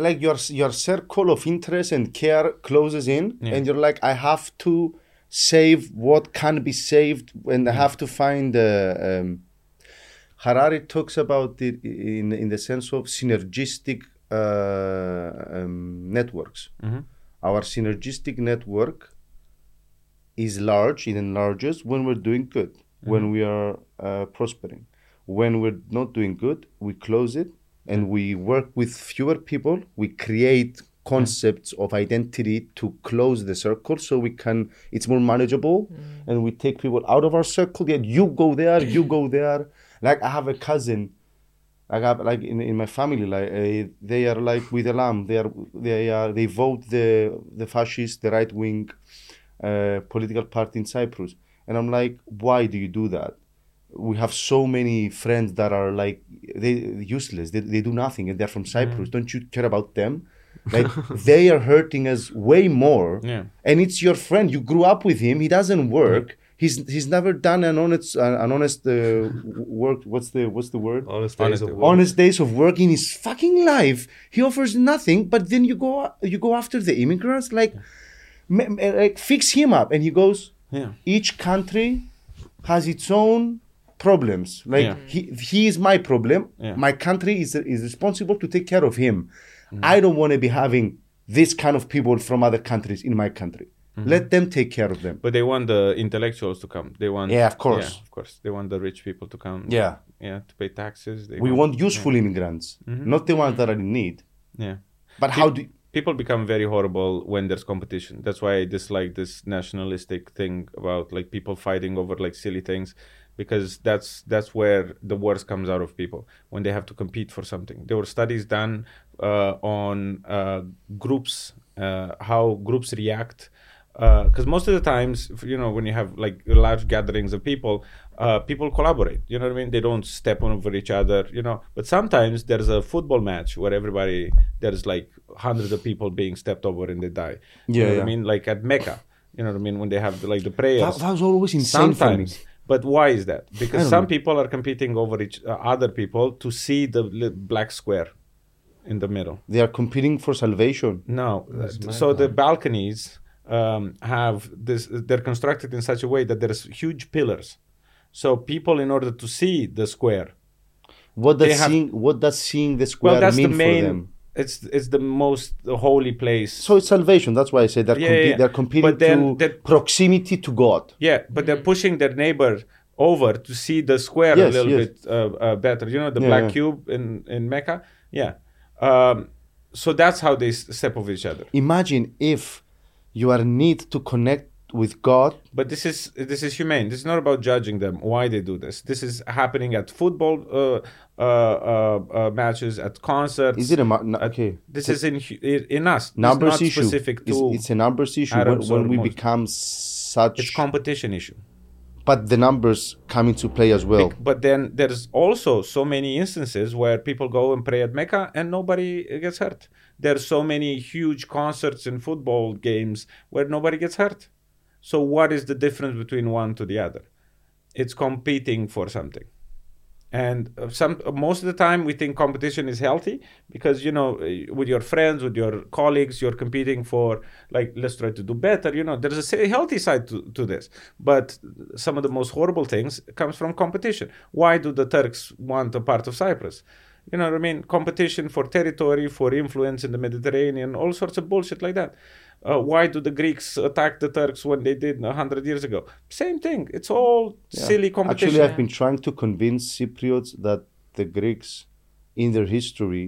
S2: like your your circle of interest and care closes in
S3: Yeah.
S2: and you're like i have to save what can be saved and i have to find uh, um, harari talks about it in in the sense of synergistic uh, um, networks
S3: Mhm.
S2: our synergistic network is large it enlarges when we're doing good when we are uh, prospering when we're not doing good we close it and we work with fewer people we create concepts of identity to close the circle so we can it's more manageable and we take people out of our circle yet you go there you go there like i have a cousin like I, like in, in my family like uh, they are like with alarm they are they are they vote the the fascist the right wing uh, political party in Cyprus and I'm like why do you do that we have so many friends that are like they useless they, they do nothing and they're from Cyprus don't you care about them like they are hurting us way more
S3: Yeah.
S2: and it's your friend you grew up with him he doesn't work he's he's never done an honest an honest uh, w- work what's the what's the word
S6: Honest,
S3: Honesty.
S6: days of work.
S2: honest days of work in his fucking life. He offers nothing, but then you go you go after the immigrants like, ma- ma- like fix him up, and he goes.
S3: Yeah.
S2: Each country has its own problems. Like
S3: Yeah.
S2: he he is my problem.
S3: Yeah.
S2: My country is is responsible to take care of him. I don't want to be having this kind of people from other countries in my country.
S3: Mm-hmm.
S2: Let them take care of them.
S3: But they want the intellectuals to come. They want
S2: Yeah, of course.
S3: yeah, of course. They want the rich people to come.
S2: Yeah.
S3: yeah, to pay taxes. They
S2: We want useful immigrants,
S3: Mm-hmm.
S2: not the ones that are in need.
S3: yeah.
S2: But how do
S3: People become very horrible when there's competition. That's why I dislike this nationalistic thing about like people fighting over like silly things, because that's that's where the worst comes out of people when they have to compete for something. There were studies done uh, on uh, groups, uh, how groups react because Uh, most of the times, f- you know, when you have like large gatherings of people, uh, people collaborate. You know what I mean? They don't step on over each other. You know, but sometimes there's a football match where everybody there's like hundreds of people being stepped over and they die. you
S2: Yeah,
S3: know what I
S2: yeah.
S3: mean, like at Mecca. You know what I mean? When they have like the prayers.
S2: that, that was always insane for me.
S3: Sometimes. But why is that? Because
S2: don't
S3: some
S2: know.
S3: people are competing over each uh, other people to see the li- black square in the middle.
S2: They are competing for salvation.
S3: No. uh, So the balconies um, have this, they're constructed in such a way that there's huge pillars. So people, in order to see the square,
S2: What
S3: They
S2: does
S3: have-
S2: seeing what does seeing the square
S3: well, that's the
S2: mean for
S3: main.
S2: them?
S3: It's it's the most holy place.
S2: So it's salvation. That's why I say they're
S3: Yeah,
S2: compe-
S3: yeah, yeah.
S2: they're competing
S3: But then
S2: to
S3: that-
S2: proximity to God.
S3: yeah, but they're pushing their neighbor over to see the square
S2: Mm. Yes,
S3: a little
S2: yes.
S3: bit uh, uh, better. You know, the
S2: Yeah,
S3: black
S2: yeah.
S3: cube in in Mecca. Yeah. Um, so that's how they s- step over each other.
S2: Imagine if you are need to connect with God.
S3: But this is this is humane. This is not about judging them why they do this. This is happening at football uh, uh, uh, uh, matches, at concerts.
S2: Is it a ma- no,
S3: at-
S2: okay?
S3: This is in hu- in in us. This is
S2: numbers
S3: not
S2: issue.
S3: specific
S2: It's-
S3: to
S2: it's, a numbers issue when,
S3: Arabs
S2: when
S3: or
S2: we
S3: Muslims.
S2: become such.
S3: it's competition issue.
S2: but the numbers come into play as well.
S3: Bec- But then there's also so many instances where people go and pray at Mecca and nobody uh, gets hurt. There's so many huge concerts and football games where nobody gets hurt. So what is the difference between one to the other? It's competing for something. And uh, some uh, most of the time we think competition is healthy because you know uh, with your friends, with your colleagues, you're competing for like let's try to do better. You know there's a se- healthy side to, to this, but some of the most horrible things comes from competition. Why do the Turks want a part of Cyprus? You know what I mean? Competition for territory, for influence in the Mediterranean, all sorts of bullshit like that. Uh, why do the Greeks attack the Turks when they did hundred years ago? Same thing. It's all silly competition.
S2: Actually, I've been trying to convince Cypriots that the Greeks, in their history,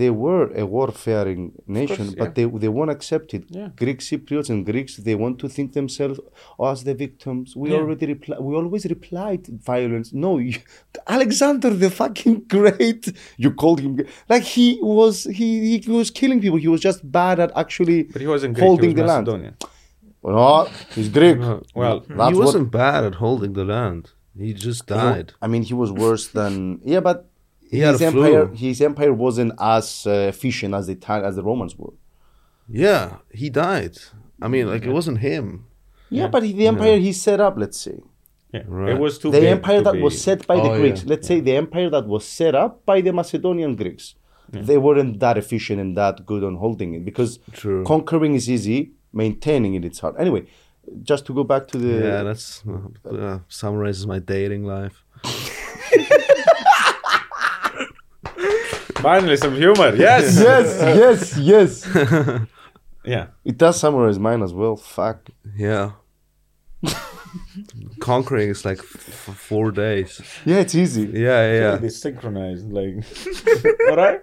S2: they were a warfaring nation,
S3: course,
S2: but they, they won't accept it.
S3: Yeah.
S2: Greek Cypriots and Greeks, they want to think themselves as the victims. We
S3: Yeah.
S2: already reply, we always replied violence. No, you, Alexander the fucking Great, you called him gre- like he was he, he was killing people. He was just bad at actually
S3: But he wasn't Greek.
S2: holding
S3: he
S2: the
S3: was
S2: land.
S3: Macedonian.
S2: No, he's Greek.
S3: Well,
S2: That's
S6: he
S2: what-
S6: wasn't bad at holding the land. He just died.
S2: I mean, he was worse than yeah, but
S6: He had
S2: his
S6: a flu.
S2: empire his empire wasn't as uh, efficient as the Ital- as the Romans were.
S6: Yeah, he died. I mean, like it wasn't him.
S2: Yeah, but the empire he set up, let's say,
S3: yeah.
S6: Right.
S3: it was too
S2: the
S3: big
S2: empire
S3: to
S2: that
S3: be-
S2: was set by the
S6: Oh,
S2: Greeks,
S6: yeah,
S2: let's say the empire that was set up by the Macedonian Greeks, they weren't that efficient and that good on holding it because
S6: True.
S2: conquering is easy, maintaining it it's hard. Anyway, just to go back to the
S6: Yeah, that's uh, uh, summarizes my dating life.
S3: Finally, some humor. Yes.
S2: yes, yes, yes.
S3: Yeah.
S2: it does summarize mine as well. Fuck.
S6: Yeah. Conquering is like f- f- four days.
S2: Yeah, it's easy.
S6: Yeah, yeah, yeah.
S3: Be synchronized. Like, all right.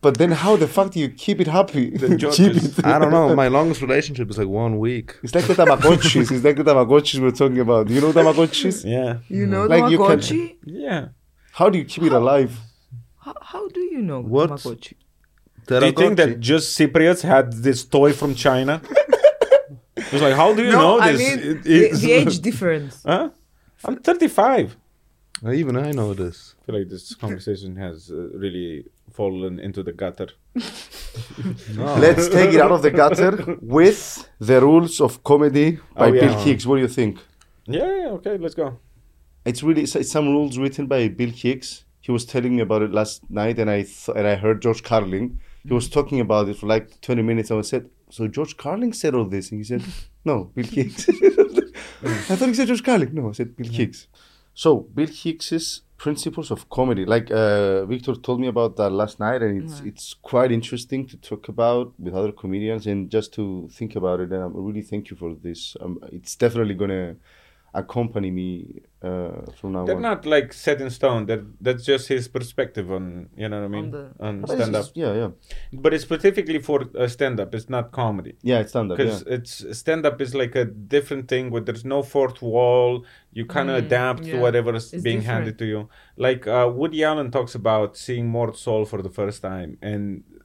S2: But then how the fuck do you keep it happy?
S3: The joke
S2: keep
S3: is-
S2: it.
S6: I don't know. My longest relationship is like one week.
S2: It's like the Tamagotchis. it's like the Tamagotchis we're talking about. You know Tamagotchis?
S3: Yeah.
S1: You know
S2: Like you can-
S1: Tamagotchi?
S3: Yeah.
S2: How do you keep it alive?
S1: How, how do you know
S6: What?
S1: Tamagotchi?
S3: Do you think that just Cypriots had this toy from China? it's like, how do you know
S1: I
S3: this?
S1: mean
S3: It-
S1: the,
S3: it's-
S1: the age difference.
S3: Huh? I'm 35.
S6: Even I know this.
S3: I feel like this conversation has uh, really fallen into the gutter. Ah.
S2: Let's take it out of the gutter with the rules of comedy by
S3: Oh, yeah.
S2: Bill Hicks. What do you think?
S3: Yeah. yeah, Okay. Let's go.
S2: It's really it's it's some rules written by Bill Hicks. He was telling me about it last night, and I th- and I heard George Carlin. He was talking about it for like twenty minutes. and I said, "So George Carlin said all this?" And he said, "No, Bill Hicks." I thought he said George Carlin. No, I said Bill Hicks. So Bill Hicks's principles of comedy, like uh, Victor told me about that last night, and it's it's quite interesting to talk about with other comedians and just to think about it. And I really thank you for this. Um, it's definitely gonna accompany me uh, from now
S3: They're
S2: on.
S3: not like set in stone. That that's just his perspective on you know what I mean
S1: the-
S3: on,
S2: But it's
S3: stand up.
S2: just- Yeah, yeah,
S3: But it's specifically for uh, stand up. It's not comedy
S2: yeah. It's stand up. Yeah.
S3: because it's stand up is like a different thing where there's no fourth wall. You kind of adapt to
S1: Mm, yeah.
S3: whatever is
S1: It's
S3: being
S1: different.
S3: handed to you. Like uh, Woody Allen talks about seeing Mort Sol for the first time and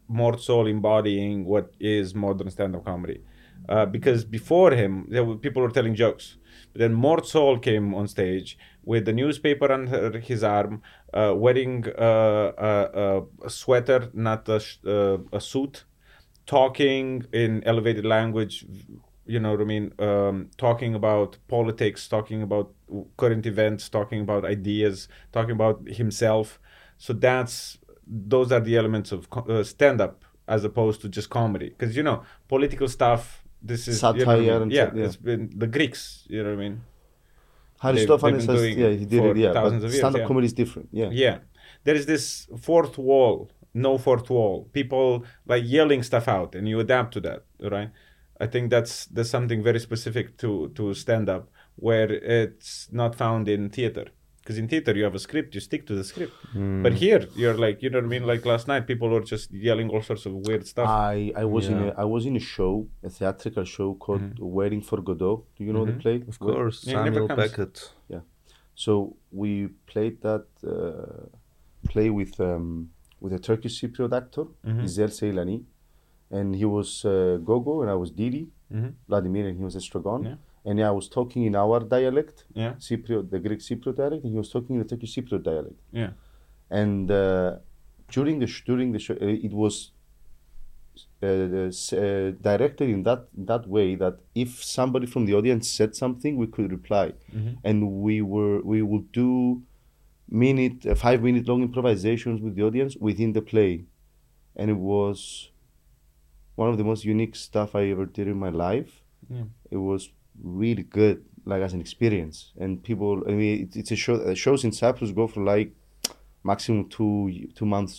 S3: Mort Sol embodying what is modern stand up comedy. Uh, because before him, there were, people were telling jokes. Then Mort Sol came on stage with the newspaper under his arm, uh, wearing uh, uh, uh, a sweater, not a, sh- uh, a suit talking in elevated language you know what i mean um, talking about politics talking about current events talking about ideas talking about himself so that's those are the elements of co- uh, stand up as opposed to just comedy because you know political stuff this is you know what I mean?
S2: Satire and
S3: yeah,
S2: stuff, yeah.
S3: it's been the greeks you know what i mean
S2: Aristophanes
S3: they've been
S2: has,
S3: doing
S2: yeah, he did
S3: for
S2: it, yeah.
S3: thousands
S2: But
S3: of years,
S2: stand up
S3: yeah.
S2: comedy is different, yeah.
S3: yeah there is this fourth wall no fourth wall people like yelling stuff out and you adapt to that right i think that's that's something very specific to to stand up where it's not found in theater Because in theater you have a script, you stick to the script.
S2: Hmm.
S3: But here you're like, you know what I mean? Like last night, people were just yelling all sorts of weird stuff.
S2: I, I was in a I was in a show, a theatrical show called
S3: Mm-hmm.
S2: Waiting for Godot. Do you know the play?
S6: Of course,
S3: Yeah, it never
S6: Samuel
S3: comes.
S6: Beckett.
S2: So we played that uh, play with um, with a Turkish Cypriot actor,
S3: Mm-hmm.
S2: Izel Seilani, and he was uh, Gogo and I was Didi, Vladimir and he was Estragon,
S3: Mm-hmm. Yeah.
S2: and I was talking in our dialect,
S3: Yeah.
S2: Cypriot, the Greek Cypriot dialect, and he was talking in the Turkish Cypriot dialect.
S3: Yeah.
S2: And uh, during the sh- during the show, uh, it was uh, s- uh, directed in that that way that if somebody from the audience said something, we could reply, and we were we would do minute uh, five minute long improvisations with the audience within the play, and it was one of the most unique stuff I ever did in my life.
S3: Yeah.
S2: It was really good, like as an experience, and people. I mean, it, it's a show. uh, Shows in Cyprus go for like maximum two y- two months.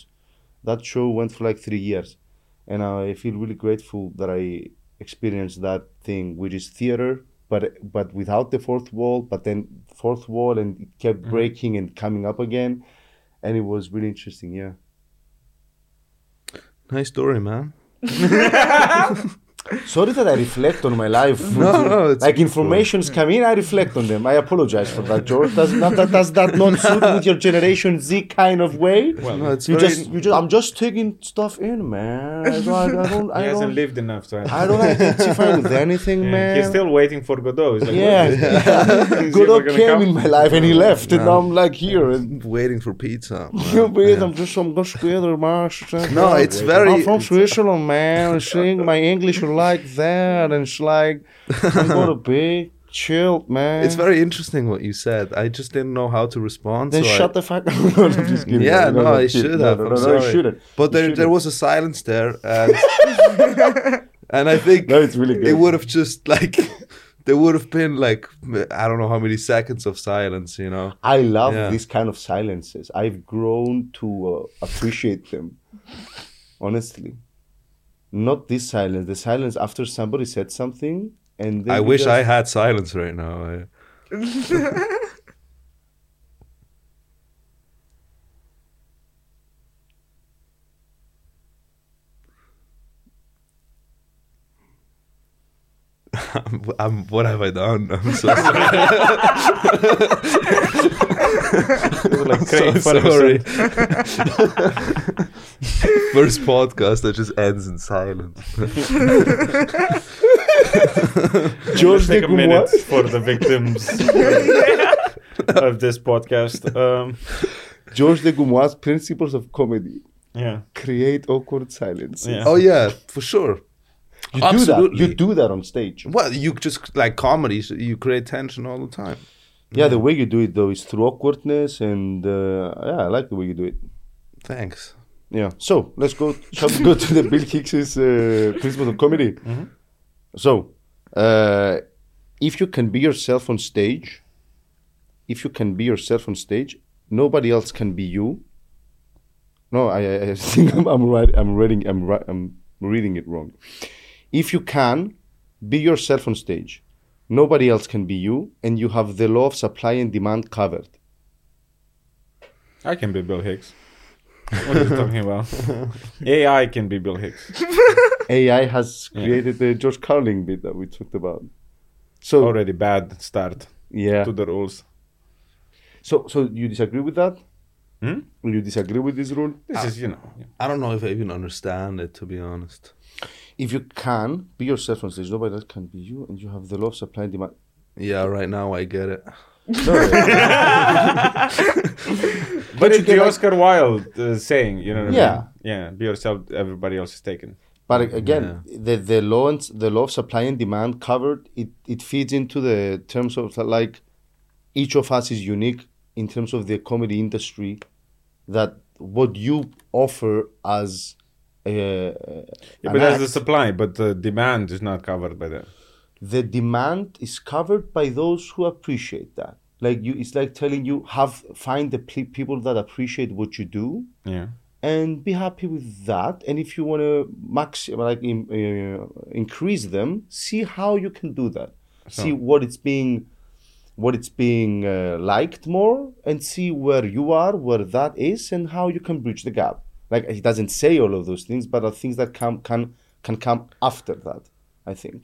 S2: That show went for like three years, and I feel really grateful that I experienced that thing, which is theater, but but without the fourth wall. But then fourth wall, and it kept breaking and coming up again, and it was really interesting. Yeah.
S6: Nice story, man.
S2: Sorry that I reflect on my life.
S6: No, no, it's
S2: like informations come in, I reflect on them. I apologize for that, George. Does not that does that not suit with your Generation Z kind of way?
S6: No, it's
S2: you
S6: very-
S2: just you just I'm just taking stuff in, man. I don't I don't
S3: He
S2: I
S3: hasn't
S2: don't,
S3: lived enough to
S2: I don't identify with anything,
S3: Yeah,
S2: man.
S3: He's still waiting for Godot. He's like,
S2: yeah,
S3: "When is it? Is he
S2: good
S3: ever
S2: old
S3: gonna
S2: came
S3: come?"
S2: in my life and he left, and now I'm like here and.
S6: waiting for pizza.
S2: You
S6: man.
S2: bet, I'm just some gosh together, Marsh.
S6: No, it's very-
S2: I'm from
S6: it's-
S2: Switzerland, man. And seeing my English like that, and it's like I'm gonna be chilled, man.
S6: It's very interesting what you said. I just didn't know how to respond.
S2: Then
S6: so I-
S2: shut the fuck up. No, I'm just kidding.
S6: Yeah, no, I
S2: I'm kidding.
S6: should
S2: No,
S6: have.
S2: No,
S6: I'm
S2: no, no,
S6: sorry.
S2: I shouldn't.
S6: But there,
S2: shouldn't.
S6: there was a silence there, and and I think
S2: No, it's really good.
S6: it would have just like there would have been like I don't know how many seconds of silence, you know.
S2: I love
S6: Yeah.
S2: these kind of silences. I've grown to uh, appreciate them, honestly. Not this silence. The silence after somebody said something, and then
S6: I
S2: you
S6: wish
S2: just-
S6: I had silence right now. I, I'm, I'm- what have I done? I'm so sorry.
S3: Like,
S6: so
S3: crazy for
S6: sorry.
S3: sorry.
S6: First podcast that just ends in silence.
S2: George
S3: Take a
S2: Degumois.
S3: minute for the victims of this podcast. Um,
S2: George de Goumois' principles of comedy
S3: yeah.
S2: create awkward silence.
S3: Yeah.
S6: Oh yeah, for sure.
S2: You
S6: Absolutely.
S2: do that. You do that on stage.
S6: Well, you just like comedy, so you create tension all the time.
S2: Yeah, the way you do it though is through awkwardness, and uh, yeah, I like the way you do it.
S6: Thanks.
S2: Yeah. So let's go. Shall we go to the Bill Hicks's uh, principles of comedy? So, uh, if you can be yourself on stage, if you can be yourself on stage, nobody else can be you. No, I, I- I think I'm, I'm right. I'm reading. I'm right. I'm reading it wrong. If you can be yourself on stage, nobody else can be you, and you have the law of supply and demand covered.
S3: I can be Bill Hicks. What are you talking about? AI can be Bill Hicks
S2: AI has created the George Carlin bit that we talked about. So
S3: already. Bad start
S2: yeah.
S3: to the rules.
S2: So so you disagree with that?
S3: Hmm?
S2: You disagree with this rule?
S3: This is, you know,
S6: I don't know if I even understand it, to be honest.
S2: If you can be yourself on stage, nobody else can be you, and you have the law of supply and demand.
S6: Yeah, right now I get it.
S3: But it's
S2: you
S3: the
S2: can, like-
S3: Oscar Wilde uh, saying, you know. What
S2: Yeah.
S3: I mean? Yeah. Be yourself. Everybody else is taken.
S2: But a- again, the the law and, the law of supply and demand covered it, it feeds into the terms of like each of us is unique in terms of the comedy industry that what you offer as a,
S3: Yeah,
S2: an
S3: but that's the
S2: act.
S3: supply. But the demand is not covered by that.
S2: the demand is covered by those who appreciate that. Like you, it's like telling you have find the pe- people that appreciate what you do
S3: Yeah.
S2: and be happy with that. And if you want to max like in, uh, increase them, see how you can do that. See what it's being what it's being uh, liked more and see where you are, where that is, and how you can bridge the gap. Like he doesn't say all of those things, but are things that come can can come after that. I think.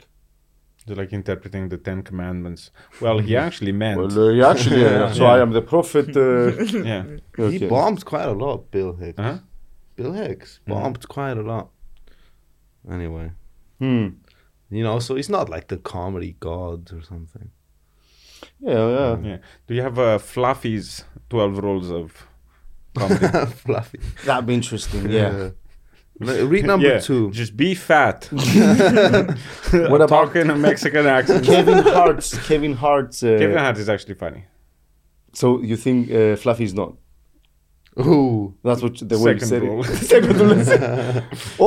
S3: They're like interpreting the Ten Commandments. Well, he actually meant.
S2: Mm-hmm. Well, uh, he actually, uh, so I am the prophet. Uh,
S3: yeah.
S6: He
S2: okay.
S6: bombed quite a lot, Bill Hicks.
S3: Uh-huh.
S6: Bill Hicks bombed quite a lot. Anyway,
S2: Hmm.
S6: you know, so he's not like the comedy god or something.
S2: Yeah, yeah.
S3: Yeah. Do you have uh, Fluffy's 12 rules of comedy?
S6: Fluffy.
S2: That'd be interesting. Yeah.
S6: No, Read number
S3: Yeah,
S6: two.
S3: Just be fat.
S2: What about-
S3: Talk in a Mexican accent.
S2: Kevin Hart's. Kevin Hart's. Uh,
S3: Kevin Hart is actually funny.
S2: So you think uh, Fluffy is not?
S6: Ooh.
S2: That's what the way you
S3: Second
S2: said
S3: rule.
S2: it. Second rule.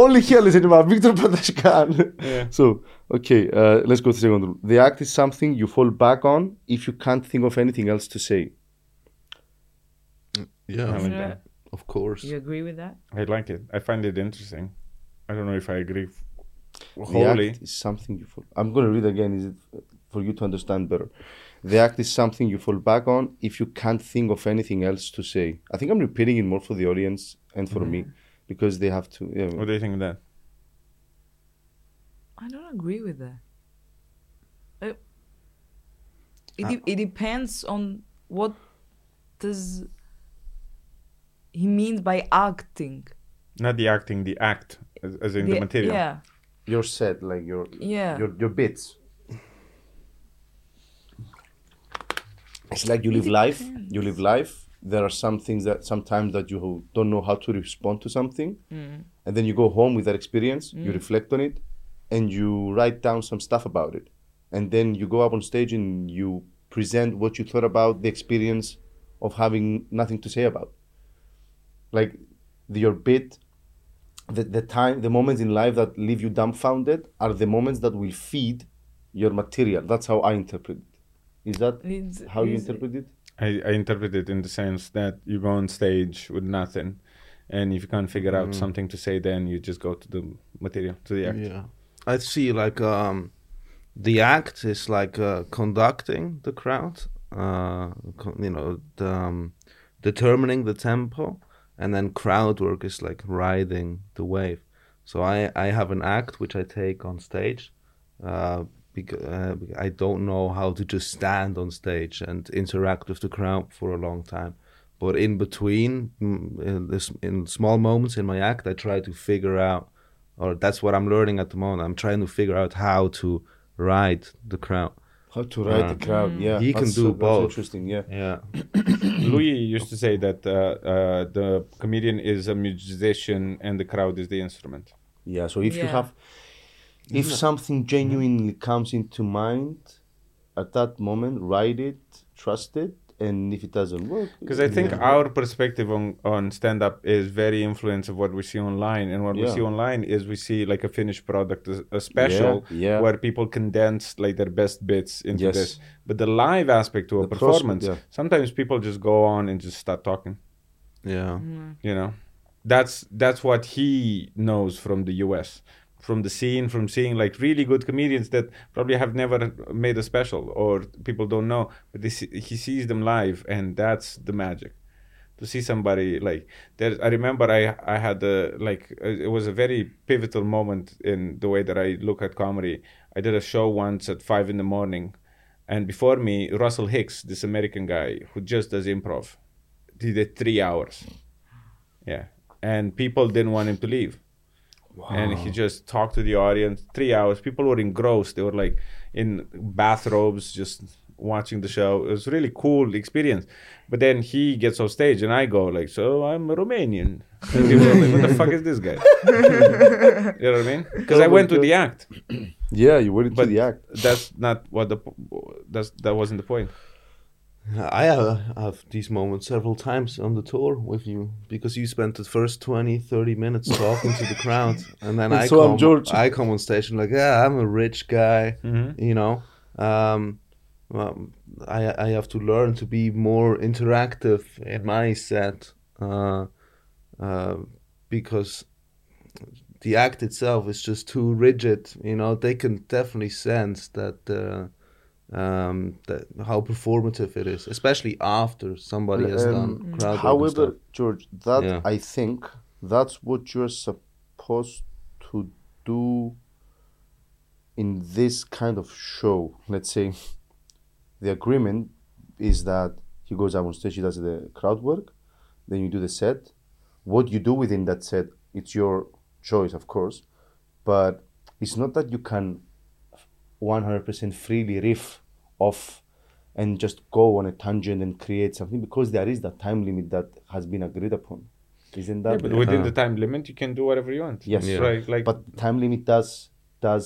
S2: Only here listen about Victor Patashkan.
S3: Yeah.
S2: So okay, uh, let's go to the second rule. The act is something you fall back on if you can't think of anything else to say.
S6: Yeah,
S3: like
S1: Yeah.
S3: that.
S6: of course.
S1: You agree with that?
S3: I like it. I find it interesting. I don't know if I agree f-
S2: The
S3: wholly.
S2: act is something you fall. I'm going to read again. Is it for you to understand better? The act is something you fall back on if you can't think of anything else to say. I think I'm repeating it more for the audience and for me because they have to. Yeah,
S3: What do you think of that?
S1: I don't agree with that. Uh, it, de- it depends on what does he means by acting.
S3: Not the acting, the act, as, as in the,
S1: Yeah,
S3: material.
S1: Yeah,
S2: your set, like your
S1: yeah.
S2: your your bits. It's like you live life. You live life. There are some things that sometimes that you don't know how to respond to something, and then you go home with that experience. You reflect on it, and you write down some stuff about it, and then you go up on stage and you present what you thought about the experience of having nothing to say about. Like the, your bit the, the time the moments in life that leave you dumbfounded are the moments that will feed your material that's how i interpret it is that
S1: It's-
S2: how you
S1: it's-
S2: interpret it
S3: I, I interpret it in the sense that you go on stage with nothing, and if you can't figure
S2: Mm.
S3: out something to say, then you just go to the material, to the act.
S6: Yeah. I see like um the act is like uh, conducting the crowd, uh co- you know, the, um, determining the tempo and then crowd work is like riding the wave. So I I have an act which I take on stage. Uh because uh, I don't know how to just stand on stage and interact with the crowd for a long time. But in between, mm, in, this, in small moments in my act, I try to figure out or that's what I'm learning at the moment. I'm trying to figure out how to ride the crowd.
S2: how to write the crowd
S1: Mm.
S2: yeah
S6: You can
S2: that's-
S6: do
S2: that's
S6: both.
S2: interesting yeah
S6: Yeah.
S3: Louis used to say that uh, uh, the comedian is a musician and the crowd is the instrument.
S2: yeah so if you
S1: Yeah.
S2: have if something genuinely comes into mind at that moment write it trust it and if it doesn't work
S3: Because I think our perspective on, on stand up is very influenced of what we see online. And what we
S2: Yeah.
S3: see online is we see like a finished product, a, a special
S2: Yeah, yeah.
S3: where people condense like their best bits into
S2: Yes.
S3: this. But the live aspect to a
S2: The prospect,
S3: performance,
S2: yeah.
S3: sometimes people just go on and just start talking,
S6: Yeah.
S3: you know? That's that's what he knows from the US, from the scene, from seeing like really good comedians that probably have never made a special or people don't know, but they see, he sees them live and that's the magic to see somebody like there i remember i i had a like uh, it was a very pivotal moment in the way that i look at comedy i did a show once at five in the morning and before me russell hicks this american guy who just does improv did it three hours yeah and people didn't want him to leave and he just talked to the audience three hours people were engrossed they were like in bathrobes just watching the show it was really cool experience but then he gets off stage and i go like so i'm romanian and people are like, what the fuck is this guy you know what i mean because i went to the act
S2: yeah you went into
S3: but
S2: the act
S3: that's not what the po- that's that wasn't the point
S6: I have, have these moments several times on the tour with you because you spent the first 20, 30 minutes talking to the crowd. And then
S2: And
S6: I,
S2: so I'm
S6: come,
S2: George.
S6: I come on station like, yeah, I'm a rich guy,
S3: Mhm.
S6: you know. Um, well, I, I have to learn to be more interactive in my set uh, uh, because the act itself is just too rigid. You know, they can definitely sense that uh, um, that how performative it is, especially after somebody has done
S2: Um,
S6: crowd work and stuff.
S2: However, George, that
S6: Yeah.
S2: I think that's what you're supposed to do in this kind of show. Let's say the agreement is that he goes up on stage, he does the crowd work, then you do the set. What you do within that set, it's your choice, of course, but it's not that you can 100% freely riff off and just go on a tangent and create something because there is that time limit that has been agreed upon. Isn't that? uh-huh.
S3: Yeah, but within the time limit, you can do whatever you want.
S2: Yes.
S6: Yeah.
S3: Right. Like,
S2: But time limit does does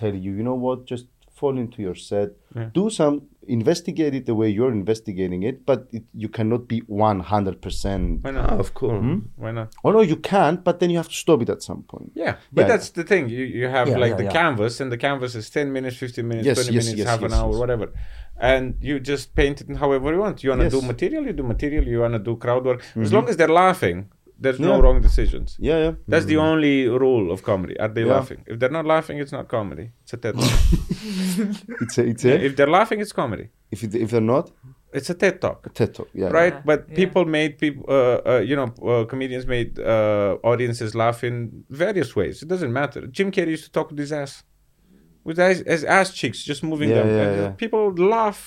S2: tell you, you know what, just fall into your set,
S3: Yeah.
S2: do some, investigate it the way you're investigating it, but it, you cannot be 100%.
S3: why not?
S6: Ah, of course.
S3: Why not?
S2: Oh no, you can, but then you have to stop it at some point.
S3: Yeah, but
S2: Yeah.
S3: that's the thing. You you have
S2: Yeah,
S3: like
S2: yeah,
S3: the
S2: yeah.
S3: canvas, and the canvas is ten minutes, fifteen minutes,
S2: Yes,
S3: twenty
S2: yes,
S3: minutes,
S2: yes,
S3: half an
S2: yes,
S3: hour,
S2: yes.
S3: whatever, and you just paint it however you want. You wanna do
S2: Yes. Mm-hmm.
S3: material, you do material. You wanna do crowd work. As long as they're laughing, there's no
S2: Yeah.
S3: wrong decisions.
S2: Yeah, yeah.
S3: That's the only rule of comedy. Are they
S2: Yeah.
S3: laughing? If they're not laughing, it's not comedy. It's a TED talk.
S2: It's a, it's a,
S3: if they're laughing, it's comedy.
S2: if, it, if they're not,
S3: It's a TED talk.
S2: TED Talk. Yeah.
S3: right
S1: Yeah.
S3: but
S1: Yeah.
S3: people made people uh, uh, you know uh, comedians made uh, audiences laugh in various ways it doesn't matter jim carrey used to talk with his ass with his, his ass cheeks just moving
S2: Yeah,
S3: them
S2: yeah,
S3: and
S2: yeah.
S3: people would laugh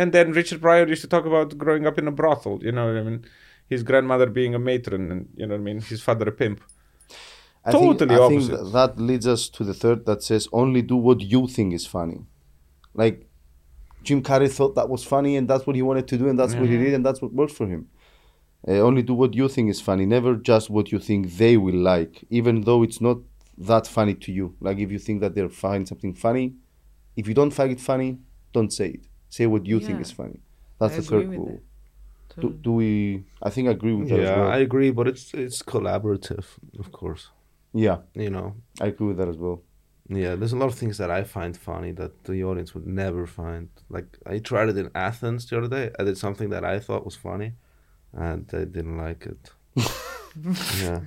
S3: and then richard pryor used to talk about growing up in a brothel you know what i mean his grandmother being a matron and you know what i mean his father a pimp
S2: I
S3: Totally
S2: think, I
S3: opposite.
S2: think th- that leads us to the third that says only do what you think is funny. Like Jim Carrey thought that was funny and that's what he wanted to do and that's what he
S1: Mm-hmm.
S2: did and that's what worked for him. Uh, only do what you think is funny, never just what you think they will like, even though it's not that funny to you. Like if you think that they'll find something funny, if you don't find it funny, don't say it. Say what you think
S1: Yeah.
S2: is funny. That's
S1: I
S2: the
S1: agree
S2: third
S1: with
S2: rule.
S1: that.
S2: Do, do we? I think I agree with that as
S6: Yeah,
S2: well.
S6: I agree, but it's it's collaborative, of course.
S2: yeah,
S6: You know,
S2: I agree with that as well.
S6: yeah. There's a lot of things that I find funny that the audience would never find. Like I tried it in Athens the other day. I did something that I thought was funny, and they didn't like it. yeah,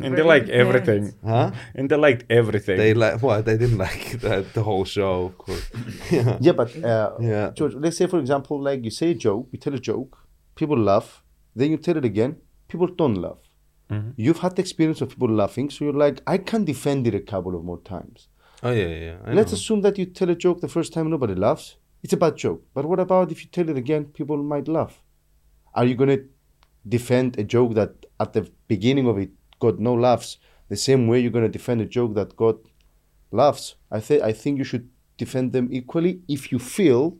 S3: and they like
S1: Brilliant
S3: everything
S6: huh?
S3: and they liked everything
S6: They like what? They didn't like the, the whole show, of course. yeah.
S2: Yeah, but uh,
S6: Yeah.
S2: George, let's say for example, like you say a joke, you tell a joke, people laugh, then you tell it again, people don't laugh. You've had the experience of people laughing, so you're like, I can defend it a couple of more times.
S6: Oh yeah, yeah, yeah. I
S2: let's
S6: know.
S2: assume that you tell a joke the first time nobody laughs. It's a bad joke. But what about if you tell it again, people might laugh? Are you gonna defend a joke that at the beginning of it got no laughs the same way you're gonna defend a joke that got laughs? I think I think you should defend them equally if you feel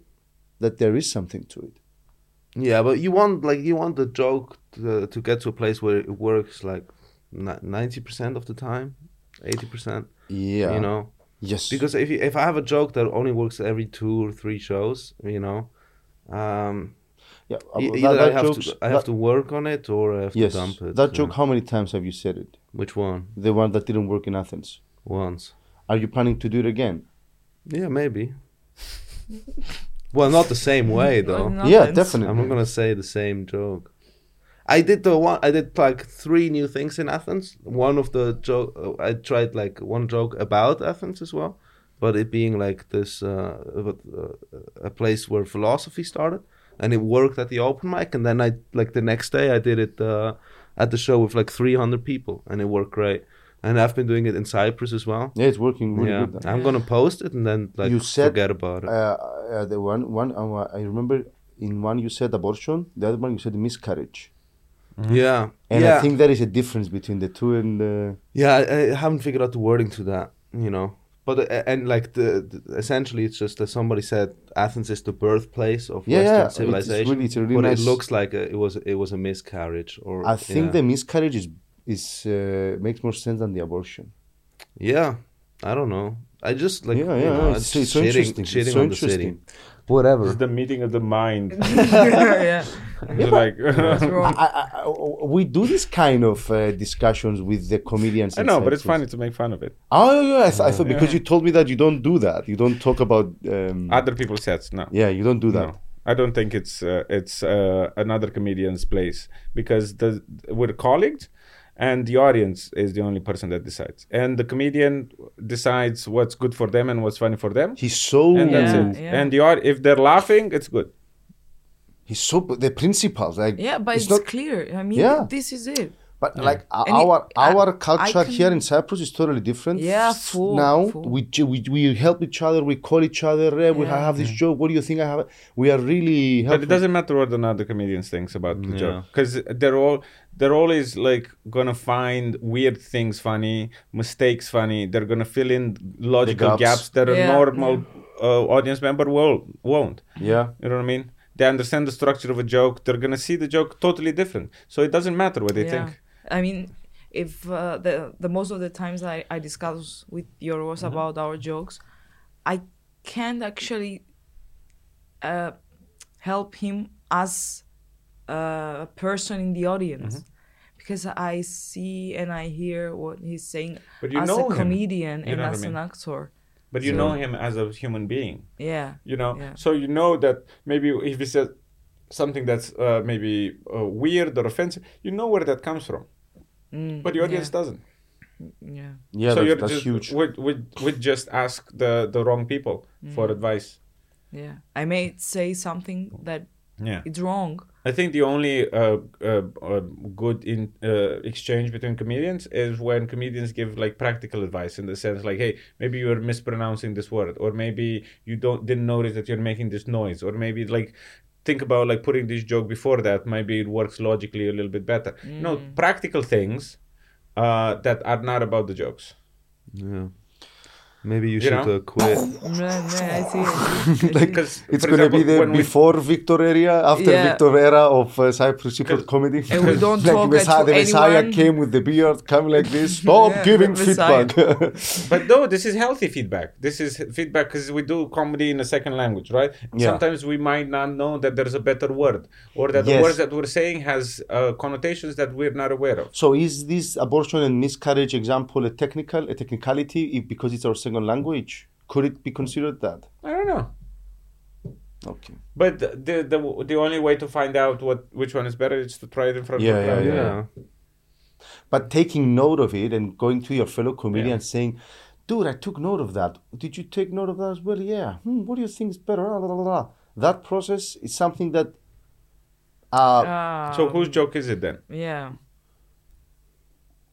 S2: that there is something to it.
S6: Yeah, but you want like you want the joke to, to get to a place where it works like ninety percent of the time, eighty percent.
S2: Yeah.
S6: You know,
S2: Yes.
S6: because if you, if I have a joke that only works every two or three shows, you know, um,
S2: yeah,
S6: e-
S2: Oh, that,
S6: either
S2: that
S6: I have
S2: joke's-
S6: to I have
S2: that-
S6: to work on it or I have
S2: yes,
S6: to dump it.
S2: that
S6: yeah.
S2: joke. How many times have you said it?
S6: Which one?
S2: The one that didn't work in Athens.
S6: Once.
S2: Are you planning to do it again?
S6: Yeah, maybe. well, not the same way though.
S2: Yeah,
S1: Nonsense.
S2: definitely.
S6: I'm not gonna say the same joke. I did the one. I did like three new things in Athens. One of the joke I tried like one joke about Athens as well, but it being like this uh, about, uh, a place where philosophy started, and it worked at the open mic. And then I like the next day I did it uh, at the show with like 300 people, and it worked great. And I've been doing it in Cyprus as well.
S2: Yeah, it's working really
S6: yeah,
S2: good.
S6: I'm gonna post it and then like
S2: You said,
S6: forget about it.
S2: uh, uh, the one one uh, I remember in one you said abortion, the other one you said miscarriage,
S6: yeah,
S2: and
S6: yeah.
S2: I think there is a difference between the two. And uh,
S6: Yeah, I, I haven't figured out the wording to that, you know. But uh, and like the, the- essentially, it's just that somebody said Athens is the birthplace of
S2: Yeah,
S6: Western
S2: yeah, it's- it's
S6: civilization.
S2: really- it's a really
S6: but
S2: nice-
S6: it looks like a, it was it was a miscarriage, or
S2: I think
S6: yeah.
S2: the miscarriage is is uh, makes more sense than the abortion.
S6: yeah, I don't know. I just like
S2: Yeah, yeah,
S6: you know,
S2: yeah,
S6: I'm
S2: it's-
S6: just
S2: it's so
S6: shitting,
S2: interesting, it's
S6: shitting
S2: so
S6: on the city,
S2: interesting.
S6: whatever.
S3: it's the meeting of the mind
S1: yeah,
S3: It's like
S1: that's wrong.
S2: I, I, I, we do this kind of uh, discussions with the comedians.
S3: i
S2: in
S3: know but it's
S2: Cyprus.
S3: funny to make fun of it
S2: Oh yeah, I, th- I thought because you told me that you don't do that. You don't talk about. Um,
S3: other people's sets no
S2: yeah, you don't do that.
S3: No, I don't think it's uh, it's uh, another comedian's place because the we're colleagues, and the audience is the only person that decides and the comedian decides what's good for them and what's funny for them
S2: He's so
S3: and that's
S1: Yeah,
S3: it
S1: yeah.
S3: and the aud- if they're laughing it's good
S2: he's so the principal. Like
S1: Yeah, but it's,
S2: not,
S1: clear. I mean,
S2: Yeah.
S1: this is it.
S2: But like our
S1: And it-
S2: our,
S1: I-
S2: our
S1: I
S2: culture
S1: can-
S2: here in Cyprus is totally different.
S1: Yeah, full,
S2: now
S1: full.
S2: we, ju- we we help each other. We call each other. eh, We
S1: Yeah.
S2: have this joke. What do you think? I have. We are really.
S3: but
S2: Helpful.
S3: it doesn't matter what another comedians thinks about the
S6: Yeah.
S3: joke because they're all they're always like gonna find weird things funny mistakes funny they're gonna fill in logical
S2: gaps.
S3: gaps. that a
S1: Yeah,
S3: normal uh, audience member will won't
S2: Yeah.
S3: You know what I mean? They understand the structure of a joke. They're gonna see the joke totally different. So it doesn't matter what they
S1: yeah.
S3: think.
S1: I mean, if uh, the the most of the times I I discuss with Yoros
S3: Mm-hmm.
S1: about our jokes, I can't actually uh, help him as uh, a person in the audience.
S3: Mm-hmm.
S1: Because I see and I hear what he's saying
S3: But you
S1: as
S3: know
S1: a
S3: him.
S1: comedian
S3: You
S1: and
S3: know what I
S1: as an
S3: mean.
S1: actor.
S3: But you know him as a human being.
S1: Yeah.
S3: You know,
S1: Yeah.
S3: so you know that maybe if he says something that's uh, maybe uh, weird or offensive, you know where that comes from.
S1: Mm,
S3: But the audience
S1: yeah.
S3: doesn't.
S1: Yeah.
S2: Yeah.
S3: so
S2: that's, that's
S3: just,
S2: huge.
S3: We, we, we just ask the, the wrong people for
S1: Mm-hmm.
S3: advice.
S1: Yeah. I may say something that
S3: Yeah.
S1: it's wrong.
S3: I think the only uh, uh, uh, good in uh, exchange between comedians is when comedians give like practical advice in the sense like, hey, maybe you're mispronouncing this word, or maybe you don't didn't notice that you're making this noise, or maybe like think about like putting this joke before that. Maybe it works logically a little bit better. No practical things uh, that are not about the jokes.
S6: Yeah. Maybe you,
S3: You
S6: should
S3: know?
S6: uh, quit.
S1: No, no, I see. I see, I see.
S3: Because
S2: It's
S3: for
S2: going to be
S3: example,
S2: the
S3: when we-
S2: before Victor area, after
S1: Yeah.
S2: Victor era of uh, Cyprus Cypriot comedy.
S1: And we don't
S2: like
S1: talk
S2: Messiah,
S1: to
S2: the Messiah
S1: anyone.
S2: came with the beard, coming like this. Stop
S1: Yeah,
S2: giving
S1: the Messiah.
S2: feedback.
S3: But no, this is healthy feedback. This is feedback because we do comedy in a second language, right?
S2: Yeah.
S3: Sometimes we might not know that there's a better word or that the
S2: Yes.
S3: word that we're saying has uh, connotations that we're not aware of.
S2: so is this abortion and miscarriage example a technical, a technicality if, because it's our second language? Could it be considered that?
S3: I don't know.
S2: Okay.
S3: But the the the only way to find out what which one is better is to try it in front
S2: Yeah,
S3: of a crowd.
S2: yeah.
S6: yeah.
S2: But taking note of it and going to your fellow comedian and saying, dude, I took note of that. Did you take note of that as well? Yeah. Hmm, what do you think is better? Blah, blah, blah, blah. That process is something that uh,
S1: Ah,
S3: So whose joke is it then?
S1: yeah.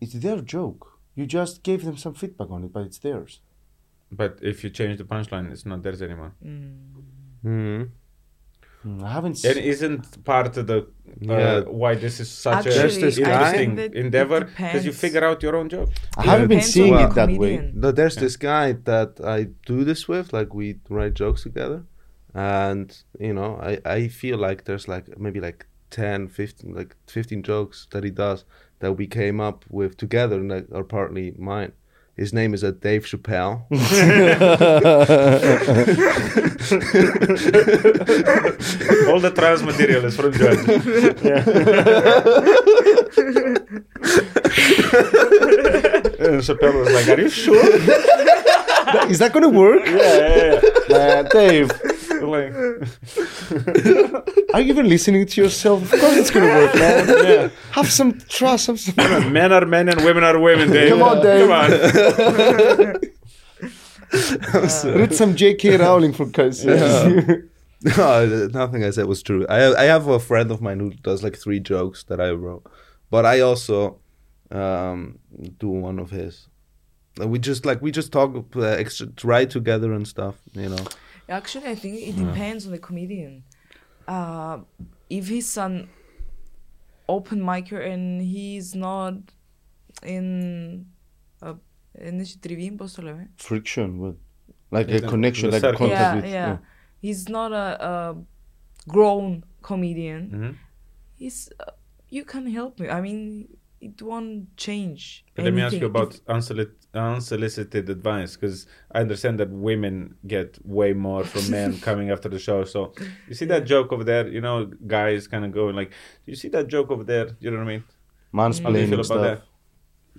S2: It's their joke. You just gave them some feedback on it, but it's theirs.
S3: But if you change the punchline, it's not theirs anymore.
S6: Mhm.
S2: Mm, I haven't
S3: And
S2: seen.
S3: isn't part of the uh,
S6: Yeah.
S3: why this is such
S1: Actually,
S6: There's this
S3: a
S6: guy-
S3: interesting
S1: that it
S3: endeavor because you
S1: depends.
S3: figure out your own joke.
S2: I haven't been
S1: Depends on
S2: seeing
S1: the
S2: it that way.
S1: comedian.
S6: No, there's this guy that I do this with. Like we write jokes together, and you know, I I feel like there's like maybe like 10, 15, like fifteen jokes that he does that we came up with together and that are partly mine. His name is uh, Dave Chappelle.
S3: All the trans material is from George. and Chappelle was like, "Are you sure?"
S2: Is that going to work?
S3: Yeah,
S2: Man, Dave,
S3: Like,
S2: are you even listening to yourself? Of course it's going to work, man. Have some trust. Have some...
S3: men are men and women are women. Dave.
S2: Come on, Dave.
S3: Come on.
S2: Read some J.K. Rowling for Christ's sake.
S6: no, nothing I said was true. I I have a friend of mine who does like three jokes that I wrote, but I also um, do one of his. Like, We just like we just talk, uh, extra, write together and stuff. You know,
S1: Actually, I think it depends on the comedian. Uh, if he's an open micer and he's not in uh, initiative, πώς το λέμε.
S2: Friction with, like a
S3: the-
S2: connection,
S3: the
S2: like a
S3: circle.
S2: contact
S1: Yeah,
S2: with.
S1: yeah. He's not a, a grown comedian.
S3: Mhm.
S1: He's. Uh, you can help me. I mean, it won't change.
S3: Let me ask
S1: anything
S3: you about
S1: if-
S3: unsolicited, unsolicited advice because I understand that women get way more from men coming after the show. So you see that joke over there, you know, guys kind of going like, "You see that joke over there?" You know what I mean? How do you feel
S2: Mansplaining
S3: about
S2: stuff.
S3: that?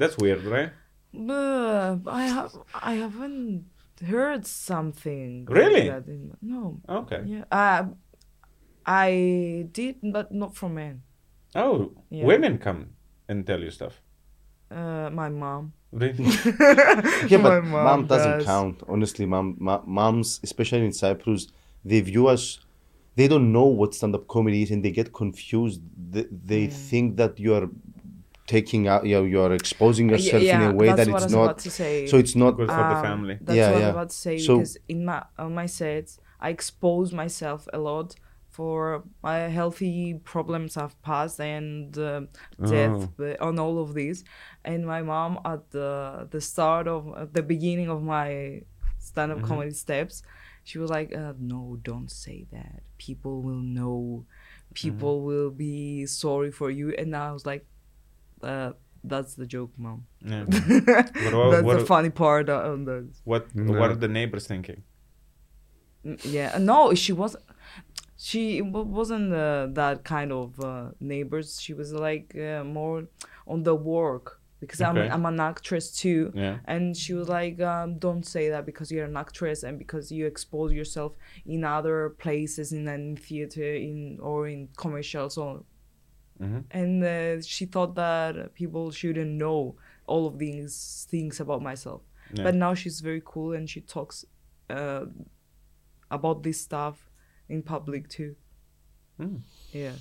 S3: That's weird, right?
S1: Buh, I have. I haven't heard something. like
S3: Really?
S1: that in my- no.
S3: Okay.
S1: Yeah. Uh, I did, but not from men.
S3: Oh,
S1: Yeah.
S3: women come Oh, and tell you stuff.
S1: Uh, my mom.
S3: Really?
S2: Yeah, but
S1: My
S2: mom,
S1: mom
S2: doesn't
S1: does.
S2: count. Honestly, mom, ma- moms, especially in Cyprus, they view us. They don't know what stand-up comedy is, and they get confused. They, they think that you are taking out, you, know, you are exposing
S1: Uh, Y-
S2: yourself
S1: yeah,
S2: in a way
S1: that's
S2: that
S1: what I
S2: it's
S1: was about
S2: not.
S1: to say.
S2: So it's not.
S3: Good for the
S1: Um,
S3: family.
S1: That's
S2: Yeah,
S1: what
S2: yeah.
S1: I'm about to say
S2: So-
S1: because in my on my sets, I expose myself a lot for my healthy problems I've passed and uh, death
S3: Oh.
S1: but on all of these. And my mom at the the start of at the beginning of my stand up
S3: Mm-hmm.
S1: comedy steps, she was like, uh, "No, don't say that. People will know. People
S3: Mm-hmm.
S1: will be sorry for you." And I was like, uh, "That's the joke, mom."
S3: Yeah. about-
S1: That's
S3: what
S1: the
S3: a-
S1: funny part on the
S3: What
S7: No.
S3: What are the neighbors thinking?
S1: Mm, yeah no she wasn't she w- wasn't uh, that kind of uh, neighbors she was like uh, more on the work because
S3: Okay.
S1: I'm, I'm an actress too
S3: Yeah.
S1: and she was like um, don't say that because you're an actress and because you expose yourself in other places in, in theater in or in commercials or
S3: Mhm.
S1: and uh, she thought that people shouldn't know all of these things about myself
S3: Yeah.
S1: but now she's very cool and she talks uh, about this stuff in public too.
S3: Mm.
S1: Yeah,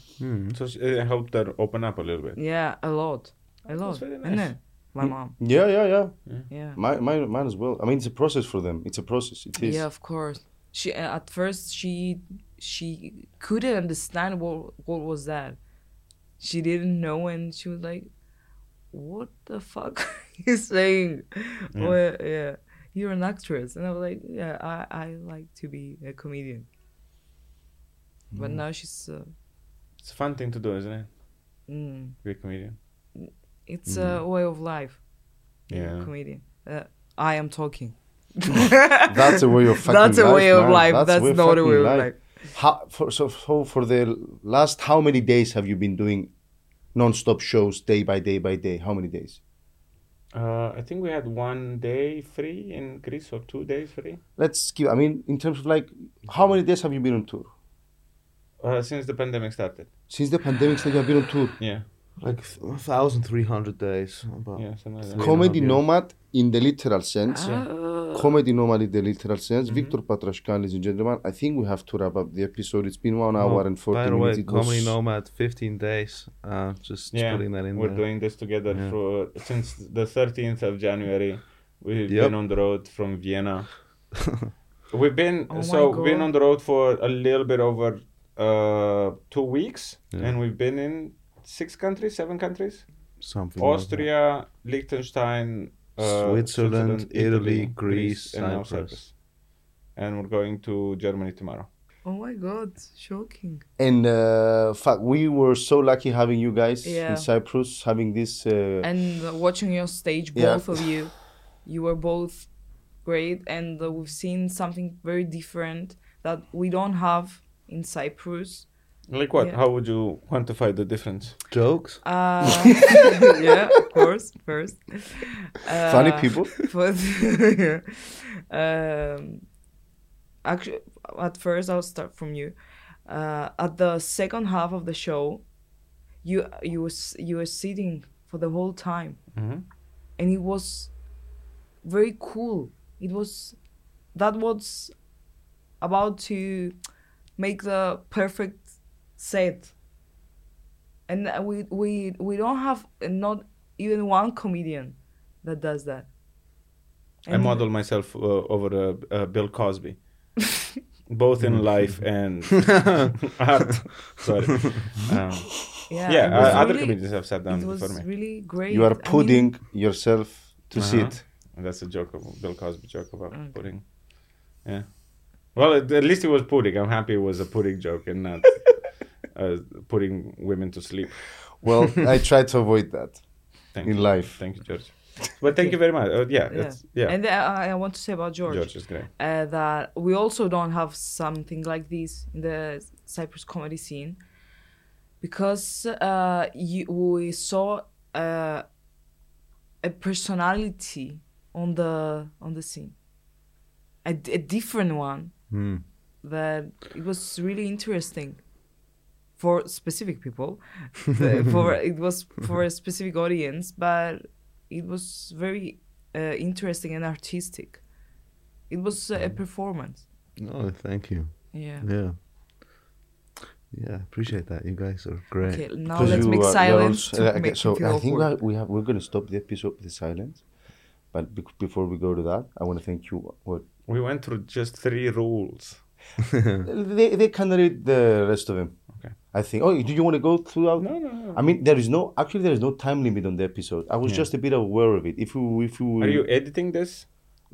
S3: So she- it helped her open up a little bit.
S1: yeah, a lot, a lot.
S3: very
S1: And
S3: nice. Hmm.
S1: then my mom,
S2: Yeah, yeah, yeah.
S1: yeah,
S2: My, mine, mine as well. I mean, it's a process for them. It's a process. It is.
S1: yeah, of course. She uh, at first she she couldn't understand what what was that. She didn't know, and she was like, "What the fuck are you saying?"
S3: Yeah.
S1: Well, yeah. You're an actress, and I was like, yeah, I, I like to be a comedian. But
S2: Mm.
S1: now she's uh,
S3: It's a fun thing to do, isn't it?
S1: Mm.
S3: Be a comedian.
S1: It's
S2: Mm.
S1: a way of life. being a comedian. Uh, I am talking.
S2: That's a way of fucking
S1: That's a
S2: life,
S1: way of
S2: man.
S1: life. That's,
S2: way
S1: not a
S2: fucking
S1: way of life.
S2: How, for, so, so for the last how many days have you been doing non-stop shows day by day by day? How many days?
S3: Uh, I think we had one day free in Greece or two days free
S2: Let's give. I mean, in terms of like, how many days have you been on tour
S3: uh, since the pandemic started.
S2: since the pandemic? Since you have been on tour,
S3: Yeah.
S6: Like thousand three hundred days. About.
S3: Yeah. Something like that.
S6: Oh. Cool.
S2: comedy
S6: yeah.
S2: nomad in the literal sense.
S1: Uh,
S2: Comedy nomad in the literal sense.
S6: Mm-hmm.
S2: Victor Patrashkan, ladies and gentlemen. I think we have to wrap up the episode. It's been one hour and forty
S6: By the
S2: minutes.
S6: way,
S2: It was-
S6: comedy nomad, fifteen days. Uh, just
S3: Yeah,
S6: putting that in
S3: We're
S6: there.
S3: doing this together
S6: Yeah.
S3: for since the 13th of January. We've
S6: Yep.
S3: been on the road from Vienna. we've been
S1: Oh my
S3: so we've been
S1: God.
S3: on the road for a little bit over uh, two weeks, and we've been in six countries, seven countries:
S6: something. like that.
S3: Austria, Liechtenstein, uh,
S6: Switzerland, Italy, Greece,
S3: and now
S6: Cyprus.
S3: Cyprus. And we're going to Germany tomorrow.
S1: oh my god, shocking.
S2: And uh, fuck, we were so lucky having you guys
S1: Yeah.
S2: in Cyprus, having this. Uh,
S1: And uh, watching your stage,
S2: Yeah.
S1: both of you, you were both great, and uh, we've seen something very different that we don't have in Cyprus.
S3: Like what?
S1: Yeah.
S3: How would you quantify the difference?
S6: jokes.
S1: Uh, yeah, of course, first.
S2: funny
S1: Uh,
S2: people.
S1: but yeah. um, actually, at first I'll start from you. Uh, at the second half of the show, you you were s- you were sitting for the whole time,
S2: Mm-hmm.
S3: Mhm.
S1: and it was very cool. It was that was about to make the perfect set, and uh, we we we don't have uh, not even one comedian that does that.
S3: I model myself uh, over uh, uh, Bill Cosby, both
S6: Mm.
S3: in life and art. Sorry. Um,
S1: Yeah,
S3: yeah,
S1: it
S3: uh,
S1: was
S3: other
S1: really-
S3: comedians have sat down
S1: It was
S3: before me.
S1: really great.
S2: You are
S1: I mean,
S2: putting yourself to
S3: Uh-huh.
S2: sit.
S3: And that's a joke of Bill Cosby joke about pudding. Yeah. Well, at, at least it was pudding. I'm happy it was a pudding joke and not uh, putting women to sleep.
S2: Well, I try to avoid that
S3: Thank
S2: in
S3: you.
S2: life.
S3: Thank you, George. But thank you very much. Uh, yeah,
S1: Yeah.
S3: It's, yeah.
S1: And uh, I I want to say about George,
S3: George is great.
S1: Uh, that we also don't have something like this in the Cyprus comedy scene because uh, you, we saw uh, a personality on the on the scene, a, d- a different one
S6: Hmm.
S1: that it was really interesting uh, for specific people, the- for it was for a specific audience, but it was very uh, interesting and artistic. It was uh, a performance.
S2: No, thank you.
S1: Yeah.
S2: Mm. Yeah. Yeah, appreciate that. You guys are great.
S1: Okay, now
S2: Because
S1: Oh, let's
S2: you
S1: make
S2: are- you're
S1: silence
S2: also-
S1: to
S2: uh, okay,
S1: make
S2: so
S1: it feel
S2: I think
S1: awkward.
S2: we, we have we're going to stop the episode with the silence. But bec- before we go to that, I want to thank you. What
S3: We went through just three rules.
S2: they they can read the rest of them.
S3: Okay.
S2: I think. Oh, do you want to go throughout?
S3: No, no, no.
S2: I mean, there is no actually there is no time limit on the episode. I was just a bit aware of it. If you if you
S3: Are you editing this?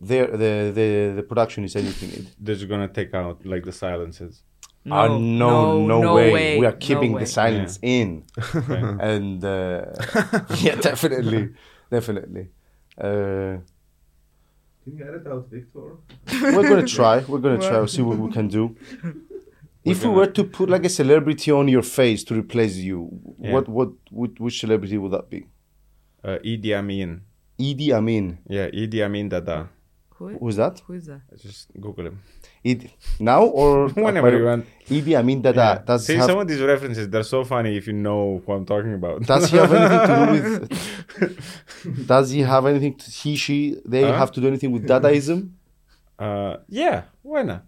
S2: there the the the production is editing it.
S3: They're just gonna take out like the silences.
S1: No,
S2: Ah, no, no, way. We are keeping
S1: no
S2: the
S1: way.
S2: silence in.
S3: Okay.
S2: and uh, yeah, definitely, definitely. Uh,
S6: Can you edit out Victor?
S2: we're gonna try. We're gonna try. See what we can do. If we were to put like a celebrity on your face to replace you,
S3: Yeah.
S2: what what would which celebrity would that be?
S3: uh, Idi Amin.
S2: Idi Amin.
S3: Yeah, Idi Amin Dada.
S1: Who,
S2: Who's that?
S1: who is that?
S3: Just Google him.
S2: Idi now or
S3: Whenever you want.
S2: Idi Amin Dada.
S3: Yeah.
S2: Does
S3: See,
S2: have,
S3: some of these references, they're so funny if you know who I'm talking about.
S2: does he have anything to do with? does he have anything? To, he she they
S3: Huh?
S2: have to do anything with Dadaism?
S3: uh, yeah, why not?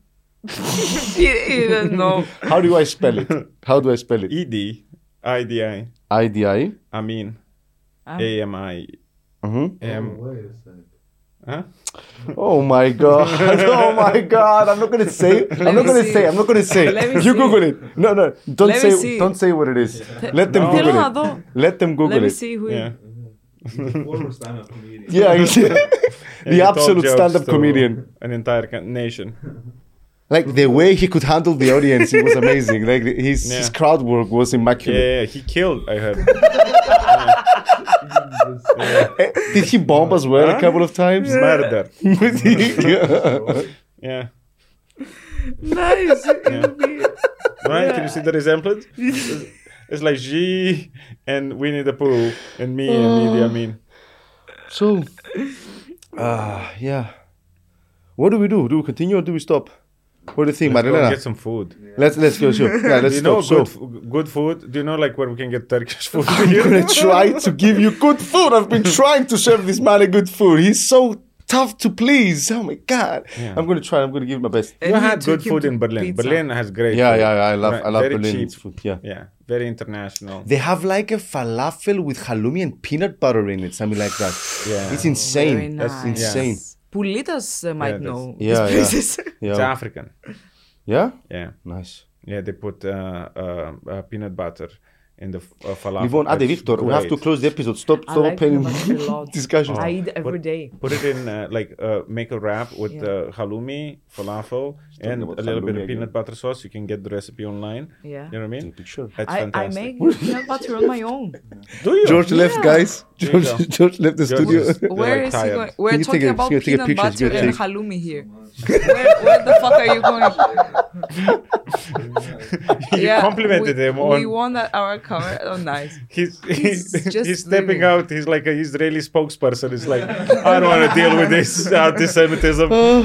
S1: you don't know.
S2: How do I spell it? How do I spell it?
S3: Idi, I-D-I,
S2: I D I.
S3: Amin,
S1: Am-
S3: A-M-I,
S2: Mm-hmm.
S3: M.
S6: Oh, Wait a second.
S3: Huh?
S2: Oh my god! oh my god! I'm not gonna say. I'm not
S1: me
S2: gonna
S1: see.
S2: say. I'm not gonna say.
S1: Let me
S2: You
S1: see.
S2: Google it. No, no. Don't
S1: Let me
S2: say.
S1: see.
S2: Don't say what it is. Let them
S3: No.
S2: Google
S1: Θέλω να
S2: it.
S1: δω.
S2: Let them
S1: Let
S2: Google
S1: me
S2: it.
S1: see who.
S3: Yeah.
S6: Former stand-up comedian.
S2: Yeah, yeah.
S3: He
S2: the
S3: told
S2: absolute
S3: jokes
S2: stand-up
S3: to
S2: comedian.
S3: An entire ca- nation.
S2: Like the way he could handle the audience, it was amazing. Like his, his
S3: Yeah.
S2: crowd work was
S3: Yeah,
S2: immaculate.
S3: yeah, he killed, I heard.
S2: Eh, Did he bomb as well
S3: Huh?
S2: a couple of times?
S3: Murder.
S2: Yeah.
S3: Yeah.
S1: Nice. It'll be.
S3: Right? Can you see the resemblance? It's, it's like she and Winnie the Pooh and me and
S1: Oh.
S3: Idi Amin.
S2: So, uh, yeah. What do we do? Do we continue or do we stop? What do you think,
S3: Let's go
S2: Marilena?
S3: get some food.
S2: Let's let's go. Sure. Yeah, let's
S3: Do you know
S2: stop. So,
S3: good, f- good food? Do you know like where we can get Turkish food?
S2: I'm gonna try to give you good food. I've been trying to serve this man a good food. He's so tough to please. Oh my god!
S3: Yeah.
S2: I'm gonna try. I'm gonna give my best.
S1: And
S3: you
S1: he
S3: had
S1: took
S3: good
S1: him
S3: food
S1: to
S3: in Berlin.
S1: pizza.
S3: Berlin has great.
S2: Yeah,
S3: food.
S2: yeah, yeah. I love
S3: Right,
S2: I love
S3: very
S2: Berlin's
S3: cheap.
S2: food. Yeah.
S3: Yeah, very international.
S2: They have like a falafel with halloumi and peanut butter in it, something like that.
S3: Yeah.
S2: It's
S1: Very
S2: insane.
S1: nice.
S2: insane.
S1: Pulitas uh, might
S3: that's-
S1: know
S2: Yeah, yeah.
S1: these places.
S3: It's
S2: Yeah.
S3: African.
S2: Yeah.
S3: Yeah,
S2: Nice.
S3: yeah. They put uh, uh, uh, peanut butter in the f- uh, falafel.
S2: Livon, Ade
S3: That's
S2: ah, Victor, we have to
S3: great.
S2: close the episode. Stop,
S1: I
S2: stop
S1: like
S2: opening
S1: peanut butter a lot.
S2: discussions.
S1: I eat every
S3: But-
S1: day.
S3: Put it in uh, like uh, make a wrap with
S1: Yeah.
S3: uh, halloumi, falafel, and a
S2: about
S3: little bit
S2: halloumi
S3: of
S2: again.
S3: peanut butter sauce. You can get the recipe online.
S1: Yeah.
S3: You know what I mean?
S2: Picture.
S3: That's
S1: I, I
S3: fantastic.
S1: make peanut butter on my own.
S3: Do you?
S2: George left,
S1: Yeah.
S2: guys.
S3: There you
S2: George,
S3: go.
S2: George left the
S3: George
S2: studio.
S3: is- They're
S1: Where
S3: like
S1: is
S3: tired.
S1: he going? We're
S2: He's gonna
S1: talking
S2: take a-
S1: about
S2: he's gonna take a
S1: peanut
S2: picture, he's
S1: butter
S2: gonna
S1: and
S2: take-
S1: halloumi here. where, where the fuck are you going?
S3: you complimented
S1: we,
S3: him
S1: We
S3: on
S1: won that our cover. Oh, nice.
S3: he's
S1: He's
S3: he's,
S1: just
S3: he's stepping
S1: leaving.
S3: out. He's like an Israeli spokesperson. He's like, I don't want to deal with this anti-Semitism.
S2: oh,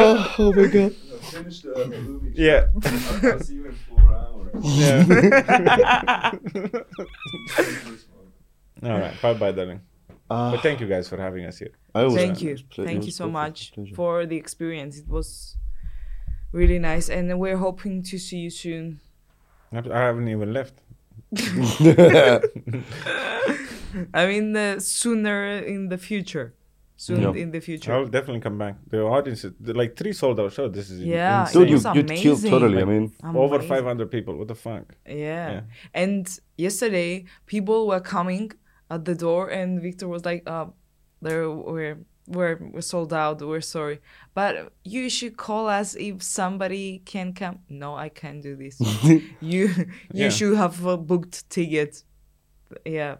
S2: oh, oh my god.
S6: Finish the movie.
S3: Yeah,
S6: I'll see you in four hours.
S3: yeah. All right, bye, bye, darling.
S2: Ah,
S3: But thank you guys for having us here.
S2: I was-
S1: Thank you.
S2: it was ple- it
S1: Thank you
S2: was
S1: so
S2: perfect.
S1: much
S2: Pleasure.
S1: for the experience. It was really nice. And we're hoping to see you soon.
S3: I I haven't even left.
S1: I mean, uh, sooner in the future. Soon
S2: Yeah.
S1: in the future.
S3: I'll definitely come back. The audience, is, like three sold out shows. This is
S1: Yeah,
S3: insane.
S2: Dude, you,
S1: It was
S2: you killed
S1: amazing.
S2: totally. I mean,
S3: over
S1: Amazing.
S3: 500 people. What the fuck?
S1: Yeah.
S3: Yeah.
S1: And yesterday, people were coming at the door, and Victor was like, uh, there we're, we're, we're sold out, we're sorry. But you should call us if somebody can come. No, I can't do this. you you
S3: Yeah.
S1: should have uh, booked tickets. Yeah.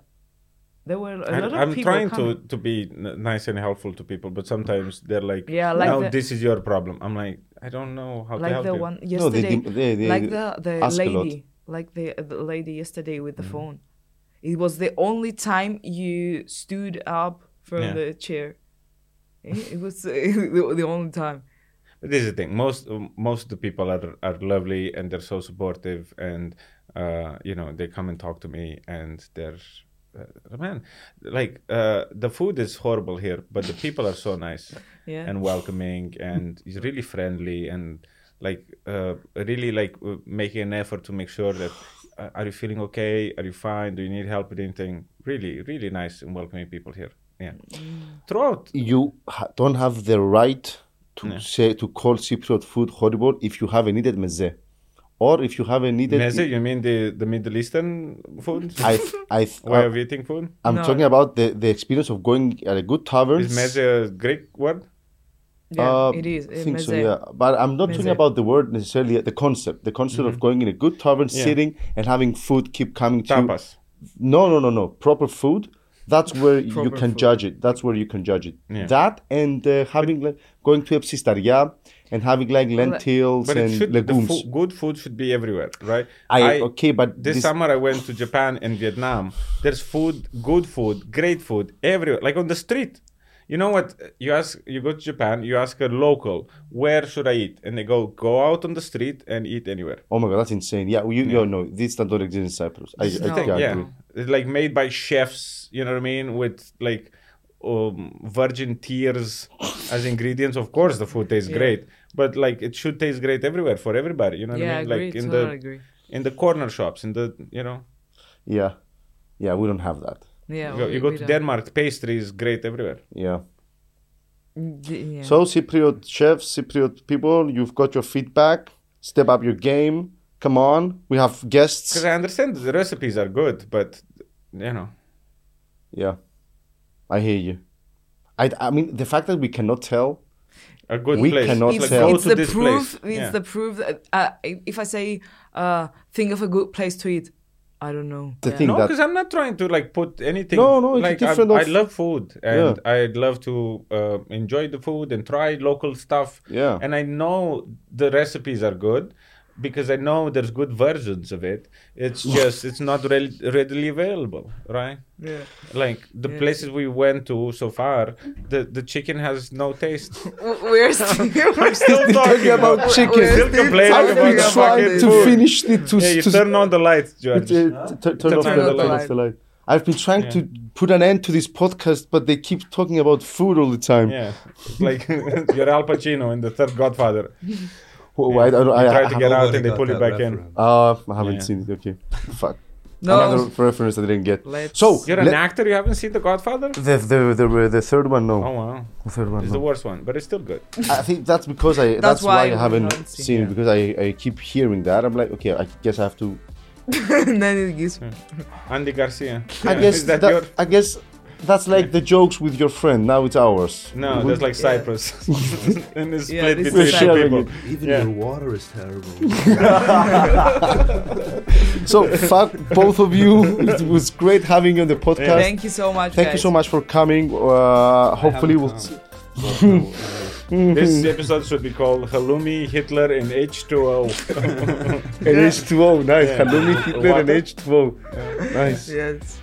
S1: There were a
S3: I,
S1: lot of
S3: I'm
S1: people.
S3: trying
S1: coming.
S3: to, to be n- nice and helpful to people, but sometimes they're like,
S1: Yeah, like
S3: now
S1: the-
S3: this is your problem. I'm like, I don't know how to
S1: like
S3: help
S1: the
S3: you.
S1: one
S2: No, they
S1: yesterday
S2: dem- they- they
S1: like the the
S2: ask a lot.
S1: lady like the, the lady yesterday with the
S3: Mm.
S1: phone it was the only time you stood up from
S3: Yeah.
S1: the chair Eh, it was uh, the the only time
S3: But this is the thing. Most um, most of the people are are lovely and they're so supportive and uh, you know they come and talk to me and they're uh, man, like uh, the food is horrible here, but the people are so nice
S1: Yeah.
S3: and welcoming and is really friendly and like uh, really like uh, making an effort to make sure that uh, are you feeling okay? Are you fine? Do you need help with anything? Really, really nice and welcoming people here. Yeah, throughout.
S2: you ha- don't have the right to
S3: Ναι.
S2: say to call Cypriot food horrible if you haven't eaten meze, or if you haven't eaten.
S3: Meze, you mean the, the Middle Eastern food?
S2: I, I,
S3: Way of eating food?
S2: I'm
S1: No.
S2: talking about the, the experience of going at a good tavern.
S3: Is meze a Greek word?
S1: Yeah,
S2: Uh,
S1: it is.
S2: I
S1: It
S2: think so,
S1: meze.
S2: yeah. But I'm not talking
S1: Meze. Mm-hmm.
S2: about the word necessarily, the concept. The concept of going in a good tavern,
S3: Yeah.
S2: sitting and having food keep coming to you.
S3: Tapas.
S2: No, no, no, no. Proper food. That's where you
S1: Proper
S2: can
S1: food.
S2: judge it. That's where you can judge it.
S3: Yeah.
S2: That and uh, having like going to Epsistaria and having like lentils
S3: But it
S2: and
S3: should, the
S2: legumes.
S3: fo- good food should be everywhere, right?
S2: I- okay, but
S3: this,
S2: this-
S3: summer I went to Japan and Vietnam. There's food, good food, great food everywhere, like on the street. You know what? You ask, you go to Japan, you ask a local, where should I eat? And they go, go out on the street and eat anywhere.
S2: Oh my god, that's insane. Yeah, you, you know, this does not exist in Cyprus. I, I,
S1: No.
S2: I
S1: Yeah.
S2: agree.
S3: It's like made by chefs, you know what I mean, with like um, virgin tears as ingredients. Of course, the food tastes
S1: Yeah.
S3: great, but like it should taste great everywhere for everybody. You know what
S1: Yeah,
S3: I
S1: I
S3: mean?
S1: agree.
S3: like in
S1: totally
S3: the
S1: agree.
S3: in the corner shops, in the you know,
S2: Yeah. Yeah, we don't have that.
S1: Yeah.
S3: you go,
S1: we-
S3: you go
S1: we
S3: to
S1: don't-
S3: Denmark, pastry is great everywhere.
S2: Yeah.
S1: D- Mm, yeah.
S2: So, Cypriot chefs, Cypriot people, you've got your feedback. Step up your game. Come on. We have guests.
S3: Because I understand the recipes are good, but you know,
S2: Yeah. I hear you. I, I mean, the fact that we cannot tell.
S3: a good
S2: We
S3: place.
S2: cannot
S3: like,
S1: it's,
S2: tell.
S3: go
S1: it's
S3: to
S1: the
S3: this
S1: proof.
S3: place.
S1: It's
S3: yeah.
S1: the proof. That, uh, if I say, uh, think of a good place to eat, I don't know.
S2: The
S1: Yeah.
S2: thing-
S3: No,
S2: that-
S3: because I'm not trying to like put anything.
S2: No, no, it's
S3: like,
S2: different
S3: I,
S2: of-
S3: I love food and I'd love to uh, enjoy the food and try local stuff.
S2: Yeah.
S3: And I know the recipes are good because I know there's good versions of it. It's just it's not re- readily available, right?
S1: Yeah.
S3: Like the places we went to so far, the the chicken has no taste.
S1: W- We're still. we're still
S3: Still talking
S2: about chicken.
S1: We're
S3: Still
S1: still
S3: complaining
S1: talking
S3: about
S2: I
S3: the
S1: about
S2: tried
S3: fucking
S1: it.
S2: to
S3: food.
S2: finish it to.
S3: Yeah, you
S2: to-
S3: turn on the lights,
S2: uh,
S3: George.
S2: t- t- Turn off
S3: Turn
S2: the
S3: off the
S2: light.
S1: light.
S2: the light. I've been trying to put an end to this podcast, but they keep talking about food all the time.
S3: Yeah, it's like you're Al Pacino in the third Godfather.
S2: Oh, I, don't- I-
S3: You
S2: I
S3: try to
S2: haven't-
S3: get out
S6: Nobody
S3: and they
S6: got
S3: pull you
S6: that
S3: back in.
S6: reference.
S2: Uh, I haven't
S3: Yeah.
S2: seen it. Okay, fuck.
S1: No.
S2: Another reference I didn't get.
S1: Let's-
S2: so
S3: You're an
S2: let-
S3: actor. You haven't seen The Godfather?
S2: the, the, the the third one, no,
S3: Oh wow,
S2: the third one.
S3: it's
S2: no.
S3: the worst one, but it's still good.
S2: I think that's because I. That's, why,
S1: why
S2: I
S1: we
S2: haven't
S1: haven't seen
S2: seen it
S3: it.
S2: because I, I keep hearing that. I'm like, okay, I guess I have to.
S1: and then it gives.
S3: Andy Garcia.
S2: I
S3: Yeah,
S2: guess
S3: is that,
S2: that.
S3: your?
S2: I guess that's like the jokes with your friend. Now it's ours.
S3: No,
S2: We-
S3: that's like Cyprus, and it's
S1: Yeah,
S3: split
S1: this is
S2: Cyprus.
S3: between two
S2: We're
S3: people.
S2: sharing
S6: Even
S3: Yeah.
S6: your water is terrible.
S2: so. Fuck both of you. It was great having you on the podcast.
S1: Thank you so much.
S2: Thank you
S1: guys.
S2: so much for coming. Uh, hopefully we'll.
S6: come.
S3: This episode should be called "Halloumi, Hitler, and H2O."
S2: And H2O, nice.
S3: Yeah.
S2: Halloumi, Hitler, and
S3: Water.
S2: H2O. Nice.
S1: Yes.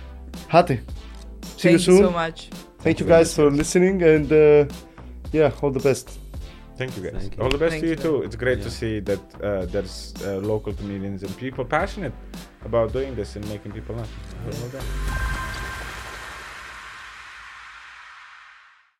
S2: Hate. See you
S1: Thank
S2: soon.
S1: you so much.
S2: Thank you guys for listening and uh, yeah, all the best.
S3: Thank you guys.
S6: Thank you.
S3: All the best
S1: Thank
S3: to you
S1: you.
S3: too. It's great to see that uh, there's uh, local comedians and people passionate about doing this and making people laugh. So well done.